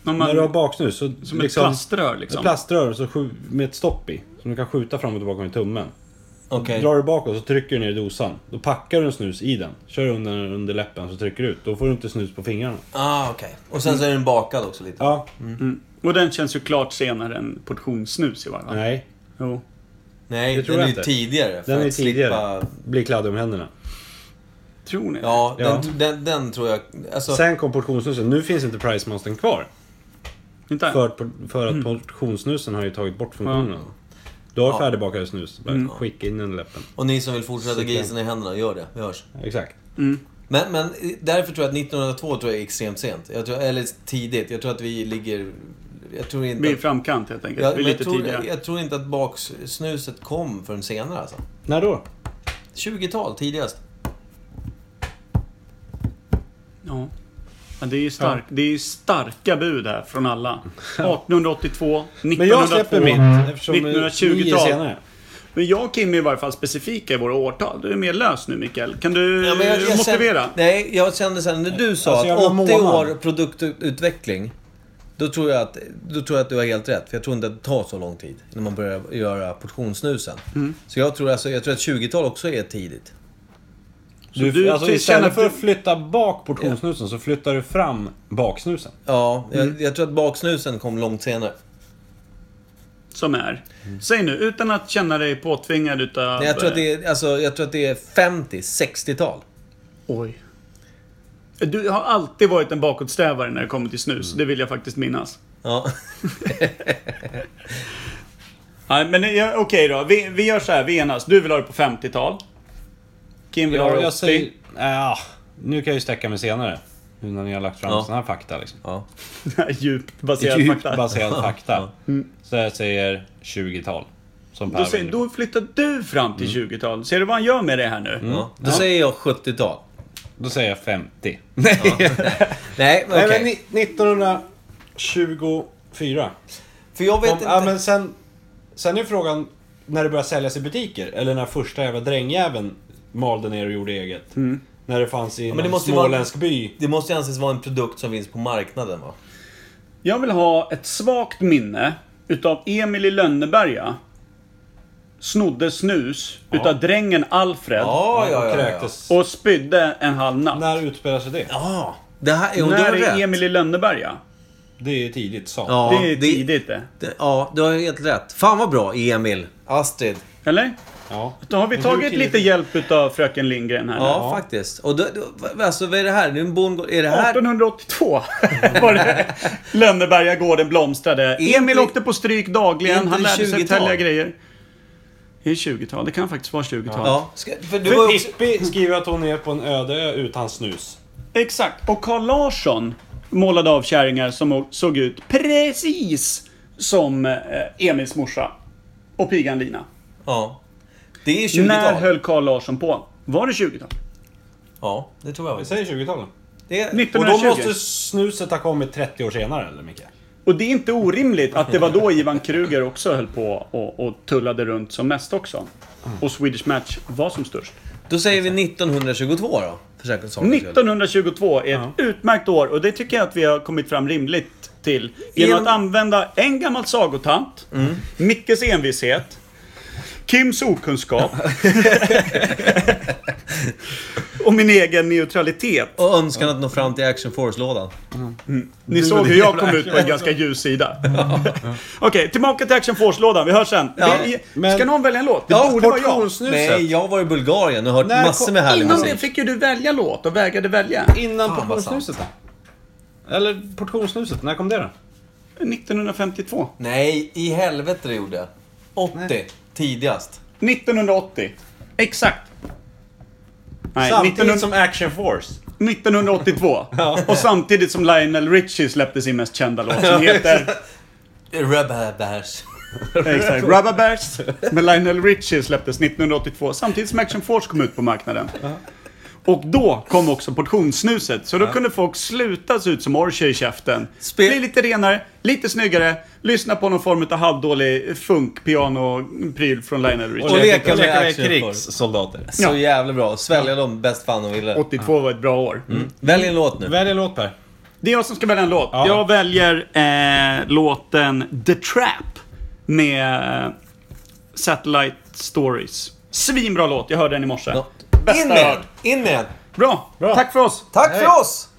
[SPEAKER 13] Om
[SPEAKER 4] När du har
[SPEAKER 13] man,
[SPEAKER 4] baksnus så...
[SPEAKER 13] som ett plaströr
[SPEAKER 4] Ett
[SPEAKER 13] liksom.
[SPEAKER 4] plaströr så skju- med ett stopp i. Som du kan skjuta fram och tillbaka med tummen.
[SPEAKER 2] Okej.
[SPEAKER 4] Drar du bakåt så trycker du ner i dosan. Då packar du en snus i den. Kör under, under läppen så trycker du ut. Då får du inte snus på fingrarna.
[SPEAKER 2] Ah, okej. Och sen så är den bakad också lite.
[SPEAKER 4] Ja,
[SPEAKER 3] Och den känns ju klart senare än portion snus i varje fall.
[SPEAKER 4] nej.
[SPEAKER 3] Jo.
[SPEAKER 2] Nej,
[SPEAKER 4] Det tror
[SPEAKER 2] den
[SPEAKER 4] jag
[SPEAKER 2] är ju
[SPEAKER 4] inte.
[SPEAKER 2] tidigare. För
[SPEAKER 4] Den är
[SPEAKER 2] att
[SPEAKER 4] tidigare.
[SPEAKER 2] Slippa...
[SPEAKER 4] Blir kladdig om händerna.
[SPEAKER 3] Tror ni?
[SPEAKER 2] Ja,
[SPEAKER 4] Ja.
[SPEAKER 2] Den, den, den tror jag... Alltså,
[SPEAKER 4] Sen kom portionssnusen. Nu finns inte Price Mastern kvar.
[SPEAKER 3] Inte?
[SPEAKER 4] För, för
[SPEAKER 3] Mm.
[SPEAKER 4] att portionssnusen har ju tagit bort funktionen. Du har färdigbakade snus. Bara
[SPEAKER 3] Mm.
[SPEAKER 4] skicka in den i läppen.
[SPEAKER 2] och ni som vill fortsätta grisen i händerna, gör det. Vi hörs.
[SPEAKER 4] Exakt.
[SPEAKER 2] Men, men därför tror jag att 1902 tror jag är extremt sent. Jag tror, eller tidigt. Jag tror att vi ligger... Jag tror inte...
[SPEAKER 3] Vi är i
[SPEAKER 2] att-
[SPEAKER 3] framkant helt enkelt.
[SPEAKER 2] Ja,
[SPEAKER 3] vi är
[SPEAKER 2] men jag,
[SPEAKER 3] lite
[SPEAKER 2] tror,
[SPEAKER 3] tidigare.
[SPEAKER 2] jag tror inte att baksnuset kom förrän senare alltså.
[SPEAKER 4] När då?
[SPEAKER 2] 20-tal tidigast.
[SPEAKER 3] Ja. Ja, det, är ju stark, det är ju starka bud här från alla. 1882, 1902.
[SPEAKER 4] Men jag släpper Mm. mitt. Eftersom
[SPEAKER 3] 1920-tal.
[SPEAKER 4] 1920 senare.
[SPEAKER 3] Men jag och Kim är i varje fall specifika i våra årtal. Du är mer lös nu Mikael. Kan du
[SPEAKER 2] Ja, men jag- jag kände-
[SPEAKER 3] motivera?
[SPEAKER 2] nej, jag kände sen när du sa
[SPEAKER 4] Alltså, jag var
[SPEAKER 2] att 80
[SPEAKER 4] månad.
[SPEAKER 2] år produktutveckling. Då tror, jag att, då tror jag att du har helt rätt. För jag tror inte att det tar så lång tid när man börjar göra portionssnusen.
[SPEAKER 3] Mm.
[SPEAKER 2] Så jag tror, alltså, jag tror att 20-tal också är tidigt.
[SPEAKER 4] Du,
[SPEAKER 3] du ty-
[SPEAKER 4] alltså,
[SPEAKER 3] känner
[SPEAKER 4] istället
[SPEAKER 3] att
[SPEAKER 4] för
[SPEAKER 3] du-
[SPEAKER 4] att flytta bak portionssnusen så flyttar du fram baksnusen.
[SPEAKER 2] Ja,
[SPEAKER 3] Mm.
[SPEAKER 2] jag, jag tror att baksnusen kom långt senare.
[SPEAKER 3] Som är. Säg nu, utan att känna dig påtvingad utav...
[SPEAKER 2] Nej, jag, tror att det är, alltså, jag tror att det är 50-60-tal.
[SPEAKER 3] Oj. Du har alltid varit en bakåtsträvare när det kommer till snus. Det vill jag faktiskt minnas.
[SPEAKER 2] Ja.
[SPEAKER 3] Nej, men det- ja, okej då. Vi, vi gör så här, vi enas. Du vill ha det på 50-tal. Kim vill ha det
[SPEAKER 4] Ja,
[SPEAKER 3] 80.
[SPEAKER 4] jag säger... Ja, nu kan jag ju sträcka mig senare. Nu när ni har lagt fram
[SPEAKER 2] Ja.
[SPEAKER 4] såna här fakta liksom.
[SPEAKER 2] ja.
[SPEAKER 3] Djupt baserat
[SPEAKER 4] Djupt
[SPEAKER 3] fakta. Mm.
[SPEAKER 4] baserad fakta. Så jag säger 20-tal. Som
[SPEAKER 3] Då,
[SPEAKER 4] Per
[SPEAKER 3] säger,
[SPEAKER 4] säger,
[SPEAKER 3] då flyttar du fram till 20-tal. Ser du vad han gör med det här nu?
[SPEAKER 2] Ja. Då säger jag 70-tal.
[SPEAKER 4] då säger jag 50.
[SPEAKER 2] Nej, men okej.
[SPEAKER 4] Nej, men ni- 1924.
[SPEAKER 2] För jag vet
[SPEAKER 4] Om,
[SPEAKER 2] inte.
[SPEAKER 4] ja, men sen, sen är frågan när det börjar säljas i butiker. Eller när första jävla drängjäveln malde ner och gjorde eget.
[SPEAKER 3] Mm.
[SPEAKER 4] När det fanns i
[SPEAKER 2] det
[SPEAKER 4] någon
[SPEAKER 2] måste ju vara-
[SPEAKER 4] småländsk by.
[SPEAKER 2] Det måste ju anses vara en produkt som finns på marknaden va?
[SPEAKER 3] Jag vill ha ett svagt minne utav Emil i Lönneberga. Snodde snus utav drängen Alfred.
[SPEAKER 2] Ja, ja,
[SPEAKER 4] och
[SPEAKER 2] ja. ja,
[SPEAKER 4] kräktes.
[SPEAKER 3] Och spydde en halv natt.
[SPEAKER 4] När utspelar sig det?
[SPEAKER 2] ja. Det här, jo, du
[SPEAKER 3] När
[SPEAKER 2] har
[SPEAKER 3] är
[SPEAKER 2] rätt.
[SPEAKER 3] Emil i Lönneberga?
[SPEAKER 4] Det är tidigt sa
[SPEAKER 2] Ja,
[SPEAKER 3] det är tidigt det.
[SPEAKER 2] det- Ja, du har helt rätt. Fan vad bra Emil. Astrid.
[SPEAKER 3] Eller?
[SPEAKER 4] Ja.
[SPEAKER 3] Då har vi tagit lite hjälp utav fröken Lindgren här.
[SPEAKER 2] Ja, faktiskt. Och då, då, va- alltså vad är det här? Det är en bondgård. Är det här...
[SPEAKER 3] 1882 var det Lönnebergagården blomstrade.
[SPEAKER 2] Inte-
[SPEAKER 3] Emil åkte på stryk dagligen.
[SPEAKER 2] inte
[SPEAKER 3] Han lärde sig
[SPEAKER 2] 20-tal.
[SPEAKER 3] tälja grejer. Det är 20-tal. Det kan faktiskt vara 20-tal.
[SPEAKER 2] Ja. Ska, för du var
[SPEAKER 4] För
[SPEAKER 2] ju också...
[SPEAKER 4] Pippi skriver att hon är på en öde ö utan snus.
[SPEAKER 3] Exakt. Och Carl Larsson målade av kärringar som såg ut precis som eh, Emils morsa. Och pigan Lina.
[SPEAKER 2] Ja. Det är
[SPEAKER 3] När
[SPEAKER 2] 20-tal.
[SPEAKER 3] höll Carl Larsson på? Var det 20-tal?
[SPEAKER 2] Ja, det tror jag
[SPEAKER 4] Jag
[SPEAKER 2] visst.
[SPEAKER 4] säger 20-talet.
[SPEAKER 2] Det är...
[SPEAKER 3] 1920?
[SPEAKER 4] Och då måste snuset ha kommit 30 år senare eller Micke?
[SPEAKER 3] Och det är inte orimligt att det var då Ivan Kruger också höll på och, och tullade runt som mest också.
[SPEAKER 4] Mm.
[SPEAKER 3] Och Swedish Match var som störst.
[SPEAKER 2] Då säger vi 1922 då. För säkerhets skull.
[SPEAKER 3] 1922 är ett utmärkt år och det tycker jag att vi har kommit fram rimligt till. Genom
[SPEAKER 2] En-
[SPEAKER 3] att använda en gammal sagotant,
[SPEAKER 2] Mm.
[SPEAKER 3] Mickes envishet, Kims okunskap och min egen neutralitet.
[SPEAKER 2] Och önskan att nå fram till Action Force-lådan.
[SPEAKER 3] Ni såg hur jag kom ut på en ganska ljus sida. Okej, tillbaka till Action Force-lådan. Vi hörs sen.
[SPEAKER 2] Ja,
[SPEAKER 3] Vi-
[SPEAKER 4] men-
[SPEAKER 3] Ska någon välja en låt? Oh, Det
[SPEAKER 2] Ja,
[SPEAKER 3] borde vara jag.
[SPEAKER 4] Portionssnuset.
[SPEAKER 2] Nej, jag var i Bulgarien och hört
[SPEAKER 4] När
[SPEAKER 2] massor
[SPEAKER 4] kom-
[SPEAKER 2] med härlig
[SPEAKER 3] Innan det
[SPEAKER 2] musik.
[SPEAKER 3] fick ju du välja låt och vägrade välja.
[SPEAKER 4] Innan
[SPEAKER 2] Fan, vad sant.
[SPEAKER 4] portionssnuset då? Eller portionssnuset, när kom det då?
[SPEAKER 3] 1952.
[SPEAKER 2] Nej, i helvete det gjorde jag. 80 tidigast.
[SPEAKER 3] 1980. Exakt. Nej,
[SPEAKER 4] Samtidigt
[SPEAKER 3] 1900
[SPEAKER 4] som Action Force.
[SPEAKER 3] 1982. Och samtidigt som Lionel Richie släppte sin mest kända låt som heter...
[SPEAKER 2] Rubbadash.
[SPEAKER 3] Exakt. Rubber Bears med Lionel Richie släpptes 1982. Samtidigt som Action Force kom ut på marknaden. Och då kom också portionssnuset. Så då kunde folk sluta se ut som orcher i käften.
[SPEAKER 2] Spel-
[SPEAKER 3] Bli lite renare, lite snyggare, lyssna på någon form av halvdålig funk piano pryl från Line
[SPEAKER 2] Och
[SPEAKER 3] Richie.
[SPEAKER 2] leka med
[SPEAKER 4] Leka med
[SPEAKER 2] action
[SPEAKER 4] krigssoldater.
[SPEAKER 2] Så jävla bra. Svälja dem bäst fan de ville.
[SPEAKER 3] 82 var ett bra år.
[SPEAKER 4] Mm.
[SPEAKER 2] Välj en låt nu.
[SPEAKER 4] Välj en låt Per.
[SPEAKER 3] Det är jag som ska välja en låt. Jag väljer eh, låten The Trap med eh, Satellite Stories. Svinbra låt, jag hörde den i morse.
[SPEAKER 2] Ja.
[SPEAKER 3] Bästa
[SPEAKER 2] In
[SPEAKER 3] jag
[SPEAKER 2] med
[SPEAKER 3] hört.
[SPEAKER 2] In med
[SPEAKER 3] Bra. Tack för oss!
[SPEAKER 2] Tack för oss!